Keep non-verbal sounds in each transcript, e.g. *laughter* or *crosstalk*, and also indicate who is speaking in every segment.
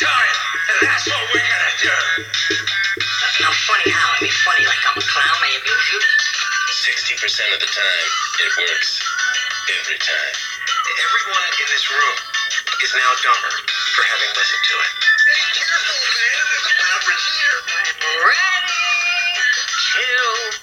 Speaker 1: done it, and that's what we're gonna do.
Speaker 2: I'm funny how? I mean, funny like I'm a clown, I amuse you?
Speaker 3: 60% of the time, it works. Every time.
Speaker 1: Everyone in this room is now dumber for having listened to it. Be careful, man. There's a leverage here.
Speaker 2: Ready to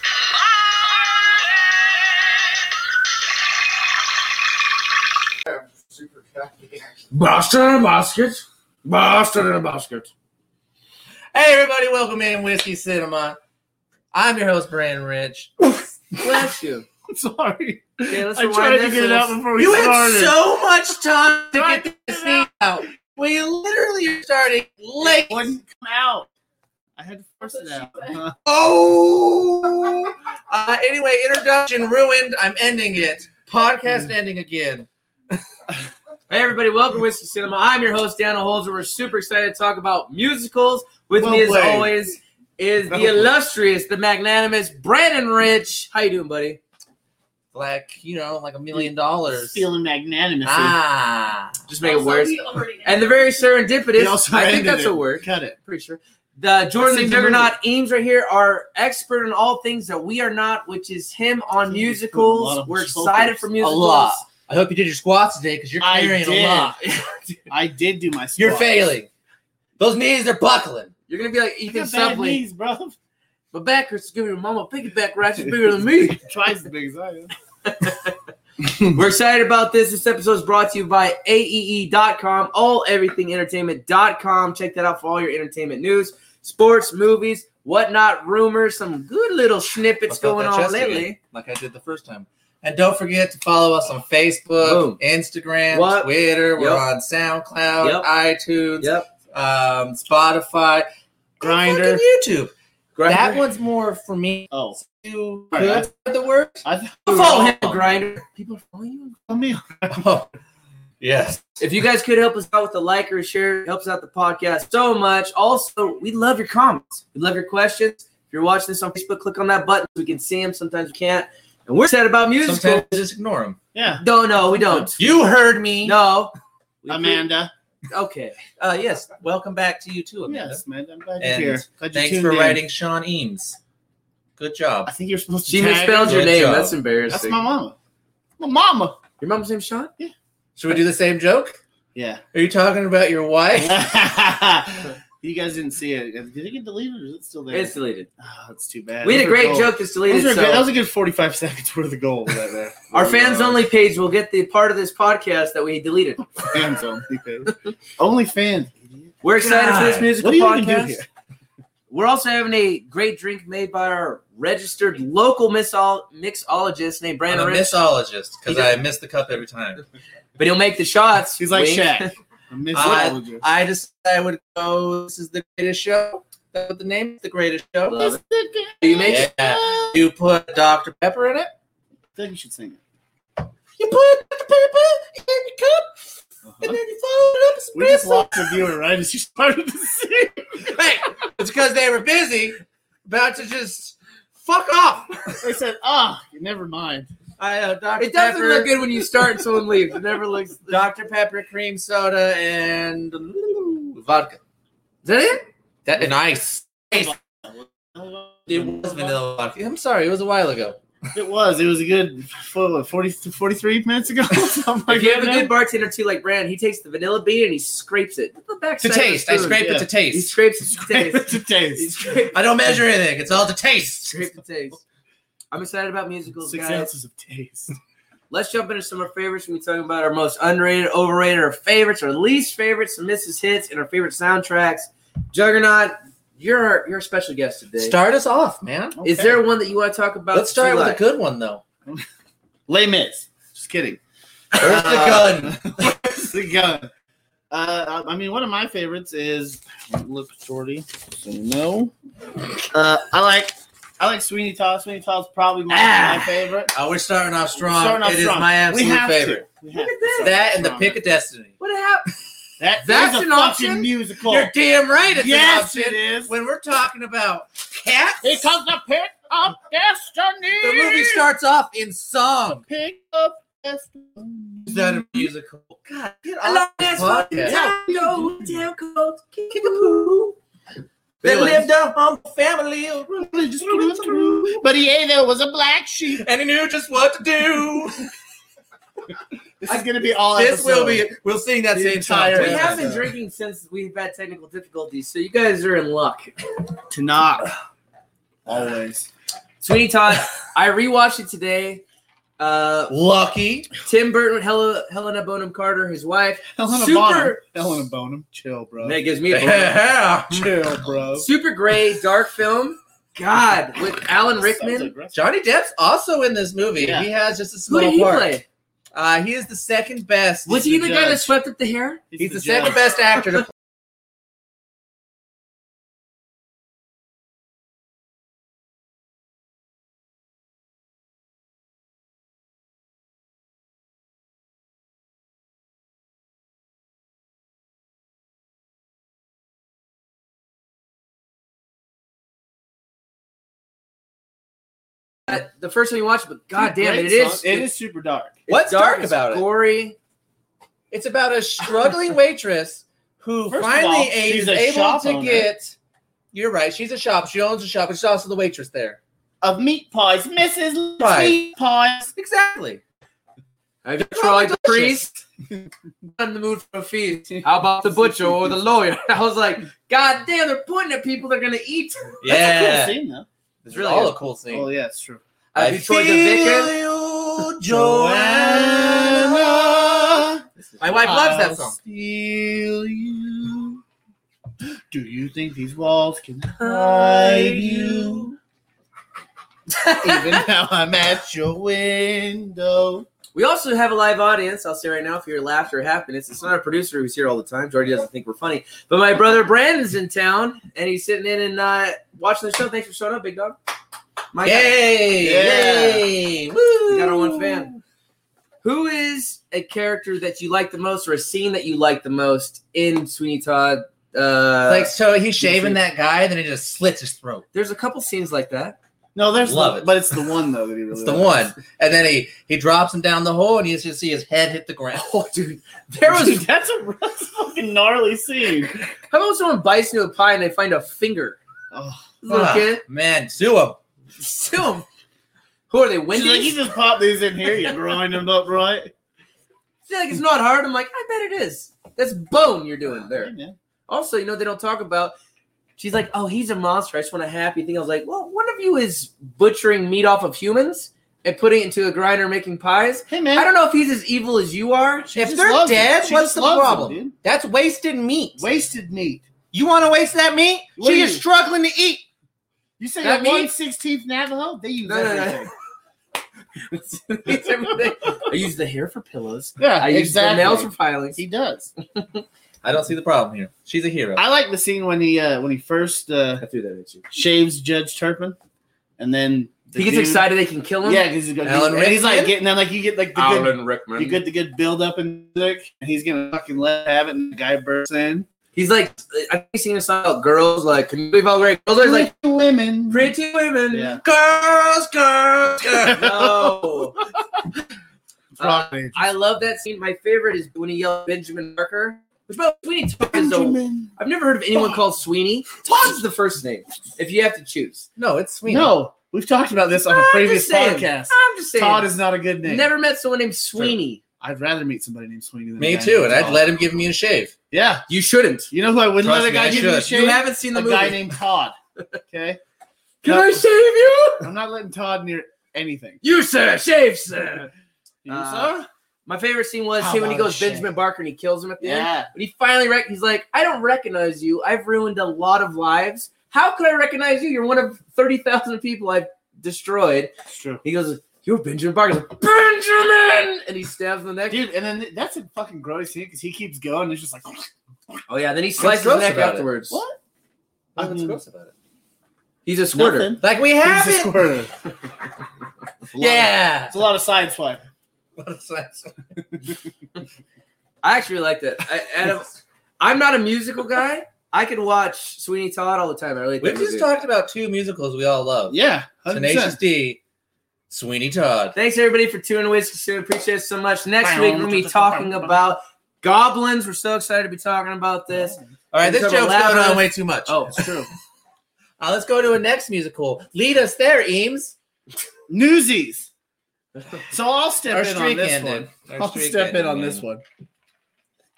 Speaker 2: party!
Speaker 4: Super cocky.
Speaker 5: Boston in a basket. Boston in a basket.
Speaker 4: Hey, everybody, welcome in Whiskey Cinema. I'm your host, Brandon
Speaker 5: *laughs*
Speaker 4: Rich. Bless you.
Speaker 5: I'm *laughs* sorry.
Speaker 6: Okay, let's
Speaker 5: I
Speaker 6: rewind
Speaker 5: tried to
Speaker 6: this
Speaker 5: get it
Speaker 6: and
Speaker 5: out
Speaker 6: let's-
Speaker 5: before we
Speaker 4: You had
Speaker 5: started.
Speaker 4: so much time to
Speaker 5: Time
Speaker 4: get this thing out. We literally are starting late.
Speaker 5: it wouldn't come out. I had to force it out. Uh-huh. Huh?
Speaker 4: Oh. Uh, anyway, introduction ruined. I'm ending it.
Speaker 5: Mm.
Speaker 4: Podcast ending again. *laughs*
Speaker 6: Hey everybody, welcome to Whiskey Cinema. I'm your host, Daniel Holzer. We're super excited to talk about musicals. With
Speaker 4: Well
Speaker 6: me as
Speaker 4: played.
Speaker 6: always is
Speaker 5: Well
Speaker 6: the
Speaker 5: played.
Speaker 6: illustrious, the magnanimous Brandon Rich. How you doing, buddy?
Speaker 4: Like you know, like a million dollars.
Speaker 7: Feeling magnanimous.
Speaker 4: Ah,
Speaker 6: Just make it worse. And the very serendipitous,
Speaker 7: He also
Speaker 6: I think
Speaker 7: ended
Speaker 6: that's
Speaker 7: it.
Speaker 6: a word.
Speaker 7: Cut it.
Speaker 6: Pretty sure. The
Speaker 7: That's
Speaker 6: Jordan the
Speaker 7: in the
Speaker 6: Juggernaut Eames right here, our expert in all things that we are not, which is him on
Speaker 7: Dude, he's putting a lot
Speaker 6: musicals.
Speaker 7: of
Speaker 6: We're
Speaker 7: himself
Speaker 6: excited
Speaker 7: in.
Speaker 6: for
Speaker 4: a
Speaker 6: musicals.
Speaker 4: lot. I hope you did your squats today because you're
Speaker 7: I
Speaker 4: carrying a
Speaker 7: did.
Speaker 4: lot.
Speaker 6: *laughs*
Speaker 7: I did do my. Squats.
Speaker 4: You're failing. Those knees are buckling.
Speaker 6: You're gonna be like
Speaker 7: I
Speaker 6: Ethan
Speaker 7: got bad
Speaker 6: Suplee.
Speaker 7: knees, bro. *laughs*
Speaker 6: My back hurts. Give me your mama piggyback ratchet bigger than me.
Speaker 7: Twice as big as I am.
Speaker 6: *laughs* We're excited about this. This episode is brought to you by E AEE.com, all everything entertainment.com. Check that out for all your entertainment news, sports, movies, whatnot, rumors, some good little snippets
Speaker 4: Bust out
Speaker 6: going
Speaker 4: that
Speaker 6: on
Speaker 4: chest again,
Speaker 6: lately.
Speaker 4: like I did the first time. And don't forget to follow us on Facebook,
Speaker 6: Boom.
Speaker 4: Instagram,
Speaker 6: What?
Speaker 4: Twitter. We're
Speaker 6: Yep.
Speaker 4: on SoundCloud,
Speaker 6: Yep.
Speaker 4: iTunes,
Speaker 6: Yep.
Speaker 4: um, Spotify,
Speaker 7: Grindr.
Speaker 4: and fucking YouTube.
Speaker 6: Grinder.
Speaker 4: That one's more for me
Speaker 7: Oh,
Speaker 4: to
Speaker 7: All right.
Speaker 4: Is that the word.
Speaker 7: I thought
Speaker 6: follow him, Grinder. People are following you.
Speaker 7: Tell me.
Speaker 4: *laughs* Oh, yes.
Speaker 6: If you guys could help us out with a like or a share, it helps out the podcast so much. Also, we love your comments. We love your questions. If you're watching this on Facebook, click on that button. so We can see them. Sometimes we can't. And we're sad about musicals.
Speaker 4: Sometimes I just ignore them.
Speaker 7: Yeah,
Speaker 6: No, no, we don't.
Speaker 4: You heard me.
Speaker 6: No. We-
Speaker 7: Amanda.
Speaker 6: Okay.
Speaker 4: Uh, yes. Welcome back to you too, Amanda.
Speaker 7: Yes, man. I'm glad you're
Speaker 4: And
Speaker 7: here. Glad you
Speaker 4: Thanks
Speaker 7: tuned
Speaker 4: for
Speaker 7: in.
Speaker 4: writing Sean Eames. Good job.
Speaker 7: I think you're supposed to.
Speaker 6: She
Speaker 7: tag
Speaker 6: misspelled
Speaker 7: him.
Speaker 6: your
Speaker 4: Good
Speaker 6: name.
Speaker 4: job.
Speaker 6: That's
Speaker 7: That's
Speaker 6: embarrassing.
Speaker 7: my mama. My mama.
Speaker 6: Your mom's name Sean?
Speaker 4: Should we do the same joke?
Speaker 6: *laughs*
Speaker 7: Yeah.
Speaker 4: Are you talking about your wife?
Speaker 7: *laughs* you guys didn't see it. Did it get deleted or is it still there?
Speaker 6: It's deleted.
Speaker 7: oh, that's too bad.
Speaker 6: We had
Speaker 7: Those
Speaker 6: a
Speaker 7: are
Speaker 6: great
Speaker 7: gold.
Speaker 6: joke that's
Speaker 7: Those
Speaker 6: deleted.
Speaker 7: are good-
Speaker 6: so-
Speaker 7: that was a good 45 seconds worth of gold right there.
Speaker 6: our fans only page will get the part of this podcast that we deleted.
Speaker 7: Fans only. *laughs* only fans. idiot.
Speaker 6: We're excited for this
Speaker 4: God.
Speaker 6: musical
Speaker 7: What do you even do
Speaker 6: podcast.
Speaker 7: here?
Speaker 6: We're also having a great drink made by our registered local mixol- mixologist
Speaker 4: *laughs*
Speaker 6: named
Speaker 4: I'm
Speaker 6: Brandon
Speaker 4: a
Speaker 6: Rich,
Speaker 4: mixologist because
Speaker 6: You
Speaker 4: I miss the cup every time.
Speaker 6: but he'll make the shots.
Speaker 7: He's like
Speaker 6: Wink.
Speaker 7: *laughs*
Speaker 6: *laughs*
Speaker 7: Shaq. A mixologist.
Speaker 4: I just I would go. This is the greatest show. That's what the name is the greatest show.
Speaker 6: Love it.
Speaker 4: Do you make it?
Speaker 7: I
Speaker 4: You put Dr Pepper in it.
Speaker 7: think you should sing it.
Speaker 4: You put Dr Pepper in your cup, and then you fold it up. It's
Speaker 7: We just
Speaker 4: pretzel.
Speaker 7: lost the viewer right as you started to sing.
Speaker 4: hey, it's because they were busy about to just fuck off.
Speaker 7: They said, "Ah, never mind."
Speaker 4: I uh, Dr
Speaker 6: It doesn't
Speaker 4: Pepper,
Speaker 6: look good when you start and someone leaves. It never *laughs* looks. Is
Speaker 4: Dr Pepper cream soda, and vodka.
Speaker 6: that it?
Speaker 4: That and ice. It was
Speaker 7: It
Speaker 4: vanilla vodka. I'm sorry, it was a while ago.
Speaker 7: was. *laughs* It was a good what, 40, 43 minutes ago. *laughs* Something like
Speaker 6: If you have
Speaker 7: that
Speaker 6: a
Speaker 7: now.
Speaker 6: good bartender too, like Brandon, he takes the vanilla bean and he scrapes it. The back
Speaker 4: To taste. I scrape it
Speaker 7: yeah.
Speaker 4: to
Speaker 6: He
Speaker 4: taste.
Speaker 6: scrapes it to
Speaker 7: *laughs*
Speaker 6: taste.
Speaker 7: to
Speaker 6: He
Speaker 7: taste.
Speaker 6: scrapes
Speaker 4: I don't measure anything. It's all to taste.
Speaker 6: scrape the taste. I'm excited about musicals,
Speaker 7: Six
Speaker 6: guys.
Speaker 7: ounces of taste.
Speaker 6: Let's jump into some of our favorites. We'll be talking about our most underrated, overrated, our favorites, our least favorites, some misses hits, and our favorite soundtracks. Juggernaut, you're our, you're our special guest today.
Speaker 4: Start us off, man.
Speaker 6: Is
Speaker 7: Okay.
Speaker 6: there one that you want to talk about?
Speaker 4: Let's start with a
Speaker 6: Like-
Speaker 4: good one, though.
Speaker 7: Les Mis? Just kidding.
Speaker 4: Where's the gun?
Speaker 7: *laughs* It's the gun. Uh, I I mean, one of my favorites is look shorty. So no, uh, I like I like Sweeney Todd. Sweeney Todd's probably my,
Speaker 6: Ah.
Speaker 7: my favorite.
Speaker 4: *laughs* Oh, we're starting off strong.
Speaker 7: Starting off
Speaker 4: It is
Speaker 7: strong.
Speaker 4: my absolute
Speaker 7: we have
Speaker 4: favorite.
Speaker 7: To. We have
Speaker 6: Look at
Speaker 7: to
Speaker 6: this.
Speaker 7: start
Speaker 4: That and the
Speaker 7: strong.
Speaker 4: pick of destiny.
Speaker 6: What happened?
Speaker 7: That
Speaker 4: That's
Speaker 7: that's a
Speaker 4: an
Speaker 7: fucking
Speaker 4: option?
Speaker 7: musical.
Speaker 4: You're damn right. It's
Speaker 7: yes,
Speaker 4: an option.
Speaker 7: it is.
Speaker 4: When we're talking about cats,
Speaker 7: Here comes the pick of destiny.
Speaker 4: the movie starts off in song.
Speaker 7: Pick of
Speaker 4: Is that a musical? God, get
Speaker 6: I love
Speaker 4: off the
Speaker 6: this fucking
Speaker 4: podcast.
Speaker 6: tango, tango,
Speaker 4: Kickapoo.
Speaker 6: They
Speaker 4: Anyway.
Speaker 6: lived up on family,
Speaker 7: Just blew through. But he though was a black sheep.
Speaker 4: And he knew just what to do.
Speaker 7: This is gonna be all.
Speaker 4: this will be.
Speaker 7: episode.
Speaker 4: We'll sing that
Speaker 7: The
Speaker 4: same
Speaker 7: entire
Speaker 4: song.
Speaker 6: We have been
Speaker 7: Yeah.
Speaker 6: drinking since we've had technical difficulties, so you guys are in luck.
Speaker 7: to knock. Always.
Speaker 6: Sweeney Todd, I rewatched it today. Uh,
Speaker 4: Lucky.
Speaker 6: Tim Burton, Hel- Helena Bonham Carter, his wife.
Speaker 7: Helena
Speaker 6: Super-
Speaker 7: Bonham. Helena Bonham. Chill, bro.
Speaker 6: That gives me
Speaker 4: *laughs*
Speaker 6: a
Speaker 4: Yeah.
Speaker 7: Chill, bro.
Speaker 6: super gray dark film. God, with Alan Rickman.
Speaker 4: Johnny Depp's also in this movie.
Speaker 7: Yeah.
Speaker 4: He has just a
Speaker 6: Who
Speaker 4: small
Speaker 6: did he
Speaker 4: part.
Speaker 6: play?
Speaker 4: Uh, he is the second best.
Speaker 6: Was he
Speaker 7: the
Speaker 6: the guy that
Speaker 7: judge.
Speaker 6: swept up the hair?
Speaker 4: He's the, second best actor *laughs* to
Speaker 6: Uh, The first time you watched, it, but god damn it, it
Speaker 7: Great
Speaker 6: is.
Speaker 7: song. It is super dark.
Speaker 4: What's dark,
Speaker 6: it's
Speaker 4: about it?
Speaker 6: Gory.
Speaker 4: It's about a struggling waitress who
Speaker 7: First of
Speaker 4: finally
Speaker 7: all,
Speaker 4: is
Speaker 7: she's a
Speaker 4: able
Speaker 7: shop
Speaker 4: to
Speaker 7: owner.
Speaker 4: get. You're right. She's a shop. She owns a shop, but she's also the waitress there.
Speaker 7: Of meat pies, Mrs.
Speaker 4: Right.
Speaker 7: Meat pies.
Speaker 4: Exactly.
Speaker 6: Have you
Speaker 4: Probably
Speaker 6: tried the
Speaker 4: delicious. *laughs*
Speaker 6: priest? I'm in the mood for a feast. How about the butcher or the lawyer? *laughs* I was like, God damn, they're pointing at people they're gonna eat. *laughs*
Speaker 7: That's a cool scene, though.
Speaker 4: it's
Speaker 6: really
Speaker 4: really all
Speaker 6: good.
Speaker 4: a cool scene.
Speaker 7: Oh yeah, it's true.
Speaker 6: Uh,
Speaker 4: I
Speaker 6: Detroit the
Speaker 4: feel
Speaker 6: Vicar.
Speaker 4: you, Joanna. My wife loves that song.
Speaker 7: Steal you. Do you think these walls can hide you?
Speaker 4: *laughs*
Speaker 7: Even now I'm at your window.
Speaker 6: We also have a live audience. I'll say right now, if you're laughter or happiness, it's not our producer who's here all the time. Jordy doesn't think we're funny, but my brother Brandon's in town and he's sitting in and uh, watching the show. Thanks for showing up, big dog. My guy.
Speaker 4: Yay!
Speaker 7: Yeah.
Speaker 4: Yay! Woo!
Speaker 6: We got our one fan. Who is a character that you like the most, or a scene that you like the most in Sweeney Todd? Uh,
Speaker 4: Like so, he's shaving that guy, then he just slits his throat.
Speaker 6: there's a couple scenes like that.
Speaker 7: No, there's
Speaker 4: Love
Speaker 7: the-
Speaker 4: it.
Speaker 7: but it's the one though that he really
Speaker 4: It's the
Speaker 7: likes.
Speaker 4: one, and then he he drops him down the hole, and you just see his head hit the
Speaker 7: *laughs*
Speaker 4: ground. Oh, dude, *laughs* there
Speaker 7: Dude,
Speaker 4: was
Speaker 7: that's a that's a fucking gnarly scene.
Speaker 6: How about when someone bites into a pie and they find a finger?
Speaker 7: Oh.
Speaker 6: Look
Speaker 4: Ah,
Speaker 6: at
Speaker 4: man, sue him.
Speaker 6: Sue 'em. Who are they?
Speaker 7: She's
Speaker 6: Wendy's?
Speaker 7: like, you just pop these in here, you grind them up, right?
Speaker 6: It's like it's not hard. I'm like, I bet it is. That's bone you're doing
Speaker 7: Hey,
Speaker 6: there.
Speaker 7: man.
Speaker 6: Also, you know they don't talk about. She's like, oh, he's a monster. I just want a happy thing. I was like, well, one of you is butchering meat off of humans and putting it into a grinder, making pies.
Speaker 7: Hey man,
Speaker 6: I don't know if he's as evil as you are.
Speaker 7: She
Speaker 4: if
Speaker 7: just
Speaker 4: they're
Speaker 7: loves it.
Speaker 4: dead,
Speaker 7: She
Speaker 4: what's
Speaker 7: just
Speaker 4: the
Speaker 7: loves it,
Speaker 4: problem?
Speaker 7: dude.
Speaker 4: That's wasted meat.
Speaker 7: wasted meat.
Speaker 4: You want to waste
Speaker 7: *laughs*
Speaker 4: that meat?
Speaker 7: What
Speaker 4: she
Speaker 7: do
Speaker 4: is
Speaker 7: you-
Speaker 4: struggling to eat.
Speaker 7: You say
Speaker 4: That
Speaker 7: that
Speaker 4: meat?
Speaker 7: one sixteenth Navajo? They use
Speaker 6: No, no, no.
Speaker 7: everything.
Speaker 6: I use the hair for pillows.
Speaker 7: Yeah,
Speaker 6: *laughs* I use the nails for filings.
Speaker 7: he does.
Speaker 4: I don't see the problem here. She's a hero.
Speaker 7: I like the scene when he uh, when he first uh,
Speaker 6: I threw that at you.
Speaker 7: shaves Judge Turpin, and then the
Speaker 6: He gets
Speaker 7: dude-
Speaker 6: excited they can kill him.
Speaker 7: Yeah, because he's gonna.
Speaker 4: Alan
Speaker 7: and he's like
Speaker 4: Rickman?
Speaker 7: getting then like you get like the good,
Speaker 6: Rickman.
Speaker 7: you get the good build up and music, and he's gonna fucking let have it, and the guy bursts in.
Speaker 6: He's like, I've seen a song about girls like, can you believe how great girls are? He's like,
Speaker 7: Pretty women.
Speaker 6: *laughs* pretty women.
Speaker 7: Yeah.
Speaker 4: Girls, girls, girls.
Speaker 6: No. Uh,
Speaker 7: Rock Rage.
Speaker 6: I love that scene. My favorite is when he yelled Benjamin Barker. Which, by the way, Sweeney Todd is a,
Speaker 7: Benjamin.
Speaker 6: I've never heard of anyone called Sweeney. Todd's the first name, if you have to choose.
Speaker 4: *laughs* No, it's Sweeney.
Speaker 7: No, we've talked about this on
Speaker 6: I'm
Speaker 7: a
Speaker 6: just
Speaker 7: previous
Speaker 6: saying.
Speaker 7: podcast.
Speaker 6: I'm just saying.
Speaker 7: Todd is not a good name.
Speaker 6: Never met someone named Sweeney.
Speaker 7: I'd rather meet somebody named Sweeney than a
Speaker 4: me
Speaker 7: guy
Speaker 4: too.
Speaker 7: named
Speaker 4: And I'd
Speaker 7: Todd.
Speaker 4: let him give me a shave.
Speaker 7: Yeah,
Speaker 6: You shouldn't.
Speaker 7: you know who I wouldn't
Speaker 4: Trust
Speaker 7: let a
Speaker 4: me,
Speaker 7: guy
Speaker 4: I
Speaker 7: give me a
Speaker 4: should.
Speaker 7: shave?
Speaker 6: You haven't seen the
Speaker 7: a
Speaker 6: movie.
Speaker 7: guy named Todd. Okay,
Speaker 6: Can
Speaker 7: No.
Speaker 6: I shave you?
Speaker 7: I'm not letting Todd near anything.
Speaker 6: You sir, shave sir.
Speaker 7: You,
Speaker 6: Uh,
Speaker 7: sir?
Speaker 6: My favorite scene was
Speaker 7: How
Speaker 6: him when he
Speaker 7: about
Speaker 6: goes
Speaker 7: a shave?
Speaker 6: Benjamin Barker and he kills him at the end.
Speaker 7: Yeah.
Speaker 6: When he finally rec- he's like, I don't recognize you. I've ruined a lot of lives. How could I recognize you? You're one of thirty thousand people I've destroyed.
Speaker 7: It's true.
Speaker 6: He goes, You're Benjamin Barker. He's like, Benjamin, and he stabs him in the neck.
Speaker 7: Dude, and then th- that's a fucking gross scene because he keeps going. It's just like,
Speaker 6: Oh yeah, then he slices his
Speaker 4: gross
Speaker 6: neck
Speaker 4: about it?
Speaker 6: afterwards.
Speaker 7: What? I
Speaker 4: What's
Speaker 7: mean,
Speaker 4: gross about it?
Speaker 6: He's a squirter.
Speaker 7: nothing.
Speaker 4: Like we have
Speaker 7: He's a
Speaker 4: it.
Speaker 7: squirter. It's a lot of- *laughs*
Speaker 4: Yeah.
Speaker 7: it's a lot of side swipe.
Speaker 6: I actually liked it. I,
Speaker 7: *laughs*
Speaker 6: Adam, I'm not a musical guy. I could watch Sweeney Todd all the time. I really
Speaker 4: We've
Speaker 6: think we
Speaker 4: just
Speaker 6: do.
Speaker 4: talked about two musicals we all love.
Speaker 7: Yeah, 100%.
Speaker 4: Tenacious D Sweeney Todd.
Speaker 6: Thanks everybody for tuning in. Soon. Appreciate it so much. Next week we'll be talking about goblins. We're so excited to be talking about this.
Speaker 7: Oh
Speaker 4: All right, this
Speaker 6: Let's
Speaker 4: joke's
Speaker 6: have a laugh
Speaker 4: going
Speaker 6: at
Speaker 4: on
Speaker 6: it.
Speaker 4: way too much.
Speaker 6: Oh, it's true.
Speaker 4: Uh, let's go to a next musical. Lead us there, Eames. *laughs*
Speaker 7: Newsies. So I'll step
Speaker 4: Our
Speaker 7: in on
Speaker 4: streak
Speaker 7: this
Speaker 4: ended.
Speaker 7: one.
Speaker 4: Our
Speaker 7: I'll
Speaker 4: streak
Speaker 7: step in
Speaker 4: ended,
Speaker 7: on
Speaker 4: yeah.
Speaker 7: this one.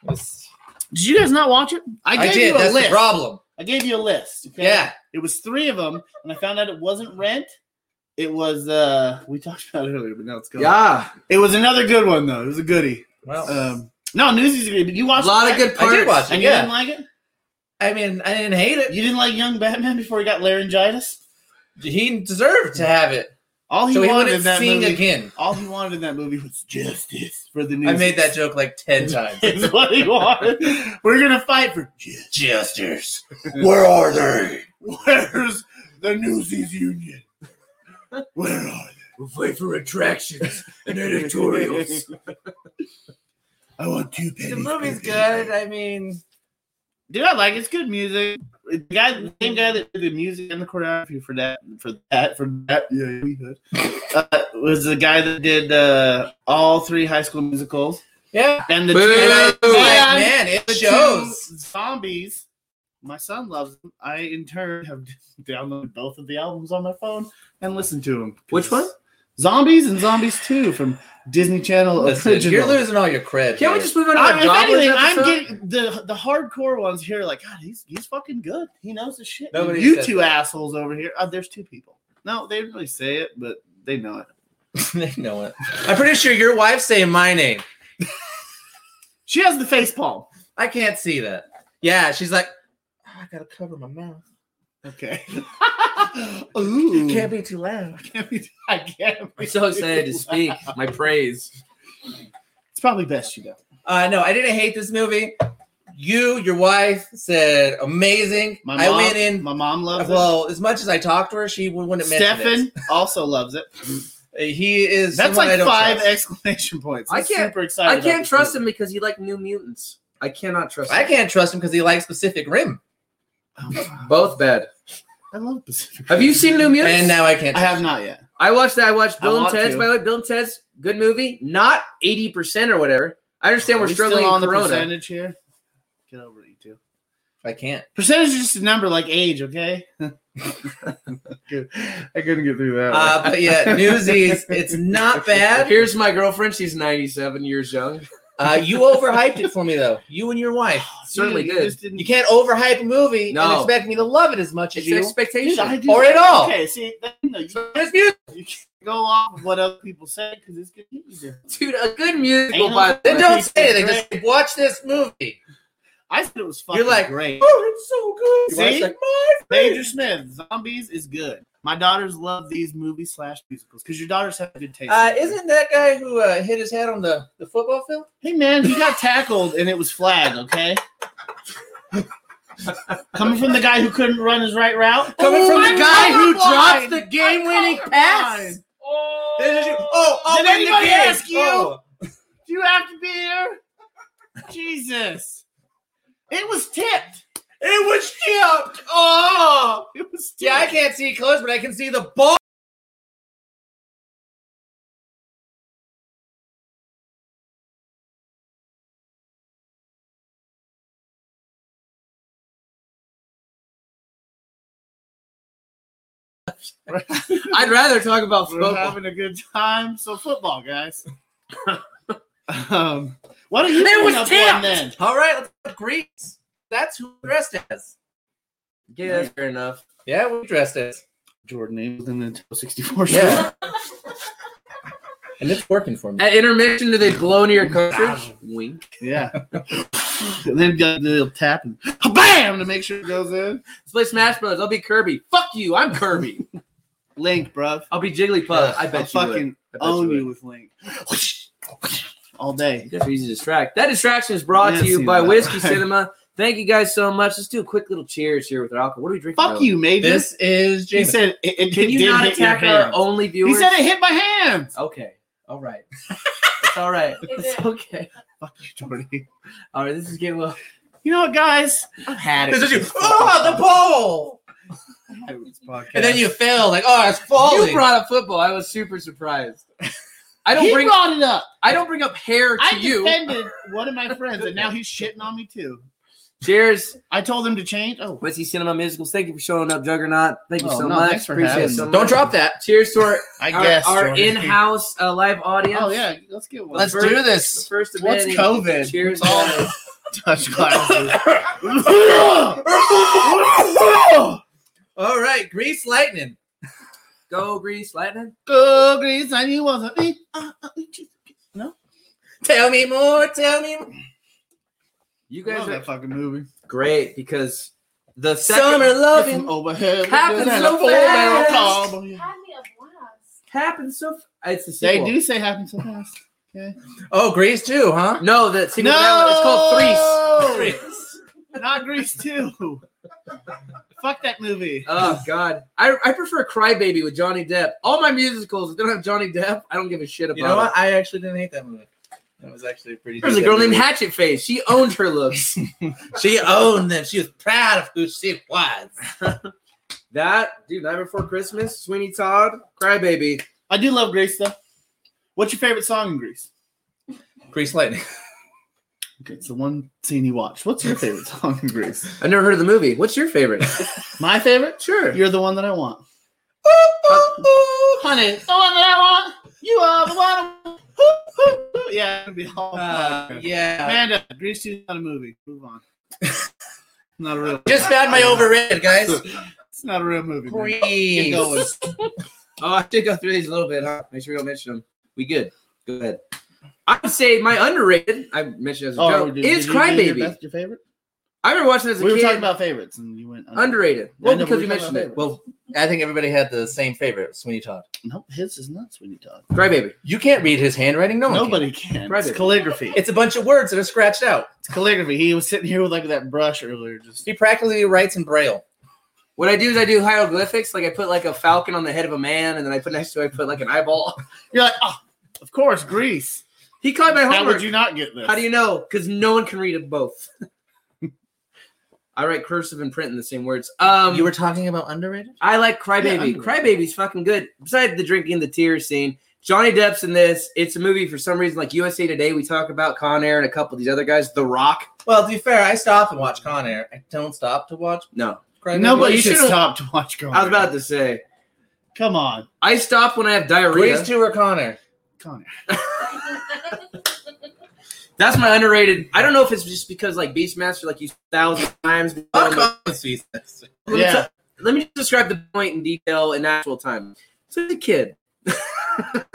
Speaker 4: Let's-
Speaker 7: Did you guys not watch it? I
Speaker 4: I,
Speaker 7: gave
Speaker 4: did.
Speaker 7: you a
Speaker 4: That's
Speaker 7: list.
Speaker 4: the problem.
Speaker 7: I gave you a list. okay?
Speaker 4: Yeah.
Speaker 7: It was three of them, and I found out it wasn't Rent. It was uh we talked about it earlier, but now it's gone.
Speaker 6: yeah,
Speaker 7: It was another good one though. It was a goodie.
Speaker 4: Well,
Speaker 7: Um, no, Newsies is good. Did you
Speaker 6: a
Speaker 7: watch
Speaker 6: lot
Speaker 7: it,
Speaker 6: of good
Speaker 4: I
Speaker 6: parts.
Speaker 4: did watch it.
Speaker 7: And
Speaker 4: yeah.
Speaker 7: you didn't like it?
Speaker 4: I mean, I didn't hate it.
Speaker 7: You didn't like Young Batman before he got laryngitis?
Speaker 4: He deserved to have it.
Speaker 7: All he
Speaker 4: so he
Speaker 7: wanted
Speaker 4: wanted
Speaker 7: in that
Speaker 4: sing
Speaker 7: movie.
Speaker 4: again.
Speaker 7: All he wanted in that movie was justice for the Newsies.
Speaker 4: I made that joke like 10 times.
Speaker 7: is what he wanted. We're gonna fight for justice.
Speaker 4: Jesters.
Speaker 7: Where are they? Where's the Newsies Union? Where are they?
Speaker 5: We'll fight for attractions and
Speaker 7: I want two pennies.
Speaker 4: The movie's good. I mean,
Speaker 7: Dude, I like it. it's good music. The guy, the same guy that did the music and the choreography for that, for that, for that, yeah, yeah, we good. Uh, was the guy that did uh, all three High School Musicals
Speaker 4: yeah.
Speaker 7: and the
Speaker 6: Boo!
Speaker 4: And I-
Speaker 7: two,
Speaker 4: like,
Speaker 7: and
Speaker 4: man, it
Speaker 7: the
Speaker 4: shows.
Speaker 7: *laughs* two zombies. My son loves them. I in turn have *laughs* downloaded both of the albums on my phone and listened to them.
Speaker 6: Which one?
Speaker 7: Zombies and Zombies Two from Disney Channel
Speaker 4: Listen,
Speaker 7: original.
Speaker 4: you're losing all your cred.
Speaker 6: Can we
Speaker 4: here.
Speaker 6: just move on to
Speaker 7: I,
Speaker 6: our
Speaker 7: Uh, if
Speaker 6: goblins
Speaker 7: anything, I'm
Speaker 6: episode?
Speaker 7: getting the the hardcore ones here. Like, God, he's he's fucking good. He knows the shit.
Speaker 4: Nobody
Speaker 7: you
Speaker 4: said
Speaker 7: two
Speaker 4: that.
Speaker 7: assholes over here. Oh, there's two people. No, they didn't really say it, but they know it.
Speaker 4: *laughs* they know it. I'm pretty sure your wife's saying my name.
Speaker 7: She has the face palm.
Speaker 4: I can't see that. Yeah, she's like, "Oh, I gotta cover my mouth.
Speaker 7: Okay. *laughs* Ooh.
Speaker 4: Can't be too loud.
Speaker 7: can't be, *laughs* I can't.
Speaker 6: I'm so
Speaker 7: *laughs*
Speaker 6: excited to speak my praise.
Speaker 7: It's probably best you don't.
Speaker 4: Uh, no, I didn't hate this movie. You, your wife, said amazing.
Speaker 7: My
Speaker 4: I
Speaker 7: mom,
Speaker 4: went in.
Speaker 7: My mom loves it.
Speaker 4: well, as much as I talked to her, she wouldn't mention
Speaker 7: Stefan also loves it.
Speaker 4: it. Uh, He is.
Speaker 7: That's
Speaker 4: someone I
Speaker 7: like
Speaker 4: don't
Speaker 7: five
Speaker 4: trust.
Speaker 7: exclamation points.
Speaker 6: I
Speaker 7: I'm
Speaker 6: can't-
Speaker 7: Super excited.
Speaker 6: I
Speaker 7: about
Speaker 6: can't
Speaker 7: this
Speaker 6: trust him
Speaker 7: movie.
Speaker 6: because he like New Mutants. I cannot trust.
Speaker 4: I
Speaker 6: Him.
Speaker 4: can't trust him because he likes Pacific Rim,
Speaker 6: Both bad.
Speaker 7: Oh, I love Pacific.
Speaker 6: Have you seen New Mutants?
Speaker 4: and now I can't.
Speaker 7: I
Speaker 4: Trust
Speaker 7: have not yet.
Speaker 6: I watched that. I watched Bill
Speaker 7: I
Speaker 6: and
Speaker 7: want
Speaker 6: Ted's.
Speaker 7: to.
Speaker 6: By the way, Bill and Ted's good movie. Not eighty percent or whatever. I understand we're
Speaker 7: Are we still
Speaker 6: struggling
Speaker 7: on
Speaker 6: on
Speaker 7: the
Speaker 6: Corona.
Speaker 7: percentage here. Get over it, you two.
Speaker 4: I can't.
Speaker 7: Percentage is just a number like age, okay? *laughs* I couldn't get through that.
Speaker 4: Uh, but *laughs* yeah,
Speaker 7: *laughs*
Speaker 4: Newsies. It's not bad.
Speaker 6: Here's my girlfriend. She's ninety-seven years young.
Speaker 4: Uh, you overhyped it for me though. You and your wife.
Speaker 6: certainly
Speaker 7: you
Speaker 6: did.
Speaker 7: just didn't-
Speaker 4: You can't overhype a movie and
Speaker 6: No.
Speaker 4: expect me to love it as much as
Speaker 6: It's
Speaker 4: you.
Speaker 7: Dude,
Speaker 6: expectation.
Speaker 7: I do-
Speaker 4: Or at all.
Speaker 7: Okay, see, that- no, you,
Speaker 4: It's music.
Speaker 7: you can't go off of what other people say because it's good. music.
Speaker 6: Dude, a good musical
Speaker 7: Ain't
Speaker 6: by
Speaker 4: Then
Speaker 6: the
Speaker 4: don't say anything. Just say, watch this movie.
Speaker 7: I said it was fucking
Speaker 4: You're like,
Speaker 7: great.
Speaker 4: oh, it's so good.
Speaker 7: See?
Speaker 4: Your wife's like, "My
Speaker 7: Major Smith, Zombies is good. My daughters love these movies slash musicals because your daughters have good taste.
Speaker 4: Uh, isn't that guy who uh, hit his head on the, the football field?
Speaker 7: Hey man, he got tackled and it was flagged. Okay. Coming from the guy who couldn't run his right route.
Speaker 4: Coming from the guy who
Speaker 7: dropped
Speaker 4: the game-winning pass. Did, you, oh, oh,
Speaker 7: Did
Speaker 4: win the
Speaker 7: anybody
Speaker 4: game.
Speaker 7: ask you?
Speaker 4: Oh.
Speaker 7: Do you have to be here? Jesus. It was tipped.
Speaker 4: It was tipped. Oh,
Speaker 7: It was tipped.
Speaker 4: yeah. I can't see close, but I can see the ball. *laughs*
Speaker 6: I'd rather
Speaker 7: *laughs*
Speaker 6: talk about
Speaker 7: We're
Speaker 6: football.
Speaker 7: having a good time. So football, guys. *laughs* um, why don't you
Speaker 4: It
Speaker 7: bring
Speaker 4: was
Speaker 7: up one
Speaker 4: tipped.
Speaker 7: then?
Speaker 4: All right, let's go Greeks. That's who we dressed as.
Speaker 6: Yeah, that's fair enough.
Speaker 4: Yeah, we dressed as.
Speaker 7: Jordan Ames and Nintendo 64.
Speaker 4: Yeah. and it's working for me.
Speaker 6: At intermission, do they blow into your cartridge? Wink.
Speaker 7: yeah. and then got the little tap and bam to make sure it goes in.
Speaker 6: Let's play Smash Bros. I'll be Kirby. Fuck you. I'm Kirby.
Speaker 7: Link, bruv.
Speaker 6: I'll be Jigglypuff.
Speaker 4: Yeah,
Speaker 6: I bet
Speaker 7: I'll
Speaker 6: you
Speaker 7: fucking
Speaker 6: would. I bet
Speaker 7: own
Speaker 6: would.
Speaker 7: you with Link. All day.
Speaker 6: That's easy to distract. That distraction is brought
Speaker 7: Yeah,
Speaker 6: to you
Speaker 7: see
Speaker 6: by
Speaker 7: that. *laughs*
Speaker 6: Whiskey Cinema. Thank you guys so much. Let's do a quick little cheers here with our alcohol. What are we drinking?
Speaker 7: Fuck
Speaker 6: Noah?
Speaker 7: you, Major.
Speaker 4: This is
Speaker 7: he
Speaker 4: James.
Speaker 7: said it, it
Speaker 6: Can you
Speaker 7: did
Speaker 6: not
Speaker 7: hit your
Speaker 6: attack our
Speaker 7: hand.
Speaker 6: only
Speaker 7: He
Speaker 6: viewers?
Speaker 7: said it hit my hand.
Speaker 6: Okay. All right. it's all right. It's okay.
Speaker 7: Fuck you, Jordy. *laughs*
Speaker 6: All right. This is getting well.
Speaker 7: You know what, guys? *laughs*
Speaker 6: I've had it.
Speaker 4: This is you. Oh, the ball. Oh, And then you fail, like, oh, it's falling.
Speaker 6: *laughs* You brought up football. I was super surprised. I don't
Speaker 7: he
Speaker 6: bring
Speaker 7: brought it up.
Speaker 6: I don't bring up hair to
Speaker 7: I
Speaker 6: you.
Speaker 7: defended one of my friends, and now he's shitting on me too.
Speaker 6: Cheers.
Speaker 7: I told him to change. Oh,
Speaker 6: Whiskey Cinema Musicals. Thank you for showing up, Juggernaut. Thank you
Speaker 7: Oh,
Speaker 6: so
Speaker 7: no,
Speaker 6: much.
Speaker 7: thanks for
Speaker 6: Appreciate
Speaker 7: having
Speaker 6: it so
Speaker 7: me.
Speaker 6: much.
Speaker 4: Don't drop that.
Speaker 6: Cheers to our,
Speaker 7: I
Speaker 6: our,
Speaker 7: guess
Speaker 6: our
Speaker 7: Jordan.
Speaker 6: in-house uh, live audience.
Speaker 7: Oh yeah, let's get one.
Speaker 4: *laughs* Let's do this.
Speaker 6: First of
Speaker 7: What's
Speaker 6: many.
Speaker 7: COVID?
Speaker 6: Cheers.
Speaker 7: It's all- touch *laughs* glasses.
Speaker 4: All right, Grease Lightning.
Speaker 6: Go Grease Lightning.
Speaker 7: Go Greece, I knew was a
Speaker 4: Tell me more. Tell me. More.
Speaker 6: You guys
Speaker 7: Love
Speaker 6: are
Speaker 7: that fucking movie.
Speaker 6: great because the
Speaker 4: *laughs*
Speaker 6: second
Speaker 4: Summer
Speaker 7: From
Speaker 4: loving.
Speaker 7: overhead,
Speaker 6: Happens
Speaker 7: and
Speaker 6: so
Speaker 7: a four-barrel
Speaker 6: fast.
Speaker 7: call.
Speaker 8: Had me a blast.
Speaker 6: happens so. f- It's a
Speaker 7: They
Speaker 6: sequel.
Speaker 7: do say happen so
Speaker 6: *laughs*
Speaker 7: fast.
Speaker 4: Oh, Grease too, huh?
Speaker 6: No, the sequel. to that one, It's called Threes.
Speaker 7: Greece. Not Greece too. Fuck that movie.
Speaker 6: Oh God, I, I prefer Crybaby with Johnny Depp. All my musicals if they don't have Johnny Depp. I don't give a shit about.
Speaker 4: You know what?
Speaker 6: it.
Speaker 4: I actually didn't hate that movie. That was actually pretty.
Speaker 6: There's a
Speaker 4: good.
Speaker 6: girl named Hatchet Face. She owned her *laughs* looks.
Speaker 4: She owned them. She was proud of who she was.
Speaker 6: that dude, Night Before Christmas, Sweeney Todd, Crybaby.
Speaker 7: I do love Greece though. What's your favorite song in Greece?
Speaker 4: Grease *laughs* Lightning.
Speaker 7: Okay, it's the one scene you watch. What's your favorite song in Greece?
Speaker 6: I've never heard of the movie. What's your *laughs* favorite?
Speaker 7: My favorite?
Speaker 6: sure.
Speaker 7: You're the one that I want. Honey, the one that I want. You are the one. I- Oh, yeah, it'd be all
Speaker 4: Uh, yeah.
Speaker 7: Amanda, Grease 2 is not a movie. Move on. not a real.
Speaker 4: Just found my overrated, guys.
Speaker 7: It's not a real movie. man. Keep
Speaker 4: Grease.
Speaker 7: going.
Speaker 6: Oh, I did go through these a little bit, huh? Make sure we don't mention them. We good. Go ahead. I would say my underrated, I mentioned as a joke,
Speaker 7: Oh, did-
Speaker 6: is
Speaker 7: did you do your
Speaker 6: Crybaby.
Speaker 7: best- Your favorite?
Speaker 6: I remember watching it as a
Speaker 7: We were
Speaker 6: kid.
Speaker 7: talking about favorites, and you went under-
Speaker 6: underrated.
Speaker 7: Yeah,
Speaker 6: Well,
Speaker 7: I know,
Speaker 6: because
Speaker 7: we
Speaker 6: you
Speaker 7: were talking
Speaker 6: mentioned it.
Speaker 7: about
Speaker 6: Well,
Speaker 4: I think everybody had the same favorite, Sweeney Todd.
Speaker 7: Nope, his is not Sweeney Todd.
Speaker 6: Crybaby.
Speaker 4: You can't read his handwriting. No one can.
Speaker 7: Nobody can.
Speaker 6: Crybaby.
Speaker 7: It's calligraphy.
Speaker 4: It's a bunch of words that are scratched out.
Speaker 7: It's calligraphy. He was sitting here with like that brush earlier. Just
Speaker 4: He practically writes in braille.
Speaker 6: What I do is I do hieroglyphics. Like I put like a falcon on the head of a man, and then I put next to it, I put like an eyeball. *laughs*
Speaker 7: you're like, oh, of course, Greece.
Speaker 6: He caught my
Speaker 7: How
Speaker 6: homework.
Speaker 7: would you not get this?
Speaker 6: How do you know? Because no one can read them both. *laughs* I write cursive and print in the same words. Um,
Speaker 4: you were talking about underrated?
Speaker 6: I like Crybaby.
Speaker 7: Yeah, I'm-
Speaker 6: Crybaby's fucking good. Besides the drinking the tears scene, Johnny Depp's in this. It's a movie for some reason, like USA Today, we talk about Con Air and a couple of these other guys. The Rock.
Speaker 4: Well, to be fair, I stop and watch Con Air. I don't stop to watch
Speaker 6: No,
Speaker 4: Crybaby.
Speaker 7: Nobody
Speaker 6: You
Speaker 7: should
Speaker 6: should've-
Speaker 7: stop to watch Girl.
Speaker 6: I was about to say.
Speaker 7: Come on,
Speaker 6: I stop when I have diarrhea. *laughs*
Speaker 4: Grease two or Con Air?
Speaker 7: Connor.
Speaker 6: That's my underrated. I don't know if it's just because like Beastmaster, like you thousand times.
Speaker 4: Fuck off with Beastmaster.
Speaker 6: Let me,
Speaker 7: Yeah.
Speaker 6: t- let me just describe the point in detail in actual time. So as a kid,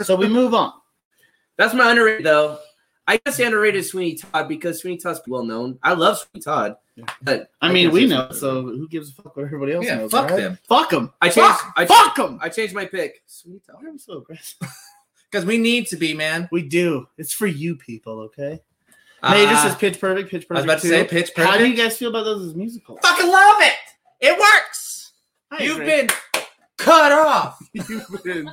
Speaker 7: So we move on.
Speaker 6: that's my underrated though. I guess underrated is Sweeney Todd because Sweeney Todd's well known. I love Sweeney Todd. But
Speaker 7: I mean,
Speaker 6: guess
Speaker 7: we
Speaker 6: it's-
Speaker 7: know. So who gives a fuck what everybody else
Speaker 4: Yeah,
Speaker 7: knows?
Speaker 4: fuck
Speaker 7: right?
Speaker 4: them.
Speaker 7: Fuck them.
Speaker 6: I changed.
Speaker 7: Fuck.
Speaker 6: I, changed
Speaker 7: fuck them.
Speaker 6: I changed my pick. Sweeney Todd.
Speaker 7: Why are we so aggressive? *laughs*
Speaker 4: Because we need to be, man.
Speaker 7: We do. It's for you people, okay? Major
Speaker 4: Uh,
Speaker 7: says Pitch Perfect. Pitch Perfect.
Speaker 4: I was about to
Speaker 7: two.
Speaker 4: say Pitch Perfect.
Speaker 7: How do you guys feel about those as musicals?
Speaker 4: fucking love it. It works.
Speaker 7: I
Speaker 4: You've
Speaker 7: agree.
Speaker 4: been cut off.
Speaker 7: *laughs* You've been.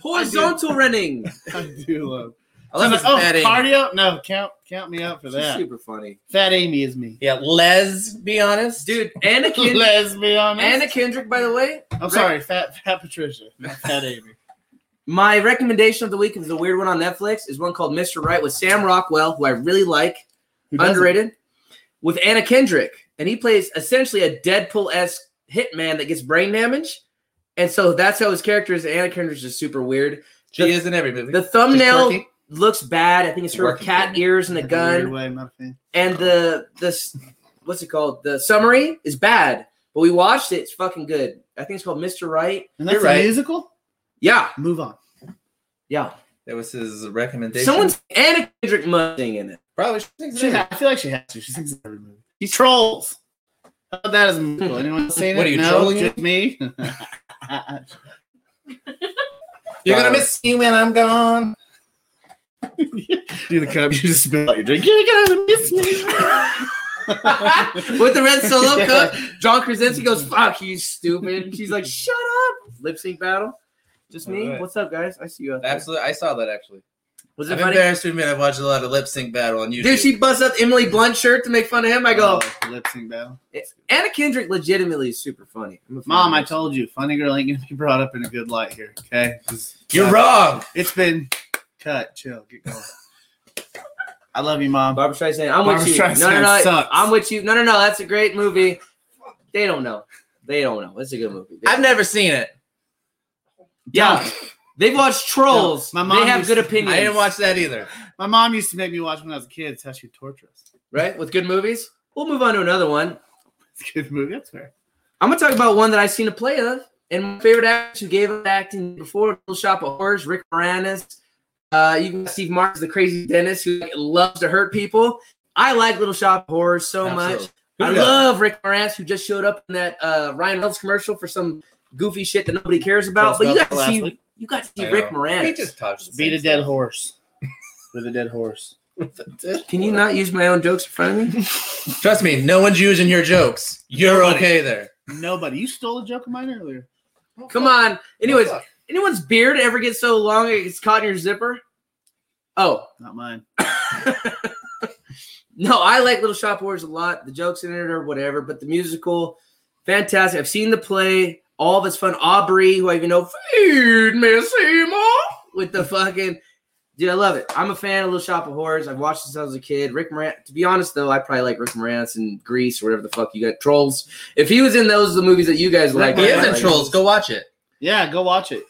Speaker 6: Horizontal *laughs* running.
Speaker 7: I do love.
Speaker 4: I love
Speaker 7: She's like,
Speaker 4: his
Speaker 7: oh,
Speaker 4: fat Amy.
Speaker 7: cardio? No, count count me out for
Speaker 6: She's
Speaker 7: that.
Speaker 6: super funny,
Speaker 7: Fat Amy is me.
Speaker 4: Yeah, let's be
Speaker 7: *laughs*
Speaker 4: honest.
Speaker 6: dude. Anna Kendrick.
Speaker 7: Let's be honest.
Speaker 6: Anna Kendrick, by the way.
Speaker 7: I'm sorry, fat fat Patricia, not fat Amy.
Speaker 6: My recommendation of the week is a weird one on Netflix. Is one called Mr. Right with Sam Rockwell, who I really like.
Speaker 7: Who doesn't?
Speaker 6: underrated with Anna Kendrick, and he plays essentially a Deadpool esque hitman that gets brain damage, and so that's how his character is. Anna Kendrick's just super weird.
Speaker 4: She
Speaker 6: The-
Speaker 4: is in every movie.
Speaker 6: The
Speaker 4: She's
Speaker 6: thumbnail
Speaker 4: quirky.
Speaker 6: looks bad. I think it's her with
Speaker 4: Working
Speaker 6: cat
Speaker 4: family.
Speaker 6: ears and a
Speaker 7: In a weird
Speaker 6: gun,
Speaker 7: way, I'm not a fan.
Speaker 6: and the the s- what's it called? The summary is bad, but we watched it. It's fucking good. I think it's called Mr. Right.
Speaker 7: And that's
Speaker 4: You're right.
Speaker 7: a musical.
Speaker 6: Yeah,
Speaker 7: Move on.
Speaker 6: yeah.
Speaker 4: That was his recommendation.
Speaker 6: Someone's Anna Kendrick must sing in it. *laughs*
Speaker 4: probably should sing
Speaker 7: She,
Speaker 4: it.
Speaker 7: I feel like she has to. She sings in every movie. She trolls. How about that as a musical? Anyone else seen it?
Speaker 4: What are you,
Speaker 7: no,
Speaker 4: trolling
Speaker 7: just *laughs* me.
Speaker 4: You're gonna miss me when I'm gone.
Speaker 7: Do the cup. You just spill out your drink. You're gonna miss *laughs* me.
Speaker 6: with the red solo cup. John Krasinski goes, "Fuck you, stupid." She's like, "Shut up." Lip sync battle. Just me.
Speaker 4: Alright.
Speaker 6: What's up, guys? I see you. Out there.
Speaker 4: Absolutely, I saw that actually.
Speaker 6: Was
Speaker 4: I'm
Speaker 6: it funny?
Speaker 4: embarrassed to admit I've watched a lot of lip sync battle on YouTube.
Speaker 6: Dude, she busts up Emily Blunt shirt to make fun of him. I go,
Speaker 7: Oh, lip sync battle.
Speaker 6: Anna Kendrick legitimately is super funny. I'm a fan
Speaker 7: Mom, I
Speaker 6: of hers.
Speaker 7: told you, funny girl ain't gonna be brought up in a good light here. Okay,
Speaker 4: You're wrong.
Speaker 7: it's been cut. Chill, get going. I love you, mom.
Speaker 6: Barbara Streisand. I'm
Speaker 7: Barbra
Speaker 6: with you.
Speaker 7: Streisand
Speaker 6: No, no, no.
Speaker 7: sucks.
Speaker 6: I'm with you. No, no, no. That's a great movie. They don't know. They don't know. It's a good movie. They-
Speaker 4: I've never seen it.
Speaker 6: yeah. They've watched Trolls.
Speaker 7: No, my mom
Speaker 6: they have
Speaker 7: used
Speaker 6: good
Speaker 7: to- I
Speaker 6: opinions.
Speaker 4: I didn't watch that either.
Speaker 7: My mom used to make me watch when I was a kid. It's how she tortured us.
Speaker 6: right with good movies. We'll move on to another one.
Speaker 7: It's a good movie. That's fair.
Speaker 6: I'm gonna talk about one that I've seen a play of, and my favorite actor who gave up acting before Little Shop of Horrors, Rick Moranis. Uh, you got Steve Martin, the crazy dentist who loves to hurt people. I like Little Shop of Horrors so much.
Speaker 4: Absolutely.
Speaker 6: I
Speaker 4: Who
Speaker 6: love Rick Moranis, who just showed up in that uh, Ryan Reynolds commercial for some goofy shit that nobody cares about. But you got to
Speaker 7: Last
Speaker 6: see
Speaker 7: week.
Speaker 6: you got to
Speaker 4: I
Speaker 6: see
Speaker 4: know.
Speaker 6: Rick
Speaker 4: We
Speaker 6: Moranis.
Speaker 4: just talked.
Speaker 7: Beat a dead horse. With a dead horse.
Speaker 6: Can you not use my own jokes in front of me?
Speaker 4: *laughs* Trust me, no one's using your jokes. You're
Speaker 7: Nobody.
Speaker 4: okay there.
Speaker 7: Nobody. You stole a joke of mine earlier.
Speaker 6: Come on. Anyways, anyone's beard ever get so long it gets caught in your zipper? Oh,
Speaker 7: Not mine.
Speaker 6: No, I like Little Shop of Horrors a lot. The jokes in it or whatever, but the musical, fantastic. I've seen the play. All of it's fun. Aubrey, who I even know, feed me Seymour with the fucking dude. I love it. I'm a fan of Little Shop of Horrors. I've watched since I was a kid. Rick Moran. To be honest, though, I probably like Rick Moranis and Grease or whatever the fuck you got. Trolls. If he was in those the movies that you guys like,
Speaker 4: He
Speaker 6: I
Speaker 4: is in
Speaker 6: like-
Speaker 4: Trolls. Go watch it.
Speaker 7: Yeah, go watch it.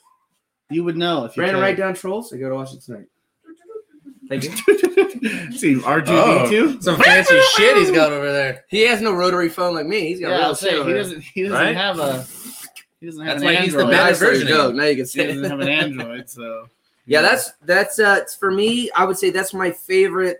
Speaker 7: You would know if you
Speaker 6: Brandon,
Speaker 7: could.
Speaker 6: write down Trolls. I gotta watch it tonight. Thank you.
Speaker 7: *laughs* See,
Speaker 4: Oh,
Speaker 7: R2D2.
Speaker 4: Some fancy shit he's got over
Speaker 6: *laughs*
Speaker 4: there.
Speaker 6: He has no rotary phone like me. He's got
Speaker 7: Yeah,
Speaker 6: a real
Speaker 7: I'll say
Speaker 6: shit.
Speaker 7: he doesn't. He doesn't
Speaker 4: Right?
Speaker 7: have a. He doesn't have
Speaker 4: That's
Speaker 7: an
Speaker 4: why he's the
Speaker 7: Android.
Speaker 4: best.
Speaker 6: Nice
Speaker 4: version.
Speaker 6: version. Joke. Now you
Speaker 7: *laughs*
Speaker 6: can see
Speaker 7: He
Speaker 6: it.
Speaker 7: doesn't have an Android, *laughs* so
Speaker 6: yeah that's that's uh for me i would say that's my favorite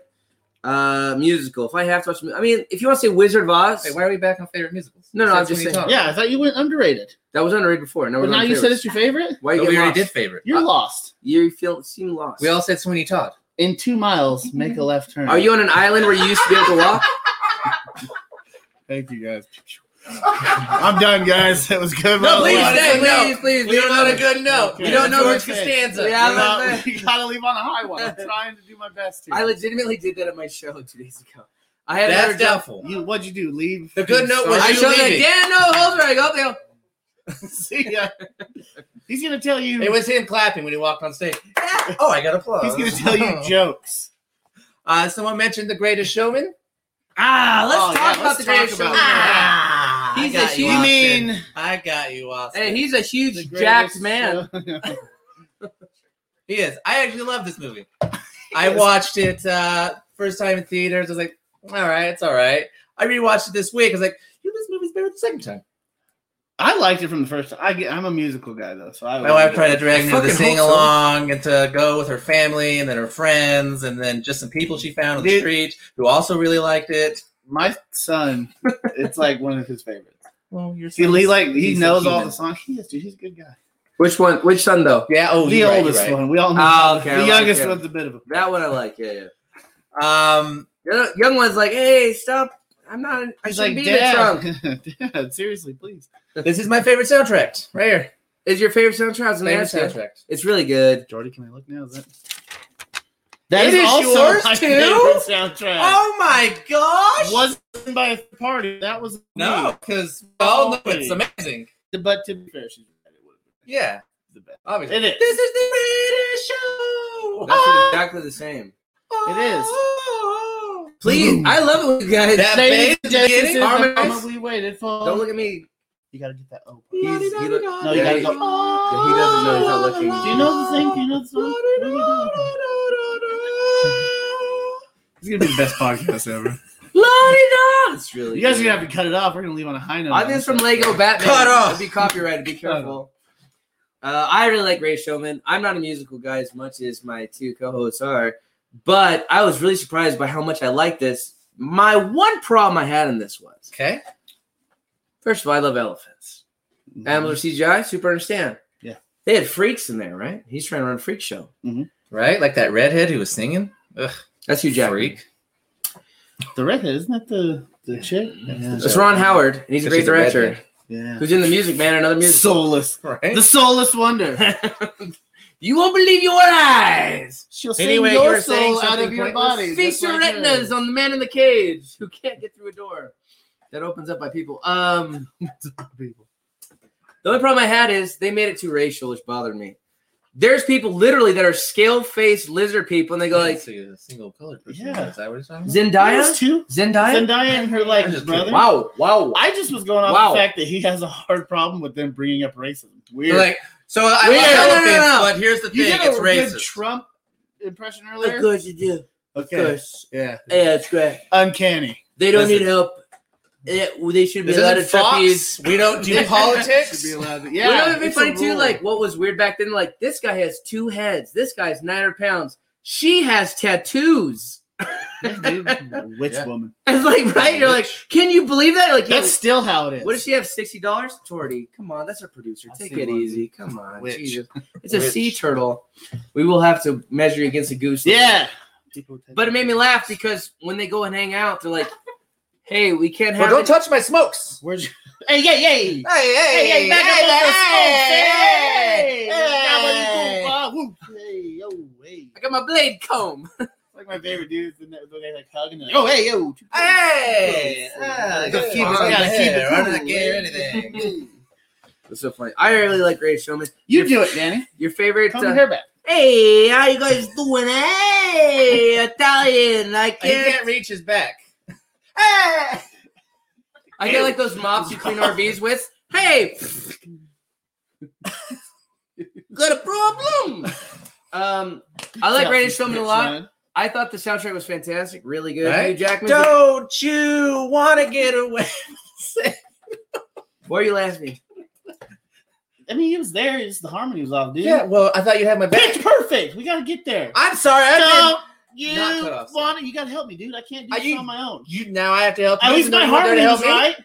Speaker 6: uh musical if i have to watch i mean if you want to say wizard of oz
Speaker 4: Hey, why are we back on favorite musicals?
Speaker 6: No, no,
Speaker 4: That's
Speaker 6: I'm just
Speaker 4: what he's
Speaker 6: saying.
Speaker 4: talking
Speaker 7: yeah. I thought you went underrated,
Speaker 6: that was underrated before no,
Speaker 7: but now you said it's your favorite.
Speaker 6: why
Speaker 4: about.
Speaker 6: you
Speaker 4: But Oh, we
Speaker 6: get
Speaker 4: already
Speaker 6: lost?
Speaker 4: did favorite.
Speaker 7: You're
Speaker 6: Uh,
Speaker 7: lost.
Speaker 6: you feel seem lost
Speaker 4: We all said Sweeney Todd.
Speaker 7: In two miles, make
Speaker 4: *laughs*
Speaker 7: a left turn.
Speaker 6: are you on an island where you used to be able to walk
Speaker 7: Thank you guys. *laughs* I'm done, guys. That was good.
Speaker 4: No,
Speaker 7: Well,
Speaker 4: please
Speaker 7: we gotta-
Speaker 4: stay. no.
Speaker 6: please please
Speaker 4: We don't know a good note.
Speaker 7: Okay.
Speaker 4: We don't know George
Speaker 7: That's okay.
Speaker 4: Costanza.
Speaker 6: Yeah.
Speaker 7: We're not- *laughs* We gotta leave on a high one.
Speaker 4: *laughs*
Speaker 7: I'm trying to do my best here.
Speaker 6: i legitimately did that at my show two days ago i had
Speaker 4: That's
Speaker 6: another job.
Speaker 4: doubtful.
Speaker 7: you, what'd you do? Leave.
Speaker 4: The good note was
Speaker 6: i
Speaker 4: you
Speaker 6: showed that
Speaker 4: leaving.
Speaker 6: dan no holder i go there
Speaker 7: *laughs* See ya. He's gonna tell you.
Speaker 4: It was him clapping when he walked on stage. *laughs* Oh, I got applause.
Speaker 7: He's gonna tell
Speaker 4: *laughs*
Speaker 7: you jokes.
Speaker 4: Uh, someone mentioned The Greatest Showman.
Speaker 6: ah let's
Speaker 7: Oh, yeah,
Speaker 6: talk about
Speaker 7: let's
Speaker 6: the
Speaker 7: talk
Speaker 6: greatest
Speaker 7: about
Speaker 6: showman
Speaker 7: that.
Speaker 4: Ah,
Speaker 6: He's
Speaker 4: I
Speaker 6: a
Speaker 4: got you,
Speaker 6: huge-
Speaker 7: You
Speaker 4: Austin.
Speaker 7: mean
Speaker 4: I got you, Austin.
Speaker 6: hey he's a
Speaker 7: the
Speaker 6: huge
Speaker 7: greatest
Speaker 6: jacked man
Speaker 7: show- *laughs*
Speaker 4: He is. I actually love this movie.
Speaker 6: *laughs*
Speaker 4: I watched it uh first time in theaters. I was like, all right, it's all right. I rewatched it this week. I was like, you know, this movie's better the second time.
Speaker 7: I liked it from the first. I get, I'm a musical guy though, so I.
Speaker 4: My wife tried to drag me to
Speaker 6: Fucking
Speaker 4: the
Speaker 6: hope so.
Speaker 4: sing along and to go with her family and then her friends and then just some people she found on the
Speaker 7: Dude.
Speaker 4: street who also really liked it.
Speaker 7: My son, it's like one of his favorites.
Speaker 4: Well, you're
Speaker 7: See, Lee, like he
Speaker 4: He's a
Speaker 7: knows all
Speaker 4: human.
Speaker 7: the songs. He is, dude. He's a good guy.
Speaker 6: which one which son though
Speaker 4: Yeah, oh,
Speaker 7: the
Speaker 4: you're right, you're
Speaker 7: oldest
Speaker 4: right.
Speaker 7: one. We all know.
Speaker 6: Oh, okay, I
Speaker 7: the
Speaker 6: like
Speaker 7: youngest
Speaker 6: him.
Speaker 7: one's a bit of a.
Speaker 6: that one i like yeah yeah
Speaker 4: Um,
Speaker 6: The other- young one's like, "Hey, stop! I'm not. I
Speaker 7: He's
Speaker 6: shouldn't
Speaker 7: like,
Speaker 6: be in the trunk."
Speaker 7: *laughs* Dad, Dad, seriously, please.
Speaker 4: this is my favorite soundtrack right here.
Speaker 6: Is your favorite soundtrack? I was gonna
Speaker 4: Favorite
Speaker 6: ask you.
Speaker 4: soundtrack.
Speaker 6: It's really good.
Speaker 7: Jordy, can I look now? Is that?
Speaker 4: It is yours,
Speaker 7: my
Speaker 4: too?
Speaker 7: favorite soundtrack.
Speaker 4: Oh my gosh!
Speaker 7: Wasn't by a party. That was
Speaker 4: No, because we all know it's amazing.
Speaker 7: me. But to be fair, she's right. It would have been
Speaker 4: Yeah,
Speaker 7: the best.
Speaker 4: obviously.
Speaker 7: It is.
Speaker 4: This is the greatest show.
Speaker 6: That's
Speaker 7: Ah!
Speaker 6: exactly the same.
Speaker 7: It is.
Speaker 4: Oh.
Speaker 6: Please, I love it, when you guys.
Speaker 4: That-
Speaker 7: Ladies
Speaker 4: bass
Speaker 7: and gentlemen,
Speaker 4: beginning
Speaker 7: this is the
Speaker 4: harmonize.
Speaker 7: moment we waited for.
Speaker 6: Don't look at me.
Speaker 7: You gotta get that. Oh,
Speaker 6: He's, he look,
Speaker 7: No, you
Speaker 6: yeah,
Speaker 7: gotta
Speaker 6: he,
Speaker 7: go.
Speaker 6: yeah, he doesn't know he's not looking.
Speaker 7: Do you know the thing? Do you know the song? What *laughs* are you doing? It's gonna be the best podcast ever.
Speaker 6: La-di-da! It's really.
Speaker 7: You guys are
Speaker 6: good.
Speaker 7: gonna have to cut it off. We're gonna leave on a high note.
Speaker 6: I think it's from Lego Batman.
Speaker 4: Cut off.
Speaker 6: It'd be copyrighted. Be careful. Uh, I really like Ray Showman. I'm not a musical guy as much as my two co-hosts are, but I was really surprised by how much I like this. My one problem I had in this was,
Speaker 4: Okay.
Speaker 6: first of all, I love elephants. Animals are CGI, super understand.
Speaker 7: Yeah.
Speaker 6: They had freaks in there, right? He's trying to run a freak show.
Speaker 4: Right, like that redhead who was singing. Ugh,
Speaker 6: That's Hugh Jackman.
Speaker 4: freak.
Speaker 7: The redhead, isn't that the the chick?
Speaker 6: It's Ron Howard, and he's
Speaker 4: But
Speaker 6: a great
Speaker 4: she's a
Speaker 6: director
Speaker 4: redhead.
Speaker 7: Yeah.
Speaker 6: who's in The Music Man, another music.
Speaker 7: Soulless.
Speaker 4: Right.
Speaker 7: The soulless wonder.
Speaker 6: *laughs* You won't believe your eyes.
Speaker 7: She'll
Speaker 4: Anyway,
Speaker 7: sing your
Speaker 4: you were saying
Speaker 7: soul out of
Speaker 4: something
Speaker 7: your
Speaker 4: pointless.
Speaker 7: body. just
Speaker 6: Feast your
Speaker 7: like
Speaker 6: retinas
Speaker 7: hers.
Speaker 6: on the man in the cage who can't get through a door that opens up by people.
Speaker 7: *laughs*
Speaker 6: Um, the only problem I had is they made it too racial, which bothered me. There's people literally that are scale faced lizard people, and they go like
Speaker 4: a single colored person.
Speaker 7: Yeah.
Speaker 4: Is that what it's talking about?
Speaker 7: Those
Speaker 6: Zendaya,
Speaker 7: two.
Speaker 6: Zendaya.
Speaker 7: Zendaya and her
Speaker 4: I'm
Speaker 7: like
Speaker 4: just
Speaker 7: brother.
Speaker 6: Wow, wow.
Speaker 7: I just was going off
Speaker 6: Wow.
Speaker 7: the fact that he has a hard problem with them bringing up racism.
Speaker 4: They're
Speaker 7: Weird.
Speaker 4: Like, so I love
Speaker 6: Weird. No, no, no,
Speaker 4: elephants,
Speaker 6: no.
Speaker 4: but here's the
Speaker 7: you
Speaker 4: thing:
Speaker 7: did
Speaker 4: it's
Speaker 7: a good
Speaker 4: racist.
Speaker 7: Trump impression
Speaker 6: Of
Speaker 7: earlier.
Speaker 6: course you do.
Speaker 7: Okay.
Speaker 6: Of course.
Speaker 7: Yeah.
Speaker 6: Yeah, it's great.
Speaker 7: Uncanny.
Speaker 6: They don't
Speaker 4: Listen.
Speaker 6: need help. Yeah, well, they should be
Speaker 4: This
Speaker 6: allowed
Speaker 4: isn't
Speaker 6: to trapeze.
Speaker 4: Fox. We don't do politics.
Speaker 7: Should be allowed to-
Speaker 6: Yeah,
Speaker 7: Yeah.
Speaker 6: you know, it'd be
Speaker 7: it's
Speaker 6: funny
Speaker 7: a
Speaker 6: too.
Speaker 7: rule.
Speaker 6: Like, what was weird back then? Like, this guy has two heads. This guy's nine hundred pounds. She has tattoos. *laughs*
Speaker 7: Yeah, dude. witch
Speaker 4: Yeah.
Speaker 7: woman.
Speaker 6: It's like, right? You're like, can you believe that? Like,
Speaker 7: That's
Speaker 6: that's
Speaker 7: still how it is.
Speaker 6: what does she have? Sixty dollars? Torty, come on, that's our producer.
Speaker 7: I've
Speaker 6: Take
Speaker 7: seen
Speaker 6: it
Speaker 7: one.
Speaker 6: easy. Come on,
Speaker 7: Witch.
Speaker 6: Jesus. It's a
Speaker 4: Witch.
Speaker 6: sea turtle. We will have to measure against a goose.
Speaker 7: Yeah.
Speaker 6: but it *laughs* made me laugh because when they go and hang out, they're like, "Hey, we can't
Speaker 4: Well,
Speaker 6: have."
Speaker 4: don't
Speaker 6: it-
Speaker 4: touch my smokes.
Speaker 7: Where's your- *laughs* Hey, yeah, yeah.
Speaker 4: Hey, hey,
Speaker 7: Hey, hey, back up off those
Speaker 4: hey,
Speaker 7: phones, hey, hey,
Speaker 4: hey.
Speaker 7: Gabba-dee-boo-ba, woo. Hey, yo, hey.
Speaker 6: I got my blade comb.
Speaker 7: Like my favorite dudes, when they when they, like hugging. they're Like, oh, hey, yo.
Speaker 4: Hey,
Speaker 7: Yeah,
Speaker 4: ah,
Speaker 7: gotta
Speaker 4: good
Speaker 7: keep it-
Speaker 4: on
Speaker 7: gotta keep
Speaker 4: there.
Speaker 7: it
Speaker 4: I'm
Speaker 7: cool,
Speaker 4: not gay or
Speaker 7: right?
Speaker 4: *laughs* anything.
Speaker 6: It's so funny. I really like Ray Showman.
Speaker 7: You do it, Danny.
Speaker 6: Your favorite?
Speaker 7: Comb
Speaker 6: uh,
Speaker 7: your hair back.
Speaker 6: Hey, how you guys doing? Hey, Italian, I
Speaker 4: He
Speaker 6: can't.
Speaker 4: can't reach his back.
Speaker 6: I get like those mops you clean RVs with. Hey, got a problem? Um, I like Rated Strowman a lot. I thought the soundtrack was fantastic, really good.
Speaker 4: Right?
Speaker 6: Hugh Jackman's-
Speaker 4: Don't you want to get away?
Speaker 6: Why are you laughing?
Speaker 7: I mean, he was there. It's the harmony was off, dude.
Speaker 4: Yeah, well, I thought you had my back.
Speaker 7: Pitch perfect. We gotta get there.
Speaker 4: I'm sorry. I didn't-
Speaker 7: No, you
Speaker 4: Not cut off.
Speaker 7: want it? You gotta help me, dude. I can't do
Speaker 4: Are
Speaker 7: this
Speaker 4: you-
Speaker 7: on my own.
Speaker 4: You now I have to help.
Speaker 7: At
Speaker 4: you,
Speaker 7: least
Speaker 4: even though
Speaker 7: my
Speaker 4: you wanted
Speaker 7: harmony
Speaker 4: to
Speaker 7: was
Speaker 4: help me?
Speaker 7: right.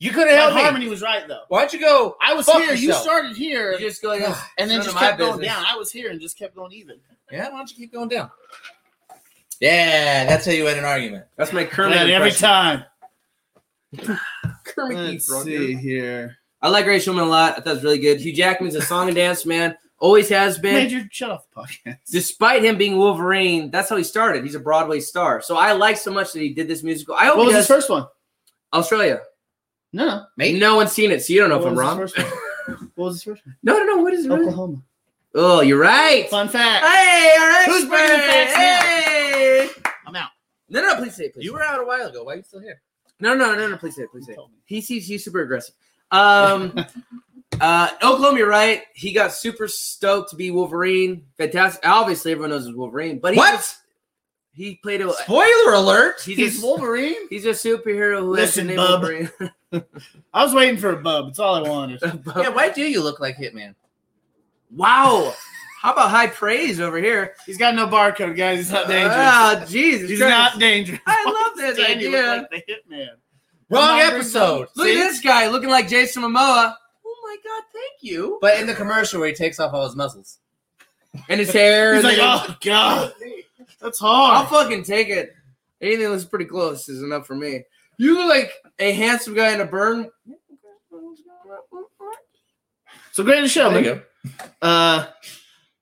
Speaker 4: You could have
Speaker 7: My
Speaker 4: helped me.
Speaker 7: harmony was right, though.
Speaker 4: Why don't you go?
Speaker 7: I was
Speaker 4: Fuck
Speaker 7: here. You
Speaker 4: yourself.
Speaker 7: started here,
Speaker 6: You're just going.
Speaker 7: and then
Speaker 6: none of
Speaker 7: just
Speaker 6: my
Speaker 7: kept going
Speaker 6: business.
Speaker 7: down. I was here and just kept going even.
Speaker 4: Yeah, why don't you keep going down? Yeah, that's how you win an argument.
Speaker 6: *sighs* That's my
Speaker 7: Play
Speaker 6: Kermit
Speaker 7: it every *laughs*
Speaker 6: impression.
Speaker 7: time.
Speaker 6: Kermit
Speaker 7: Let's
Speaker 6: keeps on
Speaker 7: see here.
Speaker 6: I like Ray Showman a lot. I thought it was really good. Hugh Jackman's a song and dance man. Always has been.
Speaker 7: Major, shut off the podcast.
Speaker 6: despite him being Wolverine, that's how he started. He's a Broadway star. So I like so much that he did this musical. I hope
Speaker 7: What
Speaker 6: he
Speaker 7: was
Speaker 6: does
Speaker 7: his first one?
Speaker 6: Australia.
Speaker 7: No, no.
Speaker 6: No one's seen it, so you don't know
Speaker 7: What
Speaker 6: if I'm
Speaker 7: was his
Speaker 6: wrong.
Speaker 7: first *laughs* one? What was his first one?
Speaker 6: No, no, no. What is it? really?
Speaker 7: Oklahoma.
Speaker 6: Oh, you're right.
Speaker 7: Fun fact.
Speaker 6: Hey, all right.
Speaker 7: Who's bringing the facts now?
Speaker 6: Hey.
Speaker 7: I'm out.
Speaker 6: No, no, no, please say it. Please.
Speaker 4: You were out a while ago. Why are you still here?
Speaker 6: No, no, no, no, please say it. Please
Speaker 7: You
Speaker 6: say it.
Speaker 7: told me.
Speaker 6: He sees he's super aggressive.
Speaker 7: *laughs*
Speaker 6: Um, uh, Oklahoma, you're right. He got super stoked to be Wolverine. Fantastic. Obviously, everyone knows he's Wolverine, but he
Speaker 4: What?
Speaker 6: just- he played a.
Speaker 4: Spoiler alert!
Speaker 6: He's,
Speaker 7: He's
Speaker 6: a,
Speaker 7: Wolverine.
Speaker 6: he's a superhero who has the
Speaker 7: Listen,
Speaker 6: name
Speaker 7: bub.
Speaker 6: Wolverine.
Speaker 7: I was waiting for a bub. It's all I wanted.
Speaker 4: Yeah, why do you look like Hitman?
Speaker 6: Wow. How about high praise over here?
Speaker 7: He's got no barcode, guys. He's not dangerous.
Speaker 6: Ah, Jesus.
Speaker 7: He's
Speaker 6: Christ.
Speaker 7: not dangerous.
Speaker 6: I love that
Speaker 7: Danny
Speaker 6: idea.
Speaker 7: looked like the hitman.
Speaker 4: Wrong
Speaker 7: Come on, bring
Speaker 4: episode.
Speaker 6: Look at this guy looking like Jason Momoa. Oh my God, thank you.
Speaker 4: But in the commercial where he takes off all his muscles.
Speaker 6: And his hair.
Speaker 7: He's like,
Speaker 6: and then-
Speaker 7: oh god, that's
Speaker 6: I'll
Speaker 7: hard.
Speaker 6: fucking take it. Anything that's pretty close is enough for me. You look like a handsome guy in a burn.
Speaker 7: So greatest show, man.
Speaker 4: go.
Speaker 7: Uh,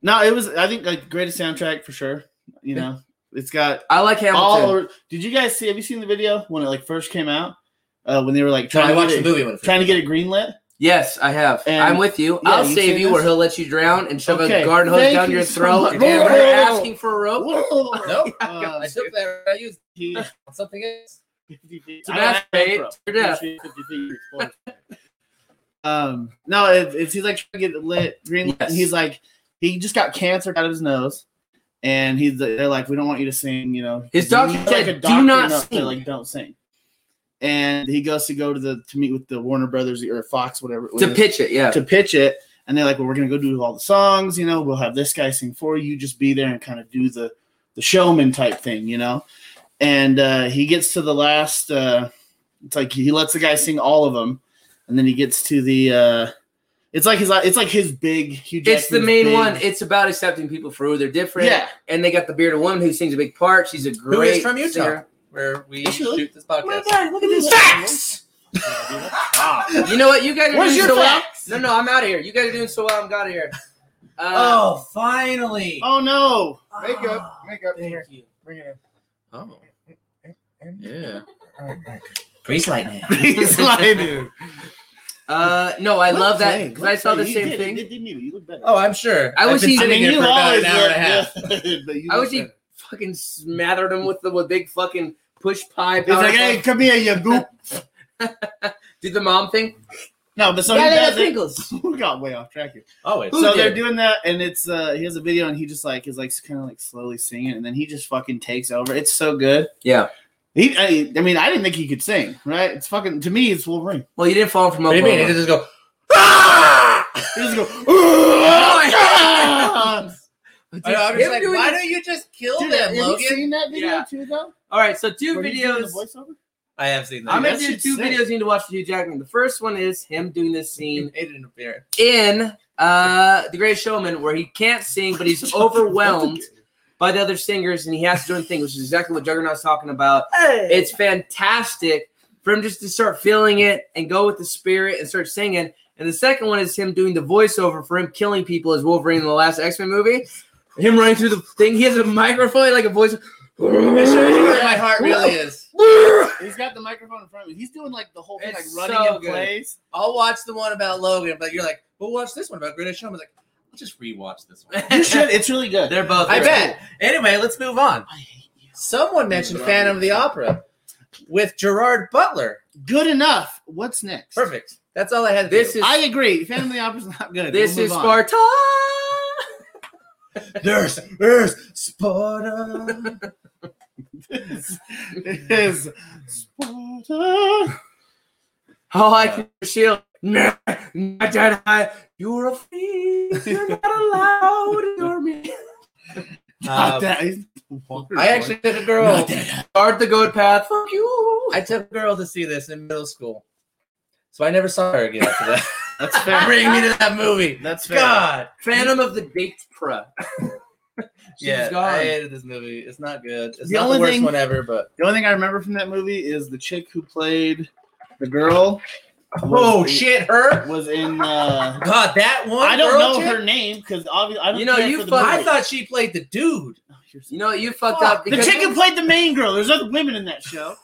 Speaker 7: no, it was. I think like greatest soundtrack for sure. You know, it's got
Speaker 6: I like Hamilton.
Speaker 7: all. Over, did you guys see? Have you seen the video when it like first came out? Uh, when they were like
Speaker 4: So
Speaker 7: trying
Speaker 4: I
Speaker 7: to
Speaker 4: watched
Speaker 7: get
Speaker 4: the
Speaker 7: it,
Speaker 4: movie when it
Speaker 7: trying to get it greenlit.
Speaker 6: yes, I have.
Speaker 7: And-
Speaker 6: I'm with you.
Speaker 7: Yeah,
Speaker 6: I'll
Speaker 7: you
Speaker 6: save
Speaker 7: seen
Speaker 6: you or
Speaker 7: this?
Speaker 6: he'll let you drown and shove
Speaker 7: Okay,
Speaker 6: a garden hose
Speaker 7: thank
Speaker 6: down
Speaker 7: you
Speaker 6: your
Speaker 7: so
Speaker 6: throat.
Speaker 7: much.
Speaker 6: and then we're asking for a rope. *laughs*
Speaker 4: No,
Speaker 7: Uh,
Speaker 4: I took that. I used
Speaker 7: he-
Speaker 4: it on something else.
Speaker 7: It's
Speaker 6: To masturbate to death.
Speaker 7: *laughs* Um, no, it, it's he's like trying to get it lit green.
Speaker 6: Yes.
Speaker 7: And he's like, he just got cancer out of his nose, and he's they're like, we don't want you to sing. You know,
Speaker 6: His doctor
Speaker 7: He's like
Speaker 6: said,
Speaker 7: a
Speaker 6: "Do
Speaker 7: doctor
Speaker 6: not
Speaker 7: enough,
Speaker 6: sing."
Speaker 7: They're like, don't sing. And he goes to go to the to meet with the Warner Brothers or Fox, whatever,
Speaker 6: To pitch it, yeah.
Speaker 7: to pitch it. And they're like, well, we're gonna go do all the songs. You know, we'll have this guy sing for you. Just be there and kind of do the the showman type thing. You know. And uh, he gets to the last. Uh, it's like he lets the guy sing all of them, and then he gets to the. Uh, it's like his. It's like his big. Hugh
Speaker 6: It's the
Speaker 7: Jackman's
Speaker 6: main
Speaker 7: big-
Speaker 6: one. It's about accepting people for who they're different. *laughs*
Speaker 7: Yeah.
Speaker 6: And they got the bearded woman who sings a big part. She's a
Speaker 4: Who
Speaker 6: great
Speaker 4: is from Utah?
Speaker 6: singer.
Speaker 4: Where we
Speaker 7: Is she really? Oh
Speaker 4: shoot this podcast.
Speaker 6: God, look at this.
Speaker 4: Facts!
Speaker 7: Ah.
Speaker 6: You know what? You guys are
Speaker 7: Where's
Speaker 6: doing
Speaker 7: your
Speaker 6: so well.
Speaker 7: facts?
Speaker 6: No, no, I'm out of here. You guys are doing so well. I'm out of here. Uh,
Speaker 4: oh, finally.
Speaker 7: Oh no!
Speaker 1: Makeup, makeup.
Speaker 4: Thank you.
Speaker 1: Bring it
Speaker 4: Oh,
Speaker 1: in.
Speaker 4: yeah.
Speaker 1: Alright,
Speaker 4: Grease lightning.
Speaker 7: *laughs* He's lying, dude.
Speaker 6: uh, no, I love that
Speaker 7: Look,
Speaker 6: because I saw the
Speaker 7: you
Speaker 6: same
Speaker 7: did,
Speaker 6: thing.
Speaker 7: You did you. You look better.
Speaker 4: Oh, I'm sure.
Speaker 6: I
Speaker 4: I've
Speaker 6: wish
Speaker 4: been
Speaker 6: he-
Speaker 7: I mean,
Speaker 4: sitting here
Speaker 7: you
Speaker 4: for about
Speaker 7: always
Speaker 4: an hour and a half.
Speaker 7: look good, but you
Speaker 6: I e-
Speaker 7: look
Speaker 6: wish he
Speaker 7: better.
Speaker 6: fucking smathered him with the with big fucking push pie.
Speaker 7: He's like, hey, come here, you goop.
Speaker 6: do the mom thing.
Speaker 7: No, but so he
Speaker 6: Yeah, yeah,
Speaker 7: does it.
Speaker 6: Pringles.
Speaker 7: *laughs* We got way off track here.
Speaker 4: Always.
Speaker 6: Who
Speaker 7: so
Speaker 6: did?
Speaker 7: they're doing that, and it's uh he has a video, and he just like is like kind of like slowly singing, and then he just fucking takes over. It's so good.
Speaker 6: Yeah.
Speaker 7: He, I, I mean, I didn't think he could sing, right? It's fucking to me, it's Wolverine.
Speaker 6: Well, you didn't fall from
Speaker 4: What do you
Speaker 6: Oklahoma.
Speaker 4: mean? It just go. "Ah!"
Speaker 7: He just
Speaker 6: *laughs*
Speaker 7: go. *laughs* ah!"
Speaker 6: Oh,
Speaker 4: I know, I'm
Speaker 6: Him
Speaker 4: just like,
Speaker 6: doing
Speaker 4: why
Speaker 6: this-
Speaker 4: don't you just kill
Speaker 7: Dude, have
Speaker 4: them,
Speaker 7: you
Speaker 4: Logan?
Speaker 7: seen that video
Speaker 6: Yeah.
Speaker 7: too, though?
Speaker 6: All right, so two
Speaker 7: Where he's doing the
Speaker 6: videos.
Speaker 7: voiceover?
Speaker 4: I have seen that.
Speaker 6: I'm
Speaker 7: Dude,
Speaker 6: gonna
Speaker 7: that
Speaker 6: do
Speaker 7: shit's
Speaker 6: two
Speaker 7: sick.
Speaker 6: videos you need to watch for Hugh Jackman. The first one is him doing this scene
Speaker 4: It didn't
Speaker 7: *laughs*
Speaker 4: appear.
Speaker 6: in uh The Great Showman, where he can't sing, but he's overwhelmed by the other singers, and he has to do a thing, which is exactly what Juggernaut's talking about. It's fantastic for him just to start feeling it and go with the spirit and start singing. And the second one is him doing the voiceover for him killing people as Wolverine in the last X Men movie. Him running through the thing. He has a microphone like a voice.
Speaker 4: It shows you where
Speaker 7: *laughs*
Speaker 4: my heart really is.
Speaker 7: He's got the microphone in front of him. He's doing like the whole thing,
Speaker 6: It's
Speaker 7: like running
Speaker 6: so
Speaker 7: in
Speaker 6: good. *laughs*
Speaker 7: place.
Speaker 4: I'll watch the one about Logan, but you're like, well, watch this one about Greatest Showman. I'm like, I'll just rewatch this one.
Speaker 7: You should. It's really good.
Speaker 6: They're
Speaker 4: *laughs*
Speaker 6: both.
Speaker 4: I
Speaker 7: *laughs*
Speaker 6: great.
Speaker 4: bet. Anyway, let's move on.
Speaker 7: I hate you.
Speaker 4: Someone mentioned Phantom of the Opera with Gerard Butler.
Speaker 7: Good enough. What's next?
Speaker 4: Perfect. That's all I had. to
Speaker 6: This
Speaker 4: do.
Speaker 6: is
Speaker 7: I agree. Phantom of the Opera's not good.
Speaker 6: This
Speaker 7: We'll
Speaker 6: is
Speaker 7: move on.
Speaker 6: Sparta.
Speaker 4: there's there's Sparta.
Speaker 7: *laughs* It is Sparta.
Speaker 6: Oh, I can shield. Nah, nah, Jedi. You're a fiend. You're not allowed. You're *laughs* me.
Speaker 7: Not
Speaker 4: Um,
Speaker 7: that- he's the water
Speaker 4: I
Speaker 7: boy.
Speaker 4: actually took a girl.
Speaker 7: Not that-
Speaker 6: Guard the goat path. Fuck you.
Speaker 4: I took a girl to see this in middle school, so I never saw her again after that.
Speaker 7: That's *laughs* fair.
Speaker 4: *laughs* Bring me to that movie.
Speaker 7: That's fair.
Speaker 4: God.
Speaker 6: Phantom of the Baked Pra. She's
Speaker 4: yeah,
Speaker 6: gone.
Speaker 4: I hated this movie. It's not good. It's
Speaker 7: The
Speaker 4: not
Speaker 7: only
Speaker 4: the worst
Speaker 7: thing-
Speaker 4: one ever, but
Speaker 7: The only thing I remember from that movie is the chick who played the girl.
Speaker 4: oh
Speaker 7: was-
Speaker 4: shit, her.
Speaker 7: Was in. Uh,
Speaker 4: God, that one.
Speaker 7: I don't
Speaker 4: girl
Speaker 7: know
Speaker 4: chick?
Speaker 7: her name because obviously I don't
Speaker 6: You know,
Speaker 7: care
Speaker 6: you
Speaker 7: for the
Speaker 6: fuck-
Speaker 7: movie. Oh,
Speaker 4: I thought she played the dude.
Speaker 6: You know what? You fucked
Speaker 4: Fuck,
Speaker 6: up.
Speaker 7: the
Speaker 6: because
Speaker 7: chick who played the main girl. There's other women in that show,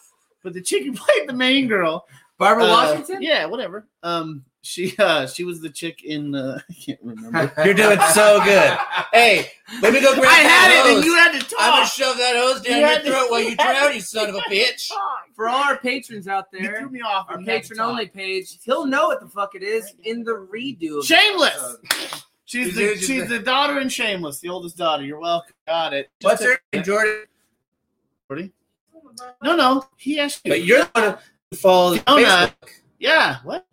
Speaker 7: but the chick who played the main girl.
Speaker 6: Barbara
Speaker 7: uh,
Speaker 6: Washington?
Speaker 7: Yeah, whatever. Um, she uh she was the *laughs* chick in. Uh, I can't remember.
Speaker 4: You're doing so good. *laughs* Hey, let me go grab
Speaker 7: I had
Speaker 4: that
Speaker 7: it, and
Speaker 4: hose.
Speaker 7: you had to talk.
Speaker 4: I'm gonna shove that hose down
Speaker 7: You
Speaker 4: your
Speaker 7: had to-
Speaker 4: throat while you
Speaker 7: *laughs* you had
Speaker 4: drown,
Speaker 7: to-
Speaker 4: you son of *laughs* a
Speaker 7: you
Speaker 4: bitch.
Speaker 6: For all our patrons out
Speaker 7: You threw
Speaker 6: there,
Speaker 7: me off.
Speaker 6: our
Speaker 7: when you had to
Speaker 6: patron
Speaker 7: talk.
Speaker 6: only page, he'll know what the fuck it is in the redo. of
Speaker 7: Shameless.
Speaker 6: episode.
Speaker 7: She's
Speaker 4: She's
Speaker 7: the
Speaker 4: doing- she's
Speaker 7: she's the
Speaker 4: the-
Speaker 7: daughter in Shameless, the oldest daughter. You're welcome. Got it. Just
Speaker 4: What's
Speaker 7: a-
Speaker 4: her name, Jordan?
Speaker 7: Jordy? No, no. He asked you.
Speaker 4: But you're the one who follows.
Speaker 7: Fiona. Yeah. What?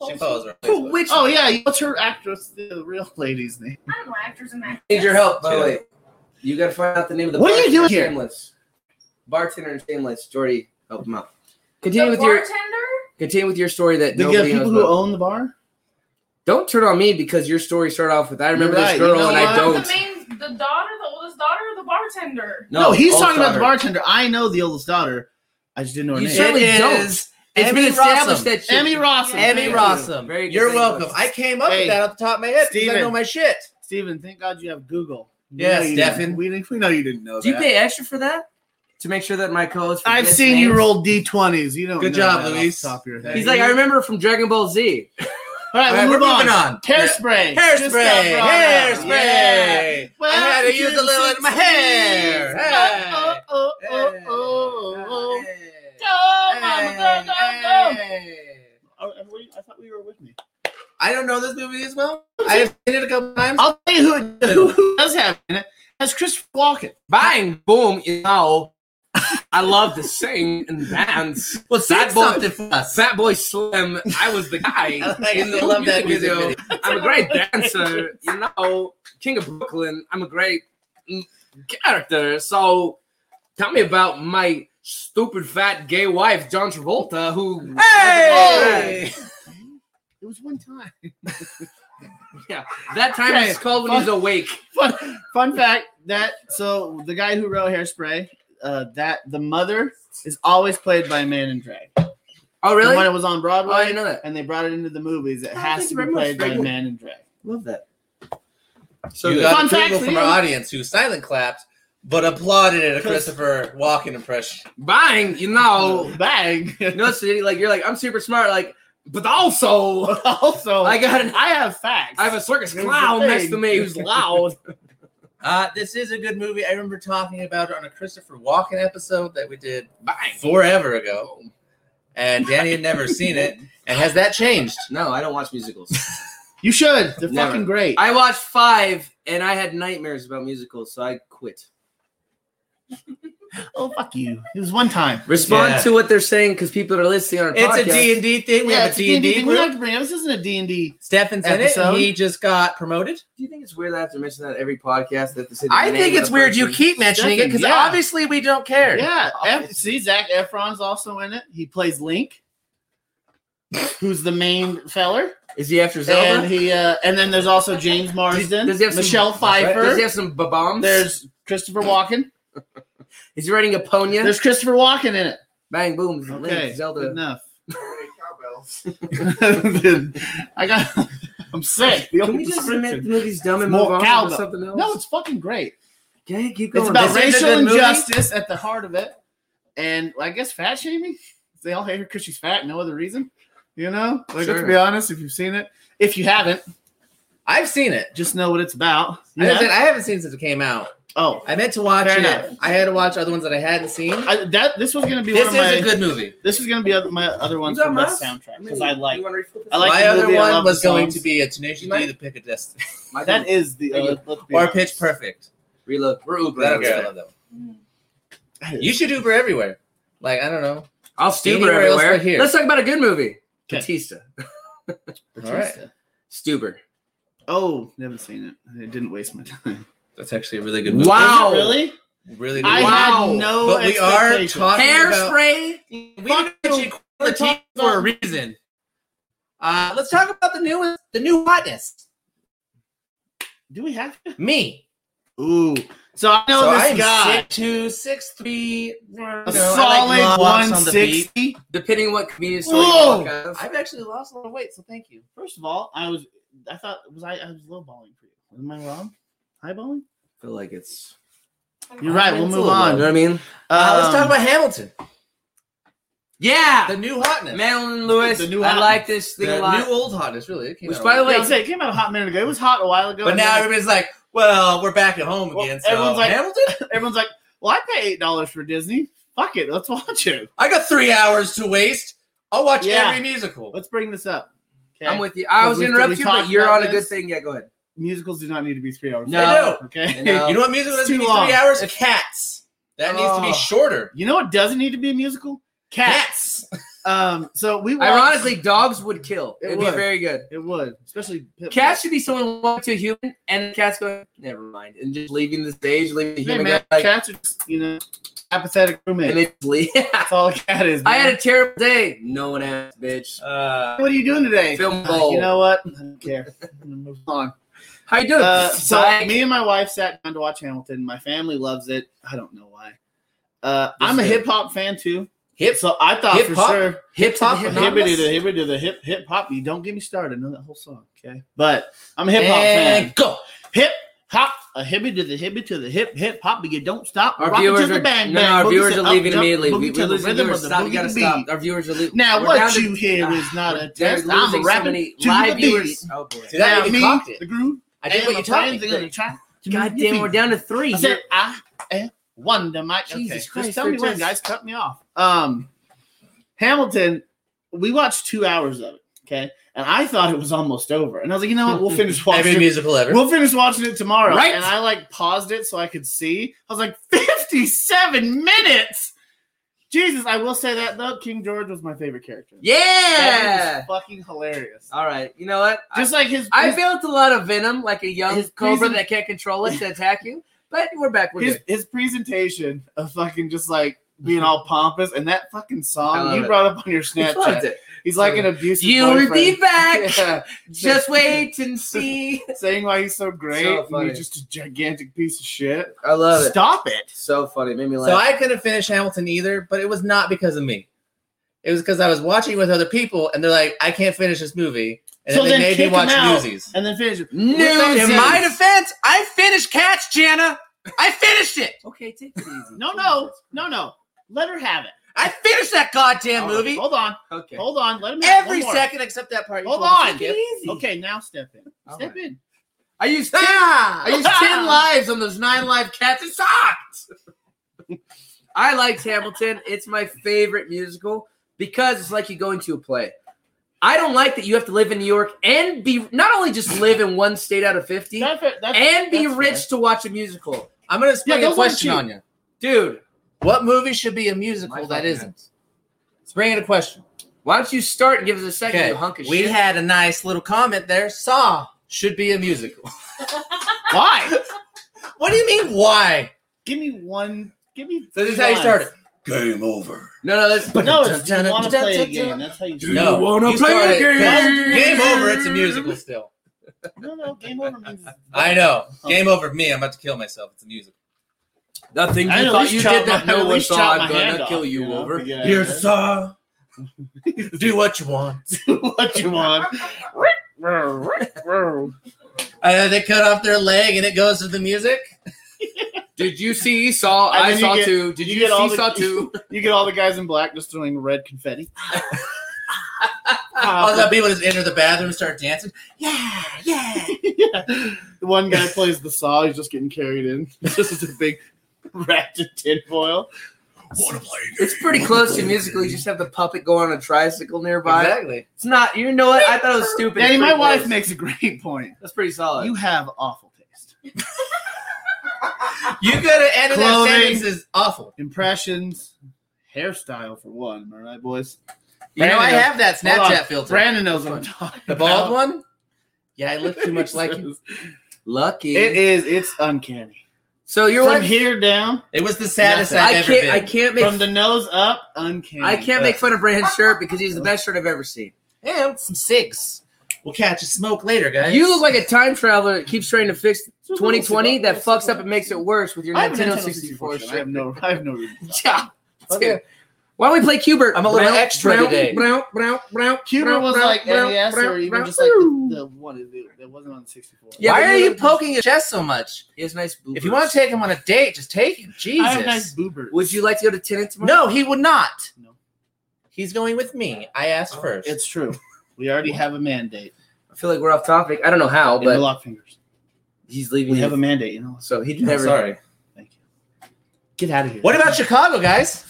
Speaker 4: Facebook. She follows her.
Speaker 6: Who-
Speaker 4: on
Speaker 6: Which
Speaker 7: Oh yeah. What's her actress? The real lady's name.
Speaker 8: I don't know actors in that.
Speaker 6: need your help,
Speaker 4: Too.
Speaker 6: by the way. You gotta find out the name of the
Speaker 7: What are you
Speaker 6: bartender
Speaker 7: doing
Speaker 6: in
Speaker 7: here?
Speaker 6: Shameless. Bartender and shameless. Jordy, help him out.
Speaker 8: The
Speaker 6: Continue
Speaker 8: bartender?
Speaker 6: with your continue with your story that
Speaker 7: The
Speaker 6: nobody
Speaker 7: people
Speaker 6: knows
Speaker 7: who
Speaker 6: about.
Speaker 7: own the bar.
Speaker 6: Don't turn on me because your story started off with I remember
Speaker 7: You're
Speaker 6: this
Speaker 7: right,
Speaker 6: girl
Speaker 7: you know
Speaker 6: and
Speaker 7: what?
Speaker 6: I don't.
Speaker 8: The main, the daughter, the oldest daughter, or the bartender.
Speaker 7: No, he's
Speaker 6: old
Speaker 7: talking about the
Speaker 6: daughter.
Speaker 7: bartender. I know the oldest daughter. I just didn't know her
Speaker 6: You
Speaker 7: name.
Speaker 6: certainly
Speaker 4: It
Speaker 6: don't.
Speaker 4: is
Speaker 6: It's
Speaker 4: Emmy
Speaker 6: been established
Speaker 4: Rossum.
Speaker 6: that she-
Speaker 7: Emmy Rossum.
Speaker 8: Emmy
Speaker 4: Emmy
Speaker 7: Thank you.
Speaker 4: Rossum.
Speaker 6: Very good.
Speaker 4: You're
Speaker 6: Thank you.
Speaker 4: welcome. I came up
Speaker 7: Hey,
Speaker 4: with that off the top of my head because I
Speaker 7: Steven.
Speaker 4: know my shit.
Speaker 7: Steven, thank God you have Google. We
Speaker 4: Yes,
Speaker 7: know you didn't-
Speaker 4: Stefan.
Speaker 7: We, didn't- we know you didn't know
Speaker 6: Do you
Speaker 7: that.
Speaker 6: pay extra for that to make sure that my co-host?
Speaker 7: I've
Speaker 6: forgets
Speaker 7: seen you
Speaker 6: names?
Speaker 7: roll d20s. You don't.
Speaker 4: Good
Speaker 7: know
Speaker 4: job,
Speaker 7: that off the
Speaker 4: Luis.
Speaker 7: top of your head.
Speaker 6: He's like, I remember from Dragon Ball Z.
Speaker 7: All right,
Speaker 4: All right,
Speaker 7: we'll
Speaker 4: we're
Speaker 7: move on.
Speaker 4: moving on.
Speaker 7: Hairspray. Just got
Speaker 4: Hairspray.
Speaker 7: brought up.
Speaker 4: Hairspray.
Speaker 7: Yeah.
Speaker 4: I had to
Speaker 7: Welcome
Speaker 4: use a
Speaker 7: the
Speaker 4: little in my hair.
Speaker 7: 60s.
Speaker 4: Hey.
Speaker 7: Oh, oh, oh,
Speaker 4: Hey.
Speaker 7: oh, oh.
Speaker 4: Hey.
Speaker 7: Go, mama, go, go, go.
Speaker 4: Hey.
Speaker 7: Oh, and we- I thought we were with me.
Speaker 4: I don't know this movie as well. I've seen it a
Speaker 7: *laughs*
Speaker 4: couple times.
Speaker 7: I'll tell you who, who, who does have it. in it. That's Chris Walken.
Speaker 6: Bang, boom, you know. I love to sing and dance.
Speaker 4: Well,
Speaker 6: That boy-
Speaker 4: something for us.
Speaker 6: Fat Boy Slim, I was the guy.
Speaker 4: I
Speaker 6: in the
Speaker 4: love that
Speaker 6: music
Speaker 4: video.
Speaker 6: I'm a great dancer, you know, King of Brooklyn. I'm a great mm, character. So tell me about my stupid fat gay wife, John Travolta, who
Speaker 4: Hey!
Speaker 7: It was one time.
Speaker 6: that time is called when he's awake.
Speaker 7: Fun, fun fact that so the guy who wrote Hairspray, uh, that the mother is always played by a man in drag.
Speaker 6: Oh
Speaker 7: The
Speaker 6: really?
Speaker 7: one that was on
Speaker 6: Oh,
Speaker 7: Broadway.
Speaker 6: I didn't know that.
Speaker 7: and they brought it into the movies. It
Speaker 6: Oh,
Speaker 7: has
Speaker 6: thank
Speaker 7: to be
Speaker 6: you very much.
Speaker 7: played by
Speaker 6: Thank
Speaker 7: a
Speaker 6: you.
Speaker 7: man in drag.
Speaker 6: Love that. So
Speaker 4: you
Speaker 6: good.
Speaker 4: got
Speaker 7: Fun fact
Speaker 4: approval
Speaker 7: for
Speaker 4: from
Speaker 7: you.
Speaker 4: our audience who silent clapped but applauded at a Christopher Walken impression.
Speaker 6: bang, you
Speaker 7: *laughs*
Speaker 6: know,
Speaker 4: Oh.
Speaker 7: bang.
Speaker 6: you know, City, like you're like I'm super smart, like, but also
Speaker 7: also,
Speaker 6: I got an
Speaker 7: I have facts.
Speaker 6: I have a circus
Speaker 7: Oh. Here's the
Speaker 6: clown next to
Speaker 7: thing.
Speaker 6: me who's loud.
Speaker 4: Uh, this is a good movie. I remember talking about it on a Christopher Walken episode that we did
Speaker 6: Bang.
Speaker 4: forever ago, and Danny had *laughs* never seen it. And has that changed?
Speaker 6: No, I don't watch musicals.
Speaker 7: you should. They're
Speaker 6: Never.
Speaker 7: fucking great.
Speaker 6: I watched five and I had nightmares about musicals, so I quit.
Speaker 7: oh fuck you. It was one time.
Speaker 6: Respond
Speaker 4: Yeah.
Speaker 6: to what they're saying because people are listening on our
Speaker 4: It's a
Speaker 6: podcast.
Speaker 4: D and D thing. We
Speaker 7: yeah,
Speaker 4: have a
Speaker 7: it's
Speaker 4: D and D
Speaker 7: thing. We don't
Speaker 4: group.
Speaker 7: have to bring it up. This isn't a D and D.
Speaker 4: Stefan's in it.
Speaker 7: episode.
Speaker 4: He just got promoted.
Speaker 6: Do you think it's weird that I have to mention that every podcast? That I have to say the
Speaker 4: I
Speaker 6: name
Speaker 4: think
Speaker 6: of
Speaker 4: it's
Speaker 6: the
Speaker 4: weird you
Speaker 6: person?
Speaker 4: keep mentioning it because
Speaker 7: Stefan, yeah.
Speaker 4: obviously we don't care.
Speaker 7: Yeah. F- see, Zach Efron's also in it. He plays Link, who's the main feller,
Speaker 6: Is he after Zelda?
Speaker 7: and he uh, and then there's also James Marsden,
Speaker 6: does he have some-
Speaker 7: Michelle Pfeiffer.
Speaker 6: Does he have some bombs?
Speaker 7: there's Christopher Walken.
Speaker 6: Is he writing a ponya?
Speaker 7: There's Christopher Walken in it.
Speaker 6: Bang boom.
Speaker 7: Okay,
Speaker 6: Link, Zelda.
Speaker 7: good
Speaker 6: *laughs*
Speaker 7: enough. *laughs* I got. *laughs* I'm sick. The
Speaker 6: Can
Speaker 7: only
Speaker 6: we just
Speaker 7: description.
Speaker 6: admit the movie's dumb and
Speaker 7: More
Speaker 6: move on to
Speaker 7: cowbell.
Speaker 6: something else?
Speaker 7: No, it's fucking great.
Speaker 6: okay, keep going.
Speaker 7: It's about
Speaker 6: This is a
Speaker 7: racial
Speaker 6: good movie.
Speaker 7: injustice at the heart of it, and I guess fat shaming. They all hate her because she's fat, no other reason. You know, like
Speaker 6: Sure.
Speaker 7: let's be honest. If you've seen it, if you haven't,
Speaker 4: I've seen it.
Speaker 7: just know what it's about.
Speaker 4: I,
Speaker 7: Yeah.
Speaker 4: haven't, I haven't seen it since it came out.
Speaker 7: oh,
Speaker 4: I meant to watch
Speaker 7: Fair
Speaker 4: it.
Speaker 7: enough.
Speaker 4: I had to watch other ones that I hadn't seen.
Speaker 7: I, that this was gonna be
Speaker 4: this
Speaker 7: one
Speaker 4: is
Speaker 7: of my.
Speaker 4: a good movie.
Speaker 7: this is gonna be other- my other one
Speaker 6: You got
Speaker 7: from the
Speaker 6: mine?
Speaker 7: soundtrack because I like.
Speaker 6: You wanna reflip this?
Speaker 7: I like-
Speaker 4: My
Speaker 7: the
Speaker 4: other
Speaker 7: movie, I
Speaker 4: one
Speaker 7: love
Speaker 4: was
Speaker 7: the
Speaker 4: going
Speaker 7: songs.
Speaker 4: to be a Tenacious
Speaker 6: You
Speaker 4: D,
Speaker 6: might-
Speaker 4: The Pick of Destiny, *laughs*
Speaker 6: My
Speaker 7: That
Speaker 6: dude.
Speaker 7: is the
Speaker 6: Thank
Speaker 7: uh,
Speaker 6: you.
Speaker 7: let's be
Speaker 4: or
Speaker 7: honest.
Speaker 4: Pitch Perfect.
Speaker 6: Reload. We're
Speaker 4: I
Speaker 6: Uber.
Speaker 4: don't care. I love that
Speaker 7: Mm.
Speaker 4: one. You should Uber everywhere. Like I don't know.
Speaker 6: I'll Stuber
Speaker 4: Anywhere else
Speaker 6: everywhere.
Speaker 4: but here.
Speaker 6: Let's talk about a good movie.
Speaker 7: Okay.
Speaker 6: Batista.
Speaker 4: All right,
Speaker 6: Stuber.
Speaker 7: Oh, never seen it. It didn't waste my time.
Speaker 4: that's actually a really good movie.
Speaker 6: Wow.
Speaker 7: Is it really?
Speaker 4: really good.
Speaker 7: I
Speaker 4: movie.
Speaker 6: Wow.
Speaker 7: had no.
Speaker 4: but we are
Speaker 7: expectation.
Speaker 4: talking about
Speaker 6: Hairspray.
Speaker 4: we didn't actually quit the team for a reason. Uh, let's talk about the new the new hotness.
Speaker 7: Do we have to?
Speaker 4: Me.
Speaker 7: Ooh. So I know
Speaker 4: so
Speaker 7: this
Speaker 4: I'm
Speaker 7: guy.
Speaker 4: six two, six three. you know, I
Speaker 7: A
Speaker 4: like
Speaker 7: solid
Speaker 4: lots on the beat.
Speaker 7: 160.
Speaker 6: Depending what comedian story
Speaker 7: Whoa.
Speaker 6: you talk of.
Speaker 4: I've actually lost a lot of weight, so thank you.
Speaker 7: First of all, I was. I thought was I. I was lowballing for you. Am I wrong? Highballing?
Speaker 6: feel like it's.
Speaker 7: You're right. We'll
Speaker 6: It's a
Speaker 7: move
Speaker 6: little low, You
Speaker 7: on.
Speaker 6: know what I mean?
Speaker 4: Uh, let's talk
Speaker 7: Um,
Speaker 4: about Hamilton.
Speaker 6: Yeah.
Speaker 4: The new hotness.
Speaker 6: Marilyn Lewis.
Speaker 7: The new
Speaker 6: I
Speaker 7: album.
Speaker 6: like this thing a
Speaker 4: the
Speaker 6: lot.
Speaker 4: new old hotness, really. It came
Speaker 6: Which,
Speaker 4: out
Speaker 6: by the
Speaker 4: a-
Speaker 6: way,
Speaker 7: Yeah, I'd say it came out a hot minute ago. It was hot a while ago.
Speaker 4: but
Speaker 7: and
Speaker 4: now
Speaker 7: then
Speaker 4: everybody's like, well, we're back at home
Speaker 7: Well,
Speaker 4: again. So
Speaker 7: everyone's like- *laughs*
Speaker 4: Hamilton?
Speaker 7: everyone's like, "Well, I pay eight dollars for Disney. Fuck it, let's watch it.
Speaker 4: I got three hours to waste. I'll watch
Speaker 7: Yeah.
Speaker 4: every musical.
Speaker 7: Let's bring this up." Okay.
Speaker 6: I'm with you. I was
Speaker 7: We-
Speaker 6: interrupting
Speaker 7: we
Speaker 6: you,
Speaker 7: talked
Speaker 6: but you're
Speaker 7: about
Speaker 6: on a good
Speaker 7: this.
Speaker 6: thing. Yeah, go ahead.
Speaker 7: Musicals do not need to be three hours.
Speaker 6: No.
Speaker 4: I know.
Speaker 7: Okay.
Speaker 6: No.
Speaker 4: You know what musical
Speaker 7: It's
Speaker 4: doesn't
Speaker 7: too
Speaker 4: need
Speaker 7: long.
Speaker 4: three hours? Cats. That needs to
Speaker 6: Oh.
Speaker 4: be shorter.
Speaker 7: *laughs* You know what doesn't need to be a musical? Cats.
Speaker 4: Cats.
Speaker 7: Um. So we watched-
Speaker 6: Ironically, dogs would kill.
Speaker 7: It
Speaker 6: It'd be
Speaker 7: would.
Speaker 6: very good.
Speaker 7: it would, especially Pitbull.
Speaker 6: Cat should be someone walking to a human, and the cat's going, never mind, and just leaving the stage, leaving the
Speaker 7: Hey,
Speaker 6: human
Speaker 7: man,
Speaker 6: guy, like,
Speaker 7: cats are just, you know apathetic roommates.
Speaker 6: and they just leave.
Speaker 7: That's all a cat is.
Speaker 6: *laughs* I
Speaker 7: man.
Speaker 6: had a terrible day. No one asked, bitch.
Speaker 4: Uh,
Speaker 7: *laughs* What are you doing today?
Speaker 6: Film
Speaker 7: Uh,
Speaker 6: bowl.
Speaker 7: You know what? I don't care. I'm gonna move
Speaker 6: *laughs*
Speaker 7: on.
Speaker 6: How you doing?
Speaker 7: Uh, so
Speaker 6: Psych.
Speaker 7: me and my wife sat down to watch Hamilton. My family loves it. I don't know why. Uh,
Speaker 4: This
Speaker 7: I'm a
Speaker 4: is
Speaker 7: hip hop fan too.
Speaker 4: hip
Speaker 7: So I thought
Speaker 4: Hip
Speaker 7: for
Speaker 4: hop?
Speaker 7: sure
Speaker 4: hip hop
Speaker 6: Hip
Speaker 7: hibbity
Speaker 4: anonymous?
Speaker 7: to hibbity to the hip hip hop. You don't get me started. I know that whole song. Okay, but I'm a hip hop fan.
Speaker 4: And go.
Speaker 7: Hip hop. A hibbity to the hibbity to the hip hip hop, but you don't stop.
Speaker 6: Our
Speaker 7: Rock it
Speaker 6: viewers
Speaker 7: to the
Speaker 6: are
Speaker 7: bang,
Speaker 6: no,
Speaker 7: bang.
Speaker 6: no, our
Speaker 7: Boogie
Speaker 6: viewers
Speaker 7: to
Speaker 6: are
Speaker 7: up,
Speaker 6: leaving
Speaker 7: jump,
Speaker 6: immediately.
Speaker 7: boogie
Speaker 6: We,
Speaker 7: to
Speaker 6: we're
Speaker 7: the
Speaker 6: losing
Speaker 7: rhythm
Speaker 6: viewers.
Speaker 7: of the
Speaker 6: Stop, you
Speaker 7: boogie
Speaker 6: gotta
Speaker 7: to beat.
Speaker 6: stop. Our viewers are leaving.
Speaker 7: Now
Speaker 6: we're down
Speaker 7: what
Speaker 6: to-
Speaker 7: you hear
Speaker 6: Ah,
Speaker 7: is not a
Speaker 6: They're
Speaker 7: test. I'm
Speaker 6: losing so
Speaker 7: rapping
Speaker 6: many
Speaker 7: to
Speaker 6: live
Speaker 7: the
Speaker 6: viewers.
Speaker 7: beat.
Speaker 6: Oh boy.
Speaker 4: See that?
Speaker 7: Now
Speaker 4: you
Speaker 7: me,
Speaker 4: cocked it.
Speaker 7: the groove.
Speaker 4: I did
Speaker 7: and
Speaker 4: what
Speaker 7: my
Speaker 4: you taught me.
Speaker 7: friends are gonna try to
Speaker 6: God
Speaker 7: move
Speaker 6: damn,
Speaker 7: your
Speaker 6: we're
Speaker 7: feet.
Speaker 6: down to three.
Speaker 7: I said I am Wonder Mike.
Speaker 6: Jesus
Speaker 7: okay. just
Speaker 6: Christ,
Speaker 7: tell
Speaker 6: they're
Speaker 7: me when,
Speaker 6: just-
Speaker 7: guys. Cut me off. Um, Hamilton. We watched two hours of it. Okay, and I thought it was almost over, and I was like, you know what? We'll
Speaker 6: *laughs*
Speaker 7: finish
Speaker 4: Every
Speaker 7: watching. it.
Speaker 4: musical ever.
Speaker 7: We'll finish watching it tomorrow.
Speaker 6: Right.
Speaker 7: And I like paused it so I could see. I was like, 57 minutes. Jesus, I will say that though. King George was my favorite character. That
Speaker 6: yeah.
Speaker 7: dude was fucking hilarious.
Speaker 6: All right. You know what?
Speaker 7: Just like his
Speaker 6: Uh, I, I
Speaker 7: his,
Speaker 6: built a lot of venom, like a young
Speaker 7: His
Speaker 6: cobra
Speaker 7: prison-
Speaker 6: that can't control it to attack you. But we're back. We're
Speaker 7: his,
Speaker 6: good.
Speaker 7: his presentation of fucking just like being all pompous and that fucking
Speaker 6: *laughs* I
Speaker 7: song
Speaker 6: love
Speaker 7: you
Speaker 6: it.
Speaker 7: brought up on your
Speaker 6: We loved
Speaker 7: Snapchat.
Speaker 6: it.
Speaker 7: He's like an abusive.
Speaker 6: You'll be
Speaker 7: boyfriend. *laughs*
Speaker 6: back. *laughs*
Speaker 7: Yeah.
Speaker 6: Just wait and see.
Speaker 7: Saying why he's so great.
Speaker 6: So
Speaker 7: and
Speaker 6: funny.
Speaker 7: you're just a gigantic piece of shit.
Speaker 6: *laughs* I love it.
Speaker 7: Stop it.
Speaker 6: So funny. Made me laugh.
Speaker 4: So I couldn't finish Hamilton either, but it was not because of me. It was because I was watching with other people, and they're like, "I can't finish this movie," and
Speaker 7: So
Speaker 4: then,
Speaker 7: then
Speaker 4: they made
Speaker 7: kick
Speaker 4: me watch
Speaker 7: him out.
Speaker 4: Newsies.
Speaker 7: and then finish.
Speaker 4: Newsies.
Speaker 6: In my defense, I finished Cats, Jana. I finished it. Okay, take it easy.
Speaker 7: No, no, no, no. Let her have it.
Speaker 6: I finished that goddamn movie.
Speaker 7: Hold on,
Speaker 6: Okay.
Speaker 7: hold on. Let him have
Speaker 6: Every
Speaker 7: one more.
Speaker 6: second except that part. you
Speaker 7: Hold
Speaker 6: told us to
Speaker 7: on. *laughs*
Speaker 6: skip.
Speaker 7: Okay, now step in.
Speaker 6: All
Speaker 7: step
Speaker 6: right.
Speaker 7: in.
Speaker 6: I used ten, I
Speaker 7: *laughs*
Speaker 6: used ten lives on those nine live cats. It sucked. I liked Hamilton. It's my favorite musical because it's like you go into a play. I don't like that you have to live in New York and be not only just live in one state out of fifty
Speaker 7: That's fair- that's-
Speaker 6: and be
Speaker 7: that's
Speaker 6: rich
Speaker 7: fair.
Speaker 6: to watch a musical,
Speaker 4: I'm gonna spring
Speaker 7: those
Speaker 4: a
Speaker 7: aren't
Speaker 4: question
Speaker 7: cheap.
Speaker 4: on you.
Speaker 6: dude.
Speaker 4: What movie should be a
Speaker 6: My
Speaker 4: musical that
Speaker 6: fucking
Speaker 4: isn't? Let's bring in a question.
Speaker 6: Why don't you start and give us a second?
Speaker 4: Okay,
Speaker 6: You hunk of
Speaker 4: we
Speaker 6: shit.
Speaker 4: had a nice little comment there. Saw should be a musical. *laughs*
Speaker 7: Why?
Speaker 4: What do you mean? Why?
Speaker 7: Give me one. Give me.
Speaker 4: So this is
Speaker 7: three
Speaker 4: how you
Speaker 7: lines.
Speaker 4: started.
Speaker 5: Game over.
Speaker 6: no, no, that's
Speaker 7: But no, it's you want to play a game. That's how you.
Speaker 5: Do
Speaker 4: No,
Speaker 5: you wanna
Speaker 4: you
Speaker 5: play
Speaker 4: started-
Speaker 5: a game?
Speaker 4: Game over. It's a musical still.
Speaker 7: No, no, game over means.
Speaker 4: I know. Game over for me. I'm about to kill myself. It's a musical.
Speaker 6: nothing.
Speaker 7: I
Speaker 6: You
Speaker 7: at
Speaker 6: thought
Speaker 7: least
Speaker 6: you
Speaker 7: chop
Speaker 6: did that.
Speaker 7: my- I
Speaker 6: No
Speaker 7: at
Speaker 6: one
Speaker 7: least
Speaker 6: saw.
Speaker 7: chop
Speaker 6: I'm
Speaker 7: my
Speaker 6: gonna
Speaker 7: hand
Speaker 6: kill
Speaker 7: off,
Speaker 6: you,
Speaker 7: know,
Speaker 6: over.
Speaker 7: to get out of
Speaker 5: Your
Speaker 7: it.
Speaker 5: saw.
Speaker 4: Do what you want.
Speaker 7: *laughs* what you want.
Speaker 4: Uh, they cut off their leg and it goes to the music.
Speaker 6: Did you see Saw?
Speaker 7: And
Speaker 6: I
Speaker 7: then you
Speaker 6: saw
Speaker 7: get-
Speaker 6: two. Did
Speaker 7: you
Speaker 6: you,
Speaker 7: get all
Speaker 6: see
Speaker 7: the-
Speaker 6: Saw
Speaker 7: *laughs*
Speaker 6: two?
Speaker 7: you get all the guys in black just throwing red
Speaker 6: *laughs*
Speaker 7: confetti.
Speaker 6: Ah.
Speaker 4: All the people just enter the bathroom and start dancing.
Speaker 2: Yeah, yeah.
Speaker 7: yeah. The one guy plays the saw, he's just getting carried in. *laughs* This is a big wrapped in tinfoil.
Speaker 6: It's pretty close to musical. You just have the puppet go on a tricycle nearby.
Speaker 4: Exactly.
Speaker 6: It's not. You know what? I thought it was stupid.
Speaker 7: Danny,
Speaker 6: It's
Speaker 7: my
Speaker 6: pretty
Speaker 7: wife
Speaker 6: close.
Speaker 7: makes a great point.
Speaker 6: That's pretty solid.
Speaker 7: You have awful taste.
Speaker 4: You could have ended that
Speaker 7: Clothing.
Speaker 4: sentence is awful.
Speaker 7: Impressions, hairstyle for one. All right, boys.
Speaker 4: You know, I
Speaker 7: Brandon-
Speaker 4: have that
Speaker 7: Hold on.
Speaker 4: Snapchat filter.
Speaker 7: Brandon knows what I'm talking
Speaker 4: the
Speaker 7: about.
Speaker 4: bald one? Yeah, I look
Speaker 7: *laughs*
Speaker 4: too much like him.
Speaker 6: *laughs* Lucky.
Speaker 7: It is. It's uncanny.
Speaker 6: so your
Speaker 7: From
Speaker 6: wife.
Speaker 7: here down,
Speaker 4: It was the saddest
Speaker 7: Nothing.
Speaker 4: I've
Speaker 6: I
Speaker 4: ever
Speaker 6: can't.
Speaker 4: been.
Speaker 6: I can't
Speaker 7: from
Speaker 6: make.
Speaker 7: the nose up, uncanny.
Speaker 6: I can't
Speaker 7: Uh,
Speaker 6: make fun of Brandon's shirt because he's the best shirt I've ever seen.
Speaker 4: And some cigs. We'll catch a smoke later, guys.
Speaker 6: You look like a time traveler that keeps trying to fix
Speaker 7: It's a little
Speaker 6: 2020 that
Speaker 7: cigar-
Speaker 6: fucks up and makes it worse with your
Speaker 7: I have a
Speaker 6: Nintendo 64
Speaker 7: shirt. I have
Speaker 6: shirt.
Speaker 7: no. I have no. reason.
Speaker 6: Yeah.
Speaker 4: Okay.
Speaker 6: Why don't we play Cubert?
Speaker 4: I'm a little extra today.
Speaker 7: Cuba was like NES or even just like the, the one that- that wasn't on 64.
Speaker 6: Yeah,
Speaker 4: Why
Speaker 6: but
Speaker 4: are
Speaker 6: you
Speaker 4: you
Speaker 6: look-
Speaker 4: poking his chest so much?
Speaker 6: He has nice blue
Speaker 4: If you want to take him on a date, just take him. Jesus.
Speaker 7: I have nice boobers.
Speaker 6: Would you like to go to Tenant tomorrow?
Speaker 4: no, he would not.
Speaker 7: No. Oh,
Speaker 4: He's going with me. I asked first.
Speaker 7: It's true. We already have a mandate.
Speaker 6: I feel like we're off topic. I don't know
Speaker 4: Oh,
Speaker 6: how,
Speaker 7: In the
Speaker 6: but
Speaker 7: lock fingers.
Speaker 6: he's leaving.
Speaker 7: We have
Speaker 6: you.
Speaker 7: a mandate. You know.
Speaker 6: so he'd
Speaker 4: I'm
Speaker 6: never.
Speaker 4: sorry.
Speaker 7: Thank you.
Speaker 4: Get out of here. What about Chicago, guys?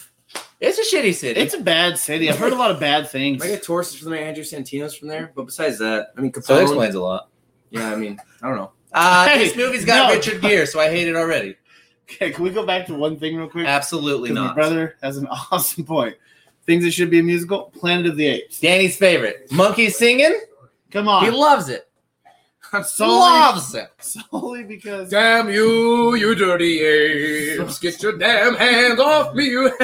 Speaker 4: It's a shitty city.
Speaker 7: It's a bad city. I've heard a lot of bad
Speaker 4: *laughs*
Speaker 7: things.
Speaker 6: I get Taurus from there, Andrew Santino's from there. But besides that, I mean, Capone.
Speaker 4: so it explains a lot.
Speaker 6: Yeah, I mean, I don't know.
Speaker 4: Uh,
Speaker 7: Oh. Hey,
Speaker 4: this movie's got
Speaker 7: no.
Speaker 4: Richard Gere, so I hate
Speaker 7: *laughs*
Speaker 4: it already.
Speaker 7: Okay, can we go back to one thing real quick?
Speaker 4: Absolutely
Speaker 7: 'Cause My
Speaker 4: not.
Speaker 7: brother has an *laughs* awesome point. Things that should be a musical: Planet of the Apes.
Speaker 4: Danny's favorite. Monkey singing?
Speaker 7: Come *laughs*
Speaker 4: He
Speaker 7: on,
Speaker 4: loves it.
Speaker 7: solely, *laughs*
Speaker 4: Loves it.
Speaker 7: solely because
Speaker 6: Damn you, you dirty apes! Get your damn hands off me! You.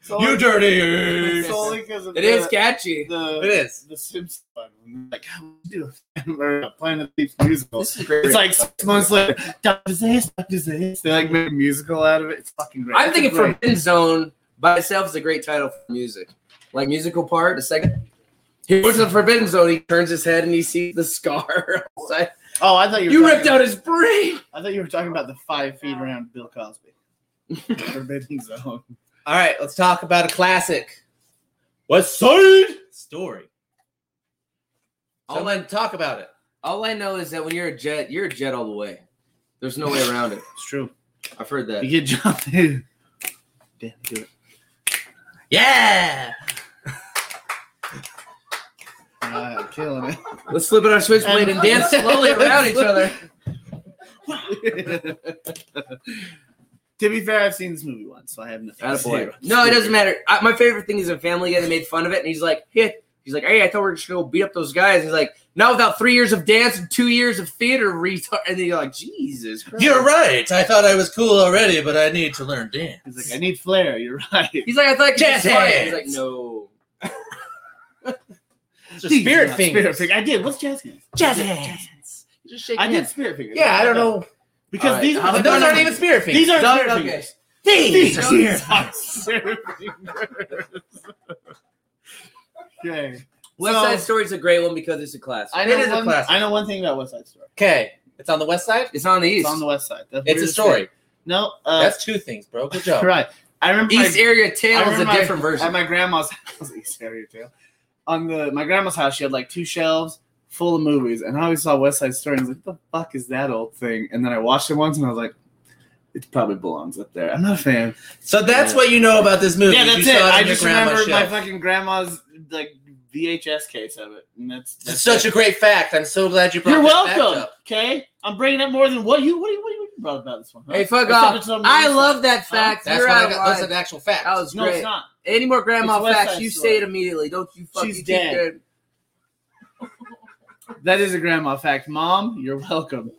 Speaker 7: solely,
Speaker 4: dirty
Speaker 7: *laughs* solely because of
Speaker 6: It
Speaker 7: the,
Speaker 6: is catchy.
Speaker 7: the
Speaker 4: It is.
Speaker 7: the Simpsons one. Like *laughs* how would you do a *laughs* Planet of the Apes musical?
Speaker 6: This is a great.
Speaker 7: It's like six months later, Doctor Zeus, Doctor Zeus. They like make a musical out of it. It's fucking great.
Speaker 6: I'm
Speaker 7: It's
Speaker 6: thinking
Speaker 7: great.
Speaker 6: Forbidden Zone by itself is a great title for music. Like musical part, the second. He goes to the Forbidden Zone, he turns his head and he sees the scar. *laughs* It's like,
Speaker 7: Oh, I thought you were
Speaker 6: you
Speaker 7: talking
Speaker 6: ripped out his brain!
Speaker 7: I thought you were talking about the five feet around Bill Cosby. Forbidden Zone.
Speaker 4: All right, let's talk about a classic. West Side Story. Someone talk about it.
Speaker 6: All I know is that when you're a jet, you're a jet all the way. There's no way around it.
Speaker 7: It's true.
Speaker 6: I've heard
Speaker 7: You
Speaker 6: that.
Speaker 7: get jumped in. Damn, do it.
Speaker 4: Yeah.
Speaker 7: Alright, killing
Speaker 6: Let's flip it on switchblade and dance slowly around each other.
Speaker 7: it. *laughs* to be fair, I've seen this movie once, so I have nothing. to say
Speaker 6: Attaboy.
Speaker 7: about
Speaker 6: No, it
Speaker 7: this
Speaker 6: doesn't matter. I, my favorite thing is in Family Guy. They made fun of it, and he's like, "Hey, he's like, hey, I thought we were just gonna go beat up those guys." He's like, "Not without three years of dance and two years of theater retard." And then you're like, "Jesus, Christ.
Speaker 4: You're right. I thought I was cool already, but I need to learn dance.
Speaker 7: movie. He's like, I need flair. You're right.
Speaker 6: He's like, "I thought I could
Speaker 4: Jazz
Speaker 6: just fight." He's
Speaker 4: hands.
Speaker 6: like, "No."
Speaker 4: It's just spirit
Speaker 7: Yeah,
Speaker 4: fingers.
Speaker 7: Spirit finger. I did. What's jazz hands?
Speaker 4: Jazz hands.
Speaker 6: Just shake
Speaker 7: I
Speaker 6: your
Speaker 7: did
Speaker 6: hand.
Speaker 7: spirit fingers.
Speaker 4: Yeah, I don't know.
Speaker 7: Because
Speaker 6: All right.
Speaker 7: these,
Speaker 6: How
Speaker 7: are
Speaker 6: about
Speaker 4: Those aren't even spirit fingers.
Speaker 7: These aren't
Speaker 6: Done,
Speaker 7: spirit
Speaker 6: okay.
Speaker 7: fingers.
Speaker 4: These
Speaker 7: These
Speaker 4: are
Speaker 7: are spirit fingers. *laughs* okay.
Speaker 6: West
Speaker 7: So-
Speaker 6: Side Story is a great one because it's a classic.
Speaker 7: I know
Speaker 4: It is a
Speaker 7: one,
Speaker 4: classic.
Speaker 7: I know one thing about West Side Story.
Speaker 4: Okay, it's on the west side.
Speaker 6: it's on the east.
Speaker 7: It's on the West Side. That's
Speaker 4: It's
Speaker 7: weird
Speaker 4: a
Speaker 7: as
Speaker 4: story.
Speaker 7: shit. No, uh,
Speaker 4: That's two things, bro. Good job.
Speaker 7: right. I remember
Speaker 6: East
Speaker 7: my,
Speaker 6: Area Tale
Speaker 7: I
Speaker 6: is a
Speaker 7: remember
Speaker 6: different version.
Speaker 7: at my grandma's *laughs* house. East Area Tale. On the my grandma's house, she had like two shelves full of movies, and I always saw West Side Story. And I was like, "What the fuck is that old thing?" And then I watched it once, and I was like, "It probably belongs up there." I'm not a fan.
Speaker 4: So that's what you know
Speaker 7: *laughs*
Speaker 4: about this movie.
Speaker 7: Yeah,
Speaker 4: You
Speaker 7: that's
Speaker 4: saw
Speaker 7: it.
Speaker 4: on
Speaker 7: I
Speaker 4: your
Speaker 7: just
Speaker 4: grandma's
Speaker 7: remembered my
Speaker 4: shelf.
Speaker 7: fucking grandma's like VHS case of it, and that's,
Speaker 4: It's such a great fact. I'm so glad you brought
Speaker 7: You're
Speaker 4: that fact
Speaker 7: welcome.
Speaker 4: up.
Speaker 7: Okay, I'm bringing up more than what you what do you what do you brought about this one? huh?
Speaker 6: hey, fuck
Speaker 7: Except
Speaker 6: off!
Speaker 7: it's on
Speaker 6: I
Speaker 7: Wednesday.
Speaker 6: love that fact.
Speaker 4: That's,
Speaker 6: You're
Speaker 4: what I
Speaker 6: out of
Speaker 4: got. that's
Speaker 6: line.
Speaker 4: an actual fact.
Speaker 6: That was
Speaker 7: No,
Speaker 6: great.
Speaker 7: it's not.
Speaker 6: Any more grandma
Speaker 7: It's West
Speaker 6: facts?
Speaker 7: Side
Speaker 6: You
Speaker 7: Story.
Speaker 6: say it immediately. Don't you fuck.
Speaker 7: She's
Speaker 6: you keep
Speaker 7: dead.
Speaker 6: your-
Speaker 7: That is a grandma fact. Mom, you're *laughs* welcome.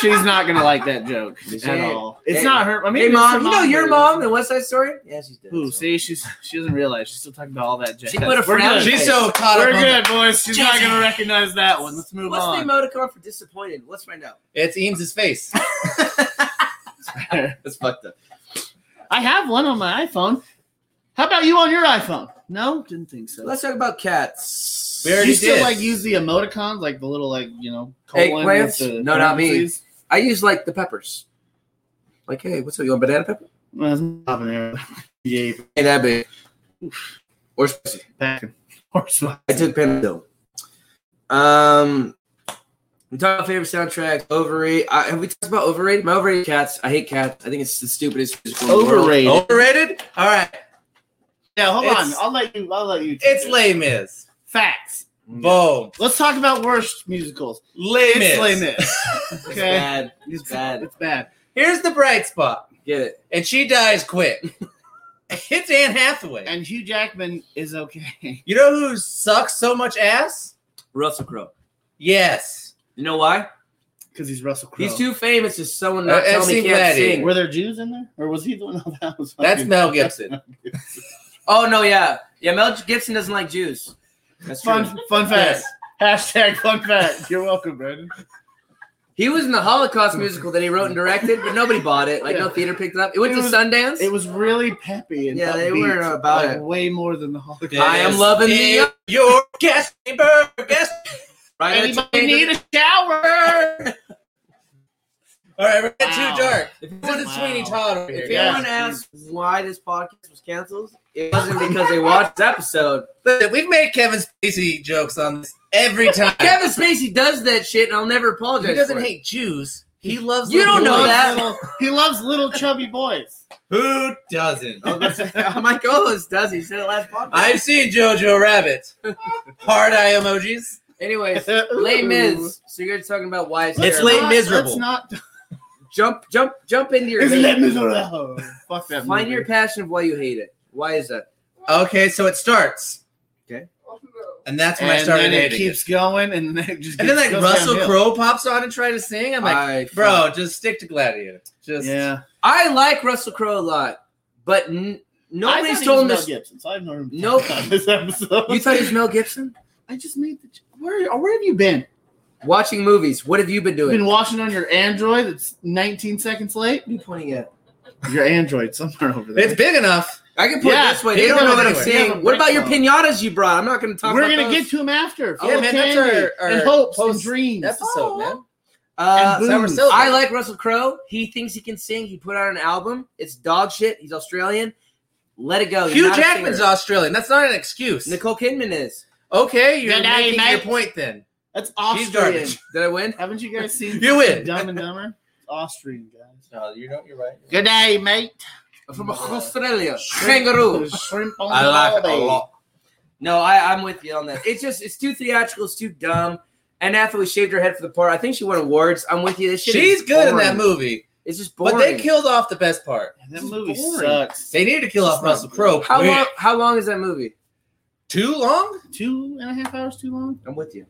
Speaker 7: She's not gonna like that joke at
Speaker 6: Hey,
Speaker 7: all. It's
Speaker 6: hey.
Speaker 7: not her. I mean,
Speaker 6: Hey,
Speaker 7: it's her
Speaker 6: mom, you know your
Speaker 7: but-
Speaker 6: mom in West Side Story? Yeah, she's dead.
Speaker 7: Ooh,
Speaker 6: so.
Speaker 7: see, she's she doesn't realize she's still talking about all that jazz.
Speaker 6: She put a frown
Speaker 7: We're good.
Speaker 4: She's so caught
Speaker 7: We're
Speaker 4: up. on that.
Speaker 7: good, boys. She's not gonna recognize that one. Let's move
Speaker 6: What's the
Speaker 7: on.
Speaker 6: emoticon for disappointed? Let's find out.
Speaker 4: It's Eames' face. *laughs*
Speaker 6: That's fucked up.
Speaker 7: I have one on my iPhone. How about you on your iPhone? No, didn't think so.
Speaker 6: Let's talk about cats.
Speaker 4: We already
Speaker 7: you still
Speaker 4: did.
Speaker 7: like use the emoticons, like the little like you know
Speaker 6: Hey,
Speaker 7: colon
Speaker 6: Clarence?
Speaker 7: with the
Speaker 6: No, not me.
Speaker 7: parentheses?
Speaker 6: I use like the peppers. Like, hey, what's up? You want banana pepper?
Speaker 7: Well, it's not an arrow. Yay,
Speaker 6: Hey, that big. Or spicy.
Speaker 7: back and forth.
Speaker 6: I took Panadol. Um, we talked about favorite soundtracks. Overrated. I, have we talked about overrated? My overrated cats. I hate cats. I think it's the stupidest. musical in the world.
Speaker 7: Overrated.
Speaker 4: Overrated? All right.
Speaker 7: Now hold on.
Speaker 4: It's-
Speaker 7: I'll let you. I'll let you.
Speaker 4: It's Les Mis.
Speaker 7: Facts.
Speaker 4: Boom.
Speaker 7: Let's talk about worst musicals.
Speaker 4: Les
Speaker 7: It's
Speaker 4: Mis.
Speaker 7: Les Mis.
Speaker 6: It's
Speaker 7: Okay,
Speaker 6: bad. It's bad.
Speaker 7: it's bad.
Speaker 4: *laughs* Here's the bright spot.
Speaker 6: Get it?
Speaker 4: And she dies quick. *laughs* it's Anne Hathaway.
Speaker 7: And Hugh Jackman is okay. *laughs*
Speaker 4: you know who sucks so much ass?
Speaker 6: Russell Crowe.
Speaker 4: Yes.
Speaker 6: You know why?
Speaker 7: Because he's Russell Crowe.
Speaker 6: He's too famous. Is someone not
Speaker 4: Uh,
Speaker 6: telling me
Speaker 4: Epstein
Speaker 6: he can't
Speaker 4: Laddie.
Speaker 6: sing?
Speaker 7: Were there Jews in there, or was he the one *laughs* no, that was?
Speaker 4: That's
Speaker 7: fucking-
Speaker 4: Mel Gibson.
Speaker 6: Oh no, yeah, yeah. Mel Gibson doesn't like Jews. That's true.
Speaker 7: *laughs* Fun, fun fact. Hashtag fun fact. You're welcome, Brandon.
Speaker 6: He was in the Holocaust musical that he wrote and directed, but nobody bought it. Like no
Speaker 7: Yeah.
Speaker 6: theater picked it up. It went
Speaker 7: It
Speaker 6: to
Speaker 7: was-
Speaker 6: Sundance.
Speaker 7: It was really peppy and
Speaker 6: Yeah, they
Speaker 7: upbeat,
Speaker 6: were about
Speaker 7: like,
Speaker 6: it.
Speaker 7: way more than the Holocaust.
Speaker 6: I am loving the-
Speaker 4: In your guest chamber. Guest.
Speaker 6: right
Speaker 7: Anybody need a shower?
Speaker 4: All right, we're getting
Speaker 7: Wow.
Speaker 4: too dark.
Speaker 6: If
Speaker 4: This is Sweeney Todd over here.
Speaker 6: If
Speaker 7: Yeah.
Speaker 6: anyone asks why this podcast was canceled, it wasn't because they watched this episode.
Speaker 4: Listen, we've made Kevin Spacey jokes on this every time.
Speaker 6: Kevin Spacey does that shit, and I'll never apologize.
Speaker 4: he doesn't
Speaker 6: for it.
Speaker 4: hate Jews. He loves.
Speaker 6: You
Speaker 4: the
Speaker 6: don't know
Speaker 4: boys.
Speaker 6: that.
Speaker 7: Little, he loves little chubby boys.
Speaker 4: Who *laughs* doesn't?
Speaker 6: *laughs* Oh, that's-
Speaker 7: *laughs*
Speaker 6: My co-host does. He said it last podcast.
Speaker 4: I've seen Jojo Rabbit. Hard eye emojis.
Speaker 7: *laughs*
Speaker 6: Anyways, Les Mis. So you're talking about why it's,
Speaker 4: It's
Speaker 6: terrible.
Speaker 4: Les
Speaker 7: Not-
Speaker 4: Miserable.
Speaker 7: It's not.
Speaker 6: Jump, jump, jump into your.
Speaker 7: It's *laughs* Les Miserable. Fuck that.
Speaker 6: Find
Speaker 7: movie.
Speaker 6: your passion of why you hate it. Why is that?
Speaker 4: Okay, so it starts,
Speaker 8: Oh, no.
Speaker 4: and that's when I
Speaker 7: and
Speaker 4: started
Speaker 7: then it
Speaker 4: hating
Speaker 7: keeps going, and then it just.
Speaker 4: it. And then
Speaker 7: gets-
Speaker 4: like
Speaker 7: goes
Speaker 4: Russell
Speaker 7: downhill.
Speaker 4: Crowe pops on and tries to sing. I'm like,
Speaker 6: I,
Speaker 4: bro, just stick to Gladiator. Just
Speaker 7: Yeah.
Speaker 6: I like Russell Crowe a lot, but n-
Speaker 7: I
Speaker 6: nobody's
Speaker 7: thought he
Speaker 6: told him
Speaker 7: was
Speaker 6: this.
Speaker 7: Mel Gibson, so I've known him.
Speaker 6: Nope.
Speaker 7: on This episode.
Speaker 6: You thought he was Mel Gibson?
Speaker 7: *laughs* I just made the. j- Where? Where have you been?
Speaker 6: Watching movies. What have you been
Speaker 7: You've
Speaker 6: doing?
Speaker 7: been watching on your Android. That's 19 seconds late.
Speaker 6: What are you pointing at?
Speaker 7: Your Android somewhere over there.
Speaker 4: it's big enough.
Speaker 6: I can put
Speaker 7: Yeah,
Speaker 6: it this way.
Speaker 4: he
Speaker 6: They don't
Speaker 4: doesn't
Speaker 6: know what I'm
Speaker 4: anywhere.
Speaker 7: Yeah,
Speaker 6: saying.
Speaker 7: but
Speaker 6: What about your
Speaker 7: break phone.
Speaker 6: pinatas you brought? I'm not going to talk
Speaker 7: We're
Speaker 6: about
Speaker 7: gonna
Speaker 6: those.
Speaker 7: get to him after.
Speaker 4: Yeah, Oh, man, that's
Speaker 7: Candy,
Speaker 4: our-
Speaker 7: and
Speaker 4: our
Speaker 7: hopes and
Speaker 4: post-
Speaker 7: dreams.
Speaker 4: Episode, man.
Speaker 6: Uh,
Speaker 7: and
Speaker 4: Sour
Speaker 7: booze.
Speaker 4: Silver.
Speaker 6: I like Russell Crowe. He thinks he can sing. He put out an album. It's dog shit. He's Australian. Let it go. He's
Speaker 4: Hugh
Speaker 6: not a
Speaker 4: Jackman's
Speaker 6: singer.
Speaker 4: Australian. That's not an excuse.
Speaker 6: Nicole Kidman is.
Speaker 4: Okay, you're
Speaker 7: Good day,
Speaker 4: making
Speaker 7: mate.
Speaker 4: your point then.
Speaker 7: That's
Speaker 4: She's
Speaker 7: Austrian.
Speaker 4: garbage.
Speaker 6: Did I win?
Speaker 7: Haven't you guys seen
Speaker 4: *laughs* You win.
Speaker 7: Dumb and Dumber? It's Austrian guys.
Speaker 4: No, you know you're right.
Speaker 7: Good day, mate.
Speaker 6: From Australia. Kangaroo.
Speaker 7: Shrimp on
Speaker 4: I
Speaker 7: the
Speaker 4: like it a
Speaker 7: barbie.
Speaker 4: lot.
Speaker 6: No, I, I'm with you on that. It's just it's too theatrical, it's too dumb. And Hathaway shaved her head for the part. I think she won awards. I'm with you. This shit
Speaker 4: She's
Speaker 6: is
Speaker 4: good in
Speaker 6: boring.
Speaker 4: that movie,
Speaker 6: It's just boring.
Speaker 4: but they killed off the best part.
Speaker 7: That movie
Speaker 6: boring.
Speaker 7: sucks.
Speaker 4: They needed to kill off
Speaker 7: not
Speaker 4: Russell
Speaker 7: good.
Speaker 4: Crowe.
Speaker 6: How
Speaker 4: quick.
Speaker 6: long? How long is that movie?
Speaker 4: Too long?
Speaker 7: Two and a half hours too long.
Speaker 6: I'm with you.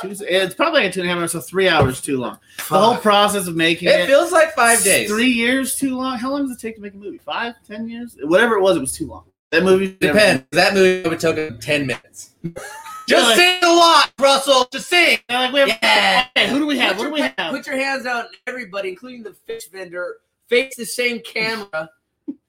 Speaker 7: Two, it's probably like two and a half hours, so three hours too long. The whole process of making it,
Speaker 4: It feels like five days.
Speaker 7: three years too long. How long does it take to make a movie? Five, ten years? Whatever it was, it was too long. That movie
Speaker 4: Depends. That movie would took him ten minutes. Just
Speaker 7: Really?
Speaker 4: sing a lot, Russell. Just sing.
Speaker 7: They're like, we have,
Speaker 4: Yeah.
Speaker 7: Hey, who do we have?
Speaker 6: Put
Speaker 7: What do we
Speaker 6: your-
Speaker 7: have?
Speaker 6: Put your hands out, and everybody, including the fish vendor, face the same camera,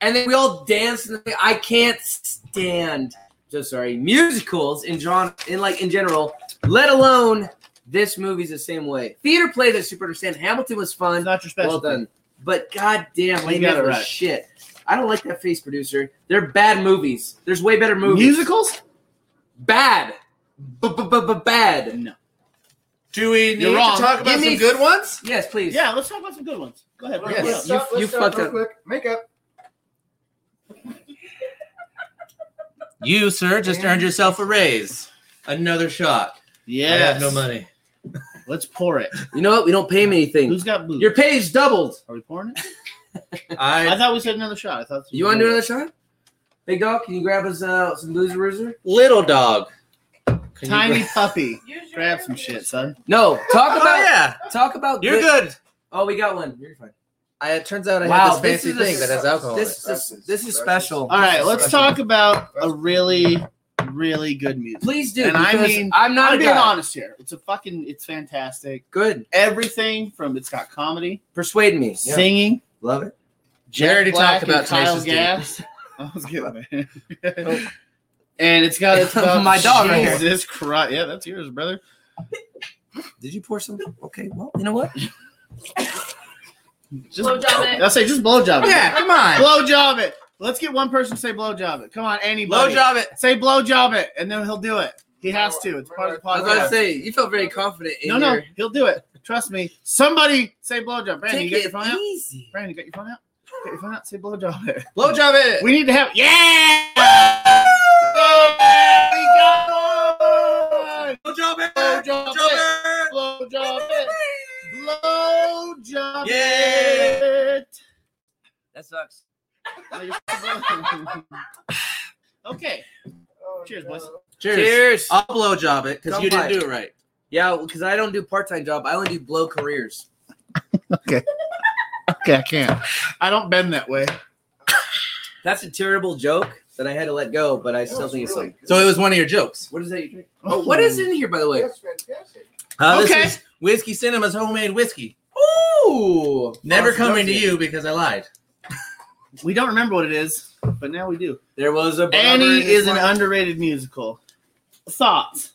Speaker 6: and then we all dance. And I can't stand so sorry musicals in genre in like in general, let alone this movie's the same way. Theater play that super understand. Hamilton was
Speaker 7: It's
Speaker 6: fun.
Speaker 7: not your special.
Speaker 6: Well done. But goddamn,
Speaker 7: You
Speaker 6: Lady
Speaker 7: got it
Speaker 6: Night was
Speaker 7: right.
Speaker 6: shit. I don't like that face producer. They're bad movies. There's way better movies.
Speaker 7: Musicals?
Speaker 6: Bad. B-b-b-bad.
Speaker 7: No.
Speaker 4: Do we need
Speaker 7: You're
Speaker 4: to
Speaker 7: wrong.
Speaker 4: talk about
Speaker 6: Give me-
Speaker 4: some good
Speaker 6: *laughs*
Speaker 4: ones?
Speaker 6: Yes, please.
Speaker 7: Yeah, let's talk about some good ones. Go ahead. bring
Speaker 4: Yes.
Speaker 7: it up.
Speaker 6: you- you fucked
Speaker 1: real
Speaker 6: up.
Speaker 1: Quick. Makeup.
Speaker 4: You, sir, just earned yourself a raise. Another shot. I
Speaker 7: Yes.
Speaker 4: have no money.
Speaker 7: Let's pour it.
Speaker 6: You know what? We don't pay him
Speaker 7: *laughs*
Speaker 6: anything.
Speaker 7: Who's got booze?
Speaker 6: Your page doubled.
Speaker 7: Are we pouring it?
Speaker 4: I,
Speaker 7: I thought we said another shot. I thought
Speaker 6: You want to do another shot? Big dog, can you grab us uh, some booze roozer?
Speaker 4: little dog. Can you
Speaker 7: Tiny *laughs*
Speaker 4: gra-
Speaker 7: puppy.
Speaker 8: Use your
Speaker 7: Grab some
Speaker 8: earpiece.
Speaker 7: shit, son.
Speaker 6: No.
Speaker 7: *laughs*
Speaker 6: Talk
Speaker 4: Oh,
Speaker 6: about
Speaker 4: yeah,
Speaker 6: talk about
Speaker 4: you're good.
Speaker 6: Oh, we got one. You're fine.
Speaker 4: I, it turns out I
Speaker 6: Wow,
Speaker 4: have
Speaker 6: this
Speaker 4: this fancy
Speaker 6: is a-
Speaker 4: thing that has alcohol. in
Speaker 6: This
Speaker 1: that's-
Speaker 6: is this is
Speaker 1: that's-
Speaker 6: special.
Speaker 7: All right,
Speaker 6: This is
Speaker 7: let's
Speaker 6: special.
Speaker 7: talk about a really, really good music.
Speaker 6: Please do.
Speaker 7: And I
Speaker 6: because
Speaker 7: mean-
Speaker 6: I'm not
Speaker 7: I'm
Speaker 6: a
Speaker 7: being
Speaker 6: guy.
Speaker 7: honest here. It's a fucking, it's fantastic.
Speaker 6: Good.
Speaker 7: Everything from it's got comedy,
Speaker 6: Persuade me.
Speaker 7: singing,
Speaker 6: Love it.
Speaker 4: We
Speaker 7: Jack
Speaker 4: already
Speaker 7: Black
Speaker 4: talked about
Speaker 7: and Kyle
Speaker 4: Tenacious D.
Speaker 7: Gass. *laughs* I was kidding. and it's got it's about
Speaker 6: My dog right here.
Speaker 7: Jesus Christ. Yeah, that's yours, brother.
Speaker 6: Did you pour something? Okay. Well, you know what?
Speaker 7: Just
Speaker 8: Blowjob it.
Speaker 7: I'll say just blowjob
Speaker 4: it.
Speaker 7: it.
Speaker 4: Yeah, come on.
Speaker 7: Blowjob it. Let's get one person to say blowjob it. Come on,
Speaker 4: Low
Speaker 7: anybody.
Speaker 4: job it.
Speaker 7: Say blowjob it, and then he'll do it. He has to. It's part of the
Speaker 6: I was about to
Speaker 7: podcast.
Speaker 6: say you felt very confident. In
Speaker 7: No,
Speaker 6: your,
Speaker 7: no, he'll do it. Trust me. Somebody say blowjob. Brandon,
Speaker 6: Take
Speaker 7: you got your phone
Speaker 6: it
Speaker 7: out?
Speaker 6: easy.
Speaker 7: Brandon, you got your phone out? Get your phone out. Say blowjob
Speaker 6: *laughs*
Speaker 7: it.
Speaker 4: Blow job it.
Speaker 7: We need to have. Yeah! Oh,
Speaker 4: Blow job it.
Speaker 7: Blow job it.
Speaker 4: it.
Speaker 7: Blowjob it. Blowjob
Speaker 4: Yeah.
Speaker 7: it.
Speaker 6: That sucks.
Speaker 7: *laughs* okay.
Speaker 9: Oh,
Speaker 7: Cheers, boys.
Speaker 6: Cheers.
Speaker 4: Cheers.
Speaker 6: Uh,
Speaker 4: I'll blow job it because
Speaker 6: Come
Speaker 4: you
Speaker 6: by.
Speaker 4: didn't do it right.
Speaker 6: Yeah, because I don't do part time job. I only do blow careers.
Speaker 7: Okay, I can't. I don't bend that way.
Speaker 6: That's a terrible joke that I had to let go, but I still think it's like.
Speaker 4: So it was one of your jokes.
Speaker 6: What is that you drink? Oh, what is in here, by the way?
Speaker 1: That's fantastic.
Speaker 4: Uh,
Speaker 7: Okay.
Speaker 4: This is Whiskey Cinema's homemade whiskey.
Speaker 6: Ooh.
Speaker 4: Never coming to
Speaker 7: Awesome.
Speaker 4: you because I lied.
Speaker 7: We don't remember what it is, but now we do.
Speaker 6: There was a. barber
Speaker 7: Annie
Speaker 6: in this
Speaker 7: is an
Speaker 6: one.
Speaker 7: underrated musical. Thoughts?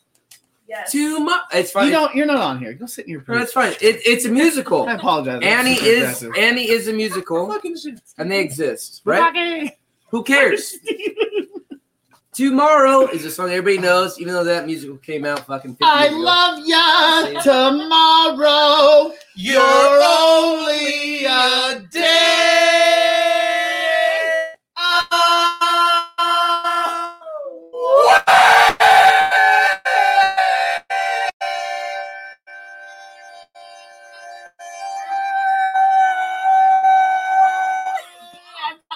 Speaker 8: Yes.
Speaker 6: Too much. It's fine.
Speaker 7: You don't. You're not on here. Go sit in your.
Speaker 6: No,
Speaker 7: Place.
Speaker 6: it's fine. It, it's a musical.
Speaker 7: I apologize. That's
Speaker 6: Annie
Speaker 7: super
Speaker 6: is
Speaker 7: aggressive.
Speaker 6: Annie is a musical,
Speaker 4: Fucking shit.
Speaker 6: and they exist, right? Who *laughs* cares? Tomorrow is a song everybody knows, even though that musical came out fucking. 50
Speaker 7: I
Speaker 6: years ago.
Speaker 7: love ya tomorrow.
Speaker 4: You're only a day.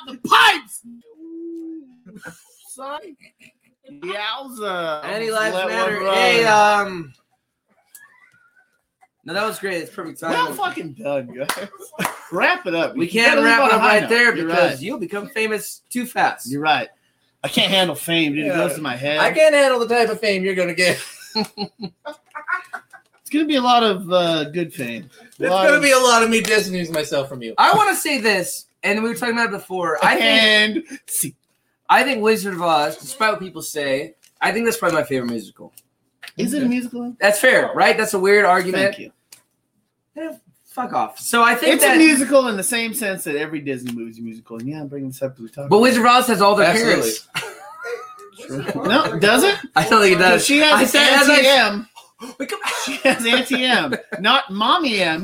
Speaker 7: The pipes. Sorry. Yowza.
Speaker 6: Any lives
Speaker 7: Let one
Speaker 6: matter.
Speaker 7: run.
Speaker 6: Hey, um. No, that was great. It's perfect
Speaker 7: We're not
Speaker 6: timing.
Speaker 7: fucking done, guys. *laughs* Wrap it up.
Speaker 6: we
Speaker 7: gotta
Speaker 6: can't
Speaker 7: leave
Speaker 6: wrap
Speaker 7: on
Speaker 6: it
Speaker 7: a
Speaker 6: up
Speaker 7: high
Speaker 6: right
Speaker 7: note.
Speaker 6: there
Speaker 7: You're
Speaker 6: because
Speaker 7: right.
Speaker 6: you'll become famous too fast.
Speaker 7: You're right. I can't handle fame, dude. It goes to my head.
Speaker 4: I can't handle the type of fame you're gonna get.
Speaker 7: It's gonna be a lot of uh, good fame. A
Speaker 4: It's
Speaker 7: lot
Speaker 4: gonna
Speaker 7: of-
Speaker 4: be a lot of me distancing myself from you.
Speaker 6: I want to say this, and we were talking about it before. I think
Speaker 7: and see,
Speaker 6: I think Wizard of Oz, despite what people say, I think that's probably my favorite musical.
Speaker 7: is it a musical?
Speaker 6: That's fair, right? That's a weird argument.
Speaker 7: Thank you.
Speaker 6: Eh, Fuck off. So I think
Speaker 7: It's
Speaker 6: that.
Speaker 7: a musical in the same sense that every Disney movie is a musical. And yeah, I'm bringing this up to the top.
Speaker 6: but Wizard of Oz has all their
Speaker 4: Absolutely.
Speaker 6: parents.
Speaker 7: no, does it?
Speaker 6: I don't think
Speaker 7: Because *laughs*
Speaker 6: it *laughs* does.
Speaker 7: she
Speaker 6: I
Speaker 7: has
Speaker 6: said as I-
Speaker 7: Auntie M.
Speaker 6: We come-
Speaker 7: She has Auntie M, not Mommy M.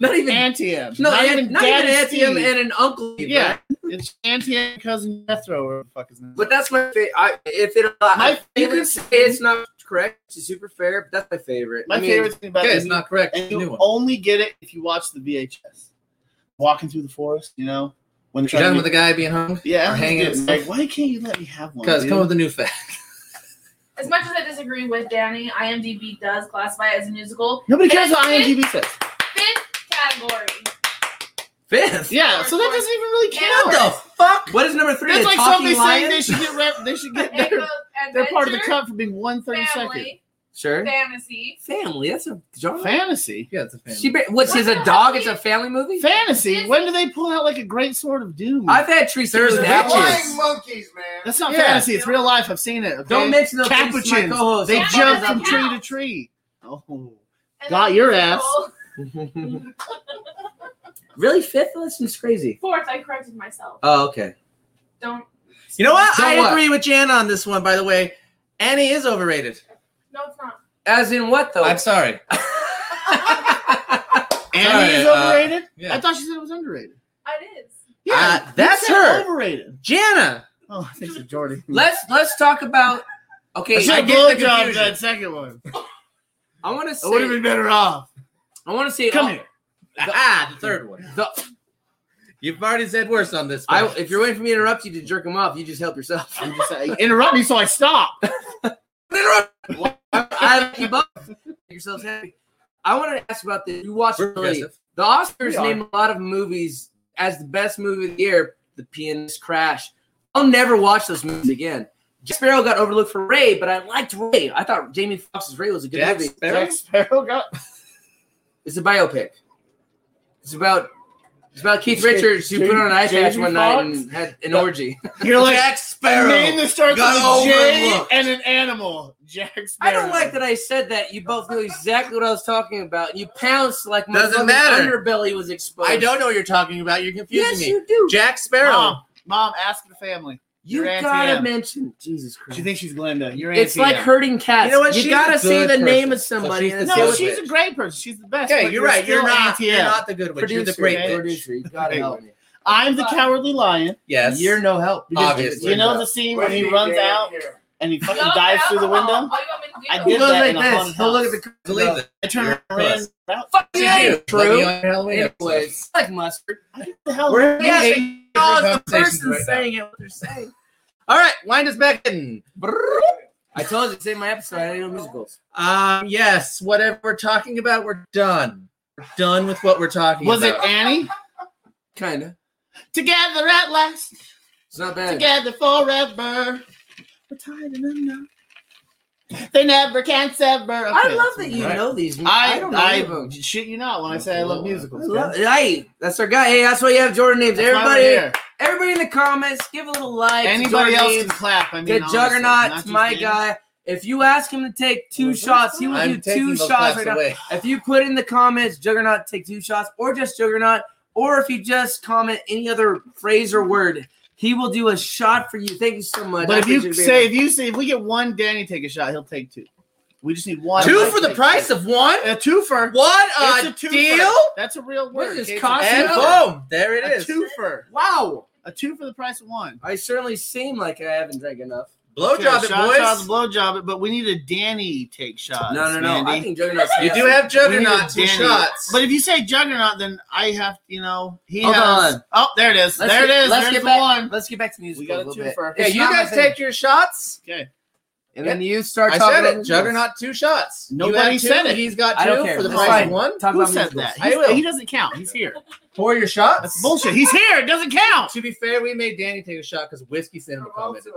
Speaker 6: not even.
Speaker 7: Auntie M.
Speaker 6: no, not even, not even
Speaker 7: Daddy
Speaker 6: Auntie M
Speaker 7: Steve.
Speaker 6: and an uncle.
Speaker 7: yeah,
Speaker 6: right?
Speaker 7: it's Auntie M, cousin Jethro, or the fuck is name.
Speaker 6: But that's my favorite. I, if it, I, you
Speaker 7: favorite-
Speaker 6: could say it's not correct. It's super fair, but that's my favorite.
Speaker 7: my
Speaker 6: I mean,
Speaker 7: favorite thing about
Speaker 4: Okay,
Speaker 7: this
Speaker 4: it's not correct.
Speaker 7: and
Speaker 4: New
Speaker 7: you
Speaker 4: one.
Speaker 7: only get it if you watch the VHS. Walking through the forest, you know, when they're trying
Speaker 4: You're done
Speaker 7: to
Speaker 4: with the guy being hung?
Speaker 7: yeah,
Speaker 4: or hanging
Speaker 7: it's
Speaker 4: itself?
Speaker 7: like, why can't you let me have one?
Speaker 4: Because
Speaker 7: dude?
Speaker 4: come with a new fact.
Speaker 8: As much as I disagree with Danny, IMDb does classify it as a musical.
Speaker 7: Nobody cares what IMDb says.
Speaker 8: Fifth category.
Speaker 6: Fifth.
Speaker 7: Yeah, so that doesn't even really
Speaker 8: What
Speaker 7: count.
Speaker 4: fuck?
Speaker 6: What is number three?
Speaker 7: That's
Speaker 6: A
Speaker 7: like
Speaker 6: talking
Speaker 7: somebody
Speaker 6: lion?
Speaker 8: *laughs*
Speaker 7: saying they should get rep- they should get
Speaker 8: It
Speaker 7: their,
Speaker 8: goes
Speaker 7: their part of the
Speaker 8: adventure,
Speaker 7: cut for being one thirty second.
Speaker 8: family,
Speaker 6: Sure.
Speaker 8: fantasy.
Speaker 6: Family. That's a genre.
Speaker 7: Fantasy.
Speaker 4: *laughs* Yeah, it's a family.
Speaker 6: She ba- what? She's a dog. It's a family movie.
Speaker 7: Fantasy. When do they pull out like a great sword of doom?
Speaker 6: I've had tree
Speaker 4: There's
Speaker 6: service
Speaker 4: witches.
Speaker 6: matches.
Speaker 4: witches.
Speaker 5: monkeys, man.
Speaker 7: That's not
Speaker 4: Yeah.
Speaker 7: fantasy. It's real life. I've seen it. Okay?
Speaker 6: Don't mention those things to my
Speaker 7: Capuchins.
Speaker 6: co-host.
Speaker 7: They
Speaker 8: That
Speaker 7: jump
Speaker 8: doesn't
Speaker 7: from tree
Speaker 8: count.
Speaker 7: to tree. Oh,
Speaker 8: And
Speaker 7: Got
Speaker 8: then
Speaker 7: your
Speaker 8: physical.
Speaker 7: ass.
Speaker 6: really fifth? That seems crazy.
Speaker 8: Fourth, I corrected myself.
Speaker 6: Oh, okay.
Speaker 8: Don't.
Speaker 4: You know what?
Speaker 6: So
Speaker 4: I
Speaker 6: what?
Speaker 4: agree with Jan on this one. By the way, Annie is overrated.
Speaker 8: No, it's not.
Speaker 6: As in what though?
Speaker 4: Oh, I'm sorry.
Speaker 7: Annie is
Speaker 4: Sorry, uh,
Speaker 7: overrated. I
Speaker 4: Yeah.
Speaker 7: thought she said it was underrated.
Speaker 8: It is.
Speaker 4: Uh,
Speaker 7: you
Speaker 4: that's
Speaker 7: said
Speaker 4: her.
Speaker 7: Overrated.
Speaker 4: Jana.
Speaker 7: Oh, thanks for Jordy.
Speaker 6: *laughs* let's let's talk about.
Speaker 7: I
Speaker 6: Okay,
Speaker 7: should
Speaker 6: I,
Speaker 7: have
Speaker 6: get the
Speaker 7: blowjobbed
Speaker 6: confusion.
Speaker 7: that second one.
Speaker 6: I want to
Speaker 7: I would have
Speaker 6: say.
Speaker 7: been better off.
Speaker 6: I want to say.
Speaker 7: Come
Speaker 6: all-
Speaker 7: here.
Speaker 4: Ah, the third one.
Speaker 6: the-
Speaker 4: You've already said worse on this.
Speaker 6: I,
Speaker 4: one.
Speaker 6: if you're waiting for me to interrupt you to jerk him off, you just help yourself. *laughs*
Speaker 7: I'm just saying, *laughs* interrupt me so I stop.
Speaker 6: I like you both. Make yourselves happy. I wanted to ask about this. You watched
Speaker 4: We're
Speaker 6: Lily.
Speaker 4: progressive.
Speaker 6: The Oscars
Speaker 7: We are.
Speaker 6: named a lot of movies as the best movie of the year. The Pianist, Crash. I'll never watch those movies again. Jack Sparrow got overlooked for Ray, but I liked Ray. I thought Jamie Foxx's Ray was a good
Speaker 4: Jack
Speaker 6: movie.
Speaker 4: Sparrow?
Speaker 7: Jack Sparrow got
Speaker 6: It's a biopic. It's about it's about Keith
Speaker 7: Jamie-
Speaker 6: Richards who put on an eye
Speaker 7: Jamie
Speaker 6: patch one night and had an orgy.
Speaker 7: You're like
Speaker 4: Jack
Speaker 7: a
Speaker 4: Sparrow.
Speaker 7: name that starts with a
Speaker 4: got
Speaker 7: J
Speaker 4: overlooked.
Speaker 7: and an animal. Jack
Speaker 6: I
Speaker 7: Sparrow.
Speaker 6: don't like that I said that. You both knew exactly what I was talking about. You pounced like my
Speaker 4: Doesn't
Speaker 6: fucking
Speaker 4: matter.
Speaker 6: underbelly was exposed.
Speaker 4: I don't know what you're talking about. You're confusing
Speaker 6: Yes,
Speaker 4: me.
Speaker 6: you do.
Speaker 4: Jack Sparrow.
Speaker 7: Mom, mom, ask the family.
Speaker 6: You
Speaker 7: Your Auntie
Speaker 6: gotta
Speaker 7: M.
Speaker 6: mention Jesus Christ.
Speaker 7: She thinks she's Glinda. You're
Speaker 6: it's like hurting cats.
Speaker 4: You know what?
Speaker 6: You
Speaker 4: She's
Speaker 6: gotta
Speaker 4: a
Speaker 6: say
Speaker 4: good
Speaker 6: the name
Speaker 4: person. So
Speaker 6: of somebody.
Speaker 4: she's
Speaker 6: and
Speaker 4: the
Speaker 6: say
Speaker 7: No,
Speaker 6: what-
Speaker 4: sandwich
Speaker 7: she's
Speaker 4: bitch.
Speaker 7: a great person. She's the best.
Speaker 4: Okay,
Speaker 7: but
Speaker 4: you're, right. You're
Speaker 7: still
Speaker 4: not.
Speaker 7: Auntie M.
Speaker 4: You're not the good witch. You're the great
Speaker 7: right?
Speaker 4: witch.
Speaker 6: Producer, you gotta
Speaker 7: Hey.
Speaker 6: help me.
Speaker 7: I'm the cowardly lion.
Speaker 4: Yes.
Speaker 6: You're no help.
Speaker 7: Because
Speaker 4: Obviously.
Speaker 7: You know the scene when he runs out and he fucking
Speaker 8: No,
Speaker 7: dives
Speaker 8: alcohol.
Speaker 7: through the window?
Speaker 8: All you want me to do
Speaker 7: I
Speaker 8: is-
Speaker 7: did
Speaker 6: He goes
Speaker 7: that
Speaker 6: like
Speaker 7: in a haunted
Speaker 6: this. He'll look
Speaker 7: house.
Speaker 6: at the.
Speaker 4: Believe it.
Speaker 7: I turn
Speaker 4: You're
Speaker 7: around and
Speaker 4: a puss.
Speaker 7: out.
Speaker 6: Fuck
Speaker 4: Did
Speaker 6: yeah,
Speaker 4: you? Let me
Speaker 6: True.
Speaker 4: on Halloween episode.
Speaker 6: Anyways, like mustard.
Speaker 7: the hell?
Speaker 4: We're
Speaker 6: Yeah,
Speaker 4: hating
Speaker 6: they-
Speaker 4: every
Speaker 6: oh, it's the
Speaker 4: conversation
Speaker 6: person
Speaker 4: right now.
Speaker 6: saying it. What they're saying.
Speaker 4: All right, wind us back in.
Speaker 6: I told you, save my episode. I didn't know musicals.
Speaker 4: Um, yes, whatever we're talking about, we're done. We're done with what we're talking
Speaker 7: Was it
Speaker 4: about.
Speaker 7: Annie?
Speaker 6: Kinda.
Speaker 7: Together at last.
Speaker 6: It's not bad.
Speaker 7: Together forever. We're tied in a knot. They never can sever.
Speaker 6: I
Speaker 7: Okay,
Speaker 6: love
Speaker 7: that's
Speaker 6: that
Speaker 7: it.
Speaker 6: you
Speaker 4: Right.
Speaker 6: know these. I,
Speaker 7: I,
Speaker 6: don't know any of
Speaker 7: I,
Speaker 6: them.
Speaker 7: shit you not when I say I love musicals.
Speaker 6: I
Speaker 7: okay?
Speaker 6: love- hey, that's our guy. Hey, that's why you have Jordan names.
Speaker 7: That's why we're
Speaker 6: everybody,
Speaker 7: here.
Speaker 6: everybody in the comments, give a little like. to
Speaker 7: Anybody
Speaker 6: Jordan
Speaker 7: else
Speaker 6: names.
Speaker 7: can clap. I mean,
Speaker 6: Good
Speaker 7: honestly,
Speaker 6: juggernaut,
Speaker 7: not just
Speaker 6: my
Speaker 7: me.
Speaker 6: guy. If you ask him to take two shots, he will
Speaker 4: I'm
Speaker 6: do
Speaker 4: taking
Speaker 6: two
Speaker 4: those
Speaker 6: shots
Speaker 4: claps
Speaker 6: right now.
Speaker 4: away.
Speaker 6: If you put in the comments, juggernaut, take two shots, or just juggernaut, or if you just comment any other phrase or word, he will do a shot for you. Thank you so much. I
Speaker 7: But if you
Speaker 6: appreciate
Speaker 7: say,
Speaker 6: being
Speaker 7: if you say, if we get one Danny take a shot, he'll take two. We just need one.
Speaker 4: Two
Speaker 7: Mike
Speaker 4: for the
Speaker 7: take
Speaker 4: price of one.
Speaker 7: a twofer.
Speaker 4: What
Speaker 7: It's
Speaker 4: a,
Speaker 7: a twofer.
Speaker 4: deal!
Speaker 7: That's a real
Speaker 6: What
Speaker 7: word.
Speaker 6: is
Speaker 7: okay?
Speaker 6: this, cost
Speaker 4: And
Speaker 6: Awesome.
Speaker 4: boom, there it
Speaker 7: a
Speaker 4: is.
Speaker 7: twofer.
Speaker 6: here. wow,
Speaker 7: A two for the price of one.
Speaker 6: I certainly seem like I haven't drank enough.
Speaker 4: Blowjob it,
Speaker 7: shot, shot,
Speaker 4: boys.
Speaker 7: blow job it, but we need a Danny take shot.
Speaker 6: No, no, no. I think juggernaut.
Speaker 4: You do have juggernaut
Speaker 7: We
Speaker 4: two
Speaker 7: need a Danny.
Speaker 4: shots.
Speaker 7: But if you say juggernaut, then I have, you know, he
Speaker 6: Hold
Speaker 7: has.
Speaker 6: on.
Speaker 7: Oh, there it is.
Speaker 6: Let's
Speaker 7: there
Speaker 6: get-
Speaker 7: it is.
Speaker 6: Let's
Speaker 7: There's
Speaker 6: get
Speaker 7: the
Speaker 6: back.
Speaker 7: one.
Speaker 6: Let's get back to music
Speaker 7: We got a
Speaker 6: a little bit.
Speaker 7: twofer.
Speaker 4: yeah,
Speaker 6: It's
Speaker 4: you
Speaker 6: not my
Speaker 4: guys
Speaker 6: thing.
Speaker 4: take your shots.
Speaker 7: Okay.
Speaker 6: and then you start
Speaker 4: I
Speaker 6: talking.
Speaker 4: said
Speaker 6: about-
Speaker 4: it. Juggernaut two shots. You
Speaker 7: Nobody
Speaker 4: have two,
Speaker 7: said it.
Speaker 4: He's got
Speaker 6: I don't
Speaker 4: two
Speaker 6: care.
Speaker 4: for the
Speaker 6: That's
Speaker 4: price
Speaker 6: fine.
Speaker 4: of one.
Speaker 6: Talk
Speaker 7: Who
Speaker 6: about
Speaker 7: said
Speaker 6: musicals.
Speaker 7: that?
Speaker 4: I
Speaker 7: He's-
Speaker 4: will.
Speaker 7: He doesn't count. He's here.
Speaker 4: Pour your shots.
Speaker 7: That's bullshit. He's here. It doesn't count.
Speaker 4: To be fair, we made Danny take a shot because whiskey cinema commented.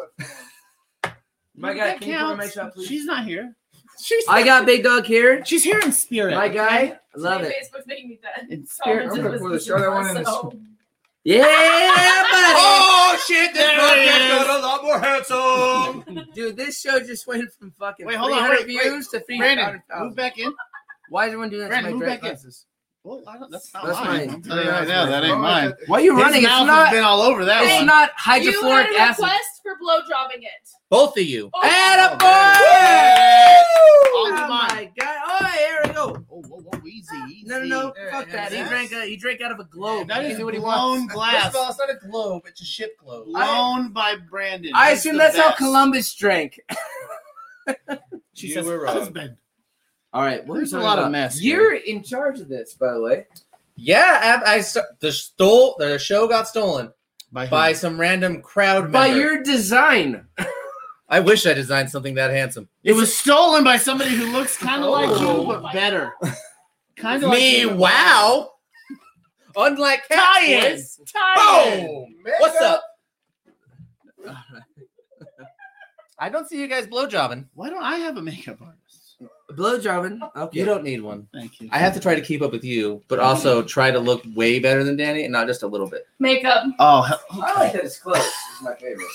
Speaker 6: My guy,
Speaker 7: That
Speaker 6: can you pour my
Speaker 7: counts.
Speaker 6: shot, please?
Speaker 7: She's not here. *laughs*
Speaker 4: She's
Speaker 6: I got Big Dog here.
Speaker 7: She's here in spirit.
Speaker 6: My guy, I
Speaker 7: *laughs*
Speaker 6: love
Speaker 8: Hey,
Speaker 6: it.
Speaker 8: Facebook's making me dead.
Speaker 7: It's spirit.
Speaker 8: Comments and
Speaker 6: gonna pour the
Speaker 8: listeners
Speaker 6: shot I
Speaker 8: are
Speaker 6: want in
Speaker 8: *laughs* so-
Speaker 6: Yeah, buddy.
Speaker 4: Oh shit! This
Speaker 7: There he
Speaker 4: podcast
Speaker 7: is.
Speaker 4: got a lot more handsome.
Speaker 6: Dude, this show just went from fucking
Speaker 7: Wait, hold on,
Speaker 6: 300
Speaker 7: wait, wait.
Speaker 6: views to 300,000.
Speaker 7: Brandon, move back in.
Speaker 6: Why is everyone doing that
Speaker 7: Brandon,
Speaker 6: to my
Speaker 7: move
Speaker 6: drink
Speaker 7: back in.
Speaker 6: glasses?
Speaker 7: Well, I don't, that's not
Speaker 6: That's
Speaker 7: mine.
Speaker 6: mine.
Speaker 7: I'm telling you right now, that ain't mine.
Speaker 6: Why are you
Speaker 7: His
Speaker 6: running? It's
Speaker 7: mouth has
Speaker 6: not,
Speaker 7: been all over that
Speaker 6: it's
Speaker 7: one.
Speaker 6: not
Speaker 8: You had
Speaker 6: hydrofluoric
Speaker 8: a
Speaker 6: acid.
Speaker 8: request for blowjobbing it.
Speaker 4: Both of you.
Speaker 8: Oh.
Speaker 6: Attaboy!
Speaker 7: Yeah. All
Speaker 6: Oh
Speaker 7: to mine.
Speaker 6: my god. Oh, here we go.
Speaker 7: Oh, whoa, whoa, easy, easy.
Speaker 6: No, no, no. Fuck
Speaker 4: yeah,
Speaker 6: that. He
Speaker 4: yeah.
Speaker 6: drank, a, he drank out of a globe.
Speaker 7: That is
Speaker 6: He can do what he
Speaker 7: blown
Speaker 6: wants.
Speaker 7: glass.
Speaker 4: it's not a globe; it's a ship globe.
Speaker 7: Blown by Brandon.
Speaker 6: I
Speaker 7: He's
Speaker 6: assume
Speaker 7: the
Speaker 6: that's how
Speaker 7: best.
Speaker 6: Columbus drank.
Speaker 7: She
Speaker 4: You
Speaker 7: says
Speaker 4: were wrong.
Speaker 7: husband.
Speaker 6: All right. What
Speaker 7: There's
Speaker 6: was
Speaker 7: a
Speaker 6: I
Speaker 7: lot of
Speaker 6: about?
Speaker 7: mess here.
Speaker 6: You're in charge of this, by the way.
Speaker 4: Yeah, I, I st- the stole the show got stolen
Speaker 7: By, who?
Speaker 4: by some random crowd member.
Speaker 6: By your design.
Speaker 4: I wish I designed something that handsome.
Speaker 7: it was stolen by somebody who looks kind of like you,
Speaker 6: Oh.
Speaker 7: but better. Kind of
Speaker 4: Me,
Speaker 7: like you.
Speaker 4: wow. Unlike
Speaker 7: Tie-in.
Speaker 4: Catboys. Boom. What's up?
Speaker 7: *laughs*
Speaker 4: I don't see you guys blowjobbing.
Speaker 7: Why don't I have a makeup artist?
Speaker 6: Blow jobbing. Okay.
Speaker 4: You don't need one.
Speaker 7: Thank you.
Speaker 4: I have to try to keep up with you, but also try to look way better than Danny and not just a little bit.
Speaker 8: Makeup.
Speaker 7: Oh, he-
Speaker 6: I like that it's close. It's my favorite.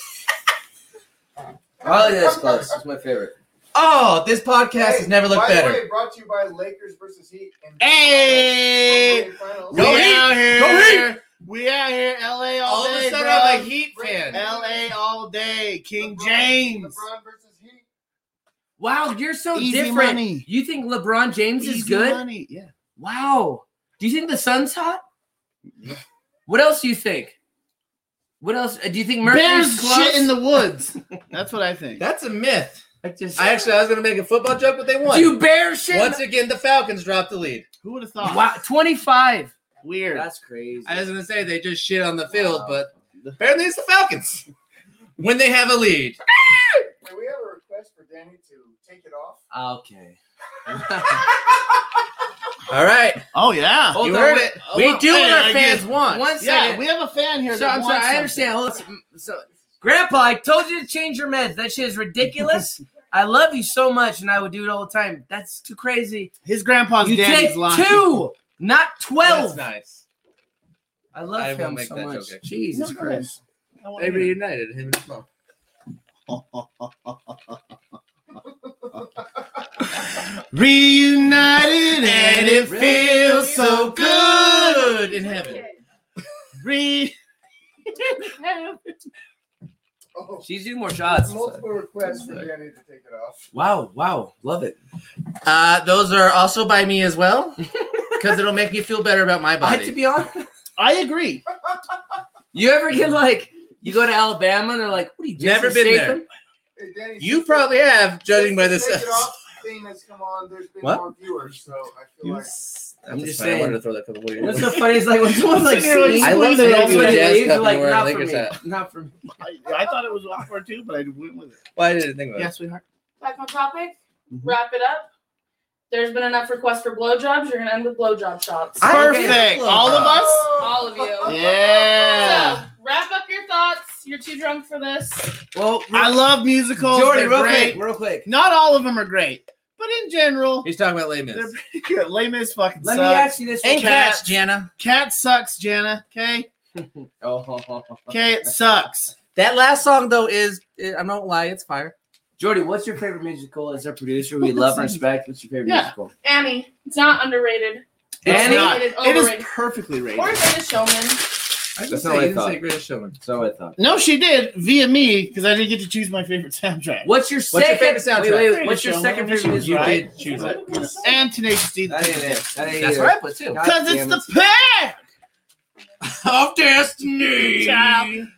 Speaker 6: I like that it's close. It's my favorite.
Speaker 4: Oh, this podcast has never
Speaker 9: by
Speaker 4: looked
Speaker 9: the
Speaker 4: better.
Speaker 9: Way, brought to you by Lakers versus Heat. And
Speaker 7: hey,
Speaker 9: Finals.
Speaker 7: we
Speaker 4: Go Heat!
Speaker 7: out here.
Speaker 4: Go
Speaker 7: We out here, LA all,
Speaker 4: All of
Speaker 7: day,
Speaker 4: a sudden,
Speaker 7: bro.
Speaker 4: I'm a Heat fan.
Speaker 7: LA all day, King
Speaker 9: LeBron-
Speaker 7: James.
Speaker 9: LeBron versus Heat.
Speaker 6: Wow, you're so
Speaker 7: Easy
Speaker 6: different.
Speaker 7: money.
Speaker 6: You think LeBron James
Speaker 7: Easy
Speaker 6: is good?
Speaker 7: money, Yeah.
Speaker 6: Wow. Do you think the sun's hot? What else do you think? What else? uh, Do you think Mercury's
Speaker 7: Bears
Speaker 6: close?
Speaker 7: shit in the
Speaker 4: *laughs*
Speaker 7: woods. That's what I think.
Speaker 4: That's a myth.
Speaker 6: I just,
Speaker 4: I actually I was gonna make a football joke, but they won.
Speaker 6: do bears shit? in
Speaker 4: Once again, the Falcons dropped the lead.
Speaker 7: Who would have
Speaker 6: the-
Speaker 7: thought?
Speaker 6: wow, twenty-five.
Speaker 7: Weird.
Speaker 6: That's crazy.
Speaker 4: I was gonna say they just shit on the field,
Speaker 6: Wow.
Speaker 4: but apparently it's the Falcons when they have a
Speaker 6: *laughs*
Speaker 4: lead.
Speaker 9: Can we have a request for Danny to take it off?
Speaker 6: Okay.
Speaker 4: All right,
Speaker 7: oh yeah.
Speaker 6: Hold
Speaker 4: you
Speaker 6: on,
Speaker 4: heard
Speaker 6: wait.
Speaker 4: it.
Speaker 7: Oh,
Speaker 4: We
Speaker 7: wow.
Speaker 4: do what
Speaker 7: Hey,
Speaker 4: our
Speaker 7: I
Speaker 4: fans
Speaker 7: get-
Speaker 4: want.
Speaker 6: One
Speaker 7: Yeah,
Speaker 6: second.
Speaker 7: we have a fan here.
Speaker 6: so
Speaker 7: that
Speaker 6: I'm sorry.
Speaker 7: wants
Speaker 6: I
Speaker 7: something.
Speaker 6: understand. Hold on. Mm, So, Grandpa, I told you to change your meds. That shit is
Speaker 7: *laughs*
Speaker 6: ridiculous. I love you so much, and I would do it all the time. That's too crazy.
Speaker 7: His grandpa's
Speaker 6: you
Speaker 7: daddy's
Speaker 6: take
Speaker 7: lying.
Speaker 6: two, not
Speaker 4: That's
Speaker 6: twelve.
Speaker 4: nice.
Speaker 6: I love
Speaker 4: I won't
Speaker 6: him
Speaker 4: make
Speaker 6: so
Speaker 4: that
Speaker 6: much.
Speaker 4: joke, actually.
Speaker 6: Jesus
Speaker 7: No,
Speaker 6: Christ.
Speaker 7: I wanna
Speaker 4: They
Speaker 7: hear *laughs* it.
Speaker 4: reunited him and his mom.
Speaker 7: Reunited and it feels so good.
Speaker 4: Good in heaven.
Speaker 7: Re-
Speaker 4: *laughs*
Speaker 9: Oh,
Speaker 6: She's doing more shots.
Speaker 9: multiple requests for Danny to take it off.
Speaker 6: Wow, wow. Love it.
Speaker 4: Uh, those are also by me as
Speaker 6: *laughs*
Speaker 4: well, because it'll make you feel better about my
Speaker 6: I have to
Speaker 4: body.
Speaker 6: be on.
Speaker 7: I agree.
Speaker 6: You ever get like you go to Alabama and they're like, what are you
Speaker 4: Never
Speaker 6: Jason
Speaker 4: been
Speaker 6: Statham?
Speaker 9: Hey, Danny,
Speaker 4: You
Speaker 9: since
Speaker 4: probably have,
Speaker 9: the-
Speaker 4: judging by
Speaker 9: since
Speaker 4: this.
Speaker 9: the Take it off *laughs* thing that's come on. There's been
Speaker 4: What?
Speaker 9: more viewers, so I feel like
Speaker 6: I'm just
Speaker 4: fine. I wanted
Speaker 6: saying.
Speaker 4: to throw that couple of
Speaker 6: What's so funny is like when someone's like,
Speaker 7: Sitting there, like,
Speaker 6: singing,
Speaker 4: I love
Speaker 6: they're
Speaker 4: that
Speaker 6: like,
Speaker 4: you were
Speaker 6: "Sweet
Speaker 4: jazz
Speaker 6: Dave,"
Speaker 4: cup
Speaker 6: like,
Speaker 4: and we're
Speaker 6: not
Speaker 4: at
Speaker 6: for
Speaker 4: Lakers
Speaker 6: me.
Speaker 4: hat.
Speaker 6: Not for me.
Speaker 7: I, I thought it was awkward too, but I went with it.
Speaker 4: Why did not think about
Speaker 7: Yeah,
Speaker 4: it?
Speaker 7: sweetheart.
Speaker 8: Back on topic.
Speaker 7: Mhm.
Speaker 8: Wrap it up. There's been enough requests for blowjobs. You're gonna end with blowjob shots.
Speaker 4: I-
Speaker 7: Perfect. Uh, All
Speaker 9: Oh!
Speaker 7: of us.
Speaker 8: All
Speaker 9: *laughs*
Speaker 8: of you.
Speaker 7: Yeah.
Speaker 8: So wrap up your thoughts. You're too drunk for this.
Speaker 6: Well,
Speaker 7: I love musicals.
Speaker 6: Jordy,
Speaker 7: They're
Speaker 6: real
Speaker 7: great.
Speaker 6: quick, real quick.
Speaker 7: Not all of them are great, but in general,
Speaker 4: He's talking about Les Mis.
Speaker 7: they're pretty good. Les Mis fucking
Speaker 6: Let me
Speaker 7: sucks.
Speaker 6: ask you this.
Speaker 7: And
Speaker 6: real
Speaker 7: cats.
Speaker 4: Jana.
Speaker 7: Cat sucks, Jana. Okay,
Speaker 6: quick. Oh,
Speaker 7: okay, it sucks.
Speaker 4: That last song though is I don't lie, it's fire.
Speaker 6: Jordy, what's your favorite musical as a producer? We love and respect. What's your favorite
Speaker 7: Yeah.
Speaker 6: musical?
Speaker 8: Annie, it's not underrated.
Speaker 7: It's
Speaker 6: Annie?
Speaker 7: not.
Speaker 8: It is
Speaker 7: It is
Speaker 8: overrated.
Speaker 7: perfectly rated.
Speaker 8: Or Greatest Showman.
Speaker 6: That's not what I thought.
Speaker 4: Greatest Showman.
Speaker 6: So I thought.
Speaker 7: No, she did via me because I didn't get to choose my favorite soundtrack.
Speaker 6: What's your
Speaker 4: your
Speaker 6: second?
Speaker 4: favorite soundtrack?
Speaker 6: wait, wait, wait, what's your
Speaker 7: Show
Speaker 6: second
Speaker 7: me.
Speaker 6: favorite
Speaker 4: You
Speaker 6: musical?
Speaker 4: did choose it.
Speaker 7: And Tenacious D.
Speaker 6: That ain't it. That ain't
Speaker 4: That's
Speaker 6: it.
Speaker 4: what I put too.
Speaker 7: Because it's the pair.
Speaker 4: Of Destiny.
Speaker 7: Child.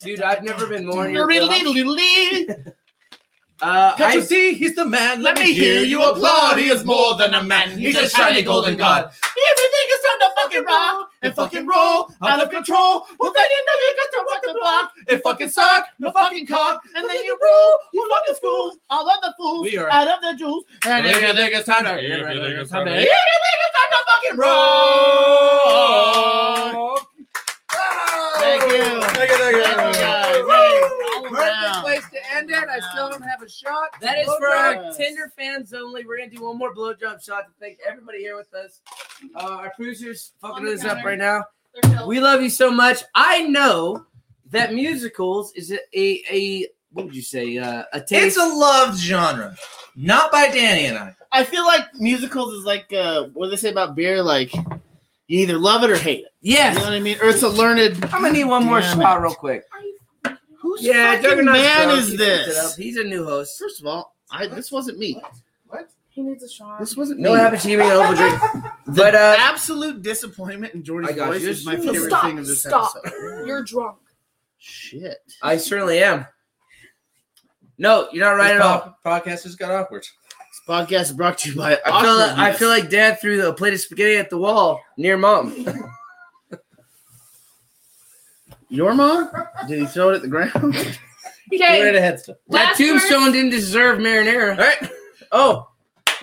Speaker 6: Dude, I've never been more in your feelings.
Speaker 7: Diddle-diddle-diddle-diddle.
Speaker 6: Uh,
Speaker 4: Can't you
Speaker 6: I,
Speaker 4: see he's the man?
Speaker 7: Let me hear you applaud. He is more than a man. He's a shiny golden god. Everything is turned to fucking rock and fucking roll out of control. Well, then you know you got to rock the block. It fucking suck, no fucking cock, and then you rule. You fucking fools, all of the fools,
Speaker 4: We are-
Speaker 7: out of the Jews, and
Speaker 4: If you
Speaker 7: everything
Speaker 4: think it's time to-
Speaker 3: Everything is time to-
Speaker 7: everything is turned to fucking roll. Thank you.
Speaker 4: Thank you, thank you, thank you.
Speaker 6: Oh,
Speaker 7: All
Speaker 4: Perfect
Speaker 7: around.
Speaker 4: place to end it. I still don't have a shot.
Speaker 6: that is for our
Speaker 7: Blowjobs.
Speaker 6: Tinder fans only. We're gonna do one more blowjob shot to thank everybody here with us. Uh, our producers fucking
Speaker 8: On the
Speaker 6: this up
Speaker 8: counter.
Speaker 6: right now.
Speaker 8: They're filled.
Speaker 6: We love you so much. I know that musicals is a a, a what would you say uh, a
Speaker 4: It's
Speaker 6: taste.
Speaker 4: a loved genre. Not by Danny and I.
Speaker 7: I feel like musicals is like uh, what do they say about beer? Like you either love it or hate it. You know
Speaker 6: yes.
Speaker 7: what I mean? Or it's a learned.
Speaker 6: I'm gonna need one more
Speaker 7: Damn
Speaker 6: spot real quick.
Speaker 8: Are you-
Speaker 7: Who's
Speaker 6: Yeah,
Speaker 7: fucking
Speaker 6: Juggernaut's
Speaker 7: man
Speaker 6: drunk.
Speaker 7: is
Speaker 6: He picked it up.
Speaker 7: this?
Speaker 6: He's a new host.
Speaker 7: First of all, I this wasn't me.
Speaker 9: What?
Speaker 8: He needs a shot.
Speaker 7: This wasn't
Speaker 6: No,
Speaker 7: me.
Speaker 6: what happened to you being an elbow drink?
Speaker 7: The
Speaker 6: But, uh,
Speaker 7: absolute disappointment in Jordy's
Speaker 6: I got
Speaker 7: voice
Speaker 6: you.
Speaker 7: is my favorite
Speaker 8: Stop,
Speaker 7: thing of this
Speaker 8: stop.
Speaker 7: episode.
Speaker 8: You're drunk.
Speaker 7: Shit.
Speaker 6: I certainly am. No, you're not right
Speaker 4: This
Speaker 6: at all.
Speaker 4: po- Podcast just got awkward.
Speaker 7: This podcast is brought to you by.
Speaker 6: I feel, like, I
Speaker 7: Awkwardness.
Speaker 6: feel like dad threw a plate of spaghetti at the wall near mom.
Speaker 7: your mom. Did he throw it at the ground?
Speaker 6: *laughs*
Speaker 4: Get rid
Speaker 8: Okay.
Speaker 4: of head stuff.
Speaker 6: that tombstone didn't deserve marinara.
Speaker 4: All right.
Speaker 6: Oh,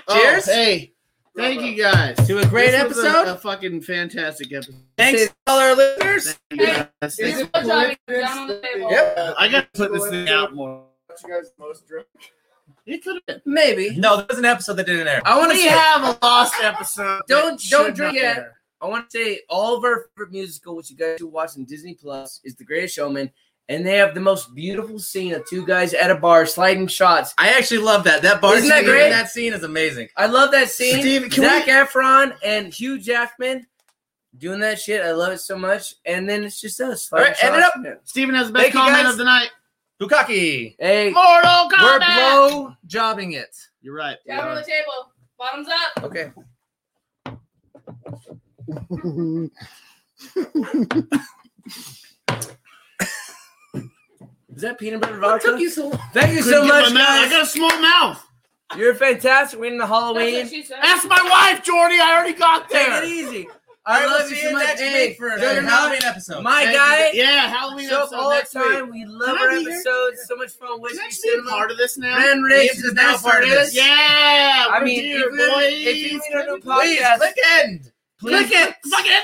Speaker 4: Cheers.
Speaker 7: Oh, hey, thank you guys.
Speaker 4: To a great
Speaker 7: This was a-
Speaker 4: episode.
Speaker 7: A, fucking fantastic episode.
Speaker 4: Thanks to all our listeners.
Speaker 7: Thank you guys.
Speaker 9: Is it
Speaker 8: Good job.
Speaker 9: coincidence
Speaker 8: Down on the
Speaker 9: that the,
Speaker 8: table.
Speaker 4: Yep.
Speaker 9: uh,
Speaker 7: I gotta put this thing out more.
Speaker 9: What you guys most drunk?
Speaker 7: It could have been.
Speaker 6: Maybe.
Speaker 4: No, there was an episode that didn't air.
Speaker 6: I want to
Speaker 7: We
Speaker 6: say.
Speaker 7: have a lost episode.
Speaker 6: Don't-
Speaker 7: that
Speaker 6: don't
Speaker 7: should
Speaker 6: drink
Speaker 7: not
Speaker 6: it.
Speaker 7: air.
Speaker 6: I want to say all of our favorite musical, which you guys should watch on Disney Plus, is The Greatest Showman, and they have the most beautiful scene of two guys at a bar sliding shots.
Speaker 4: I actually love that. That bar
Speaker 6: Isn't that
Speaker 4: scene in
Speaker 6: great?
Speaker 4: that scene is amazing.
Speaker 6: I love that scene.
Speaker 5: Steve, can
Speaker 6: Zach
Speaker 5: we-
Speaker 6: Efron and Hugh Jackman doing that shit. I love it so much. And then it's just us.
Speaker 4: All right,
Speaker 6: sliding
Speaker 4: end it
Speaker 6: shots.
Speaker 7: Steven has the best
Speaker 4: Thank you,
Speaker 7: comment
Speaker 4: guys.
Speaker 7: of the night.
Speaker 4: Bukaki,
Speaker 6: Hey,
Speaker 7: Mortal
Speaker 4: we're
Speaker 7: Kombat.
Speaker 4: blow jobbing it.
Speaker 7: You're right.
Speaker 8: Down on the table. Bottoms up.
Speaker 4: Okay.
Speaker 6: is that peanut butter
Speaker 4: What
Speaker 6: vodka?
Speaker 4: took you so long?
Speaker 6: Thank you
Speaker 7: Couldn't
Speaker 6: so
Speaker 7: get my
Speaker 6: much,
Speaker 7: mouth- I
Speaker 6: guys.
Speaker 7: got a small mouth.
Speaker 6: You're fantastic. We're in the
Speaker 8: That's what
Speaker 6: Halloween. Ah,
Speaker 8: she said.
Speaker 7: That's my wife, Jordy. I already got
Speaker 6: Take it
Speaker 7: there.
Speaker 6: easy.
Speaker 4: All
Speaker 6: I
Speaker 4: right,
Speaker 6: love
Speaker 4: love we'll
Speaker 6: you so
Speaker 4: see you
Speaker 6: much.
Speaker 4: next
Speaker 6: Hey,
Speaker 4: week for
Speaker 6: Juggernaut,
Speaker 4: an Halloween episode.
Speaker 6: My
Speaker 7: Thank
Speaker 6: guy.
Speaker 7: you. Yeah, Halloween
Speaker 6: Show up
Speaker 7: episode
Speaker 6: all the
Speaker 7: next week.
Speaker 6: time. We love
Speaker 7: Can I
Speaker 6: our
Speaker 7: be here?
Speaker 6: episodes. So much fun.
Speaker 7: Can
Speaker 6: Whiskey
Speaker 7: I actually be
Speaker 6: Cinema.
Speaker 7: part of this now?
Speaker 6: Man Riggs is now
Speaker 4: Yes,
Speaker 6: part of
Speaker 4: it
Speaker 6: this.
Speaker 4: is.
Speaker 7: Yeah.
Speaker 6: I
Speaker 7: we're
Speaker 6: mean,
Speaker 7: here,
Speaker 6: even if
Speaker 7: boys.
Speaker 6: you need a new
Speaker 4: Please
Speaker 6: podcast,
Speaker 4: click end.
Speaker 6: please
Speaker 4: click it.
Speaker 7: Fucking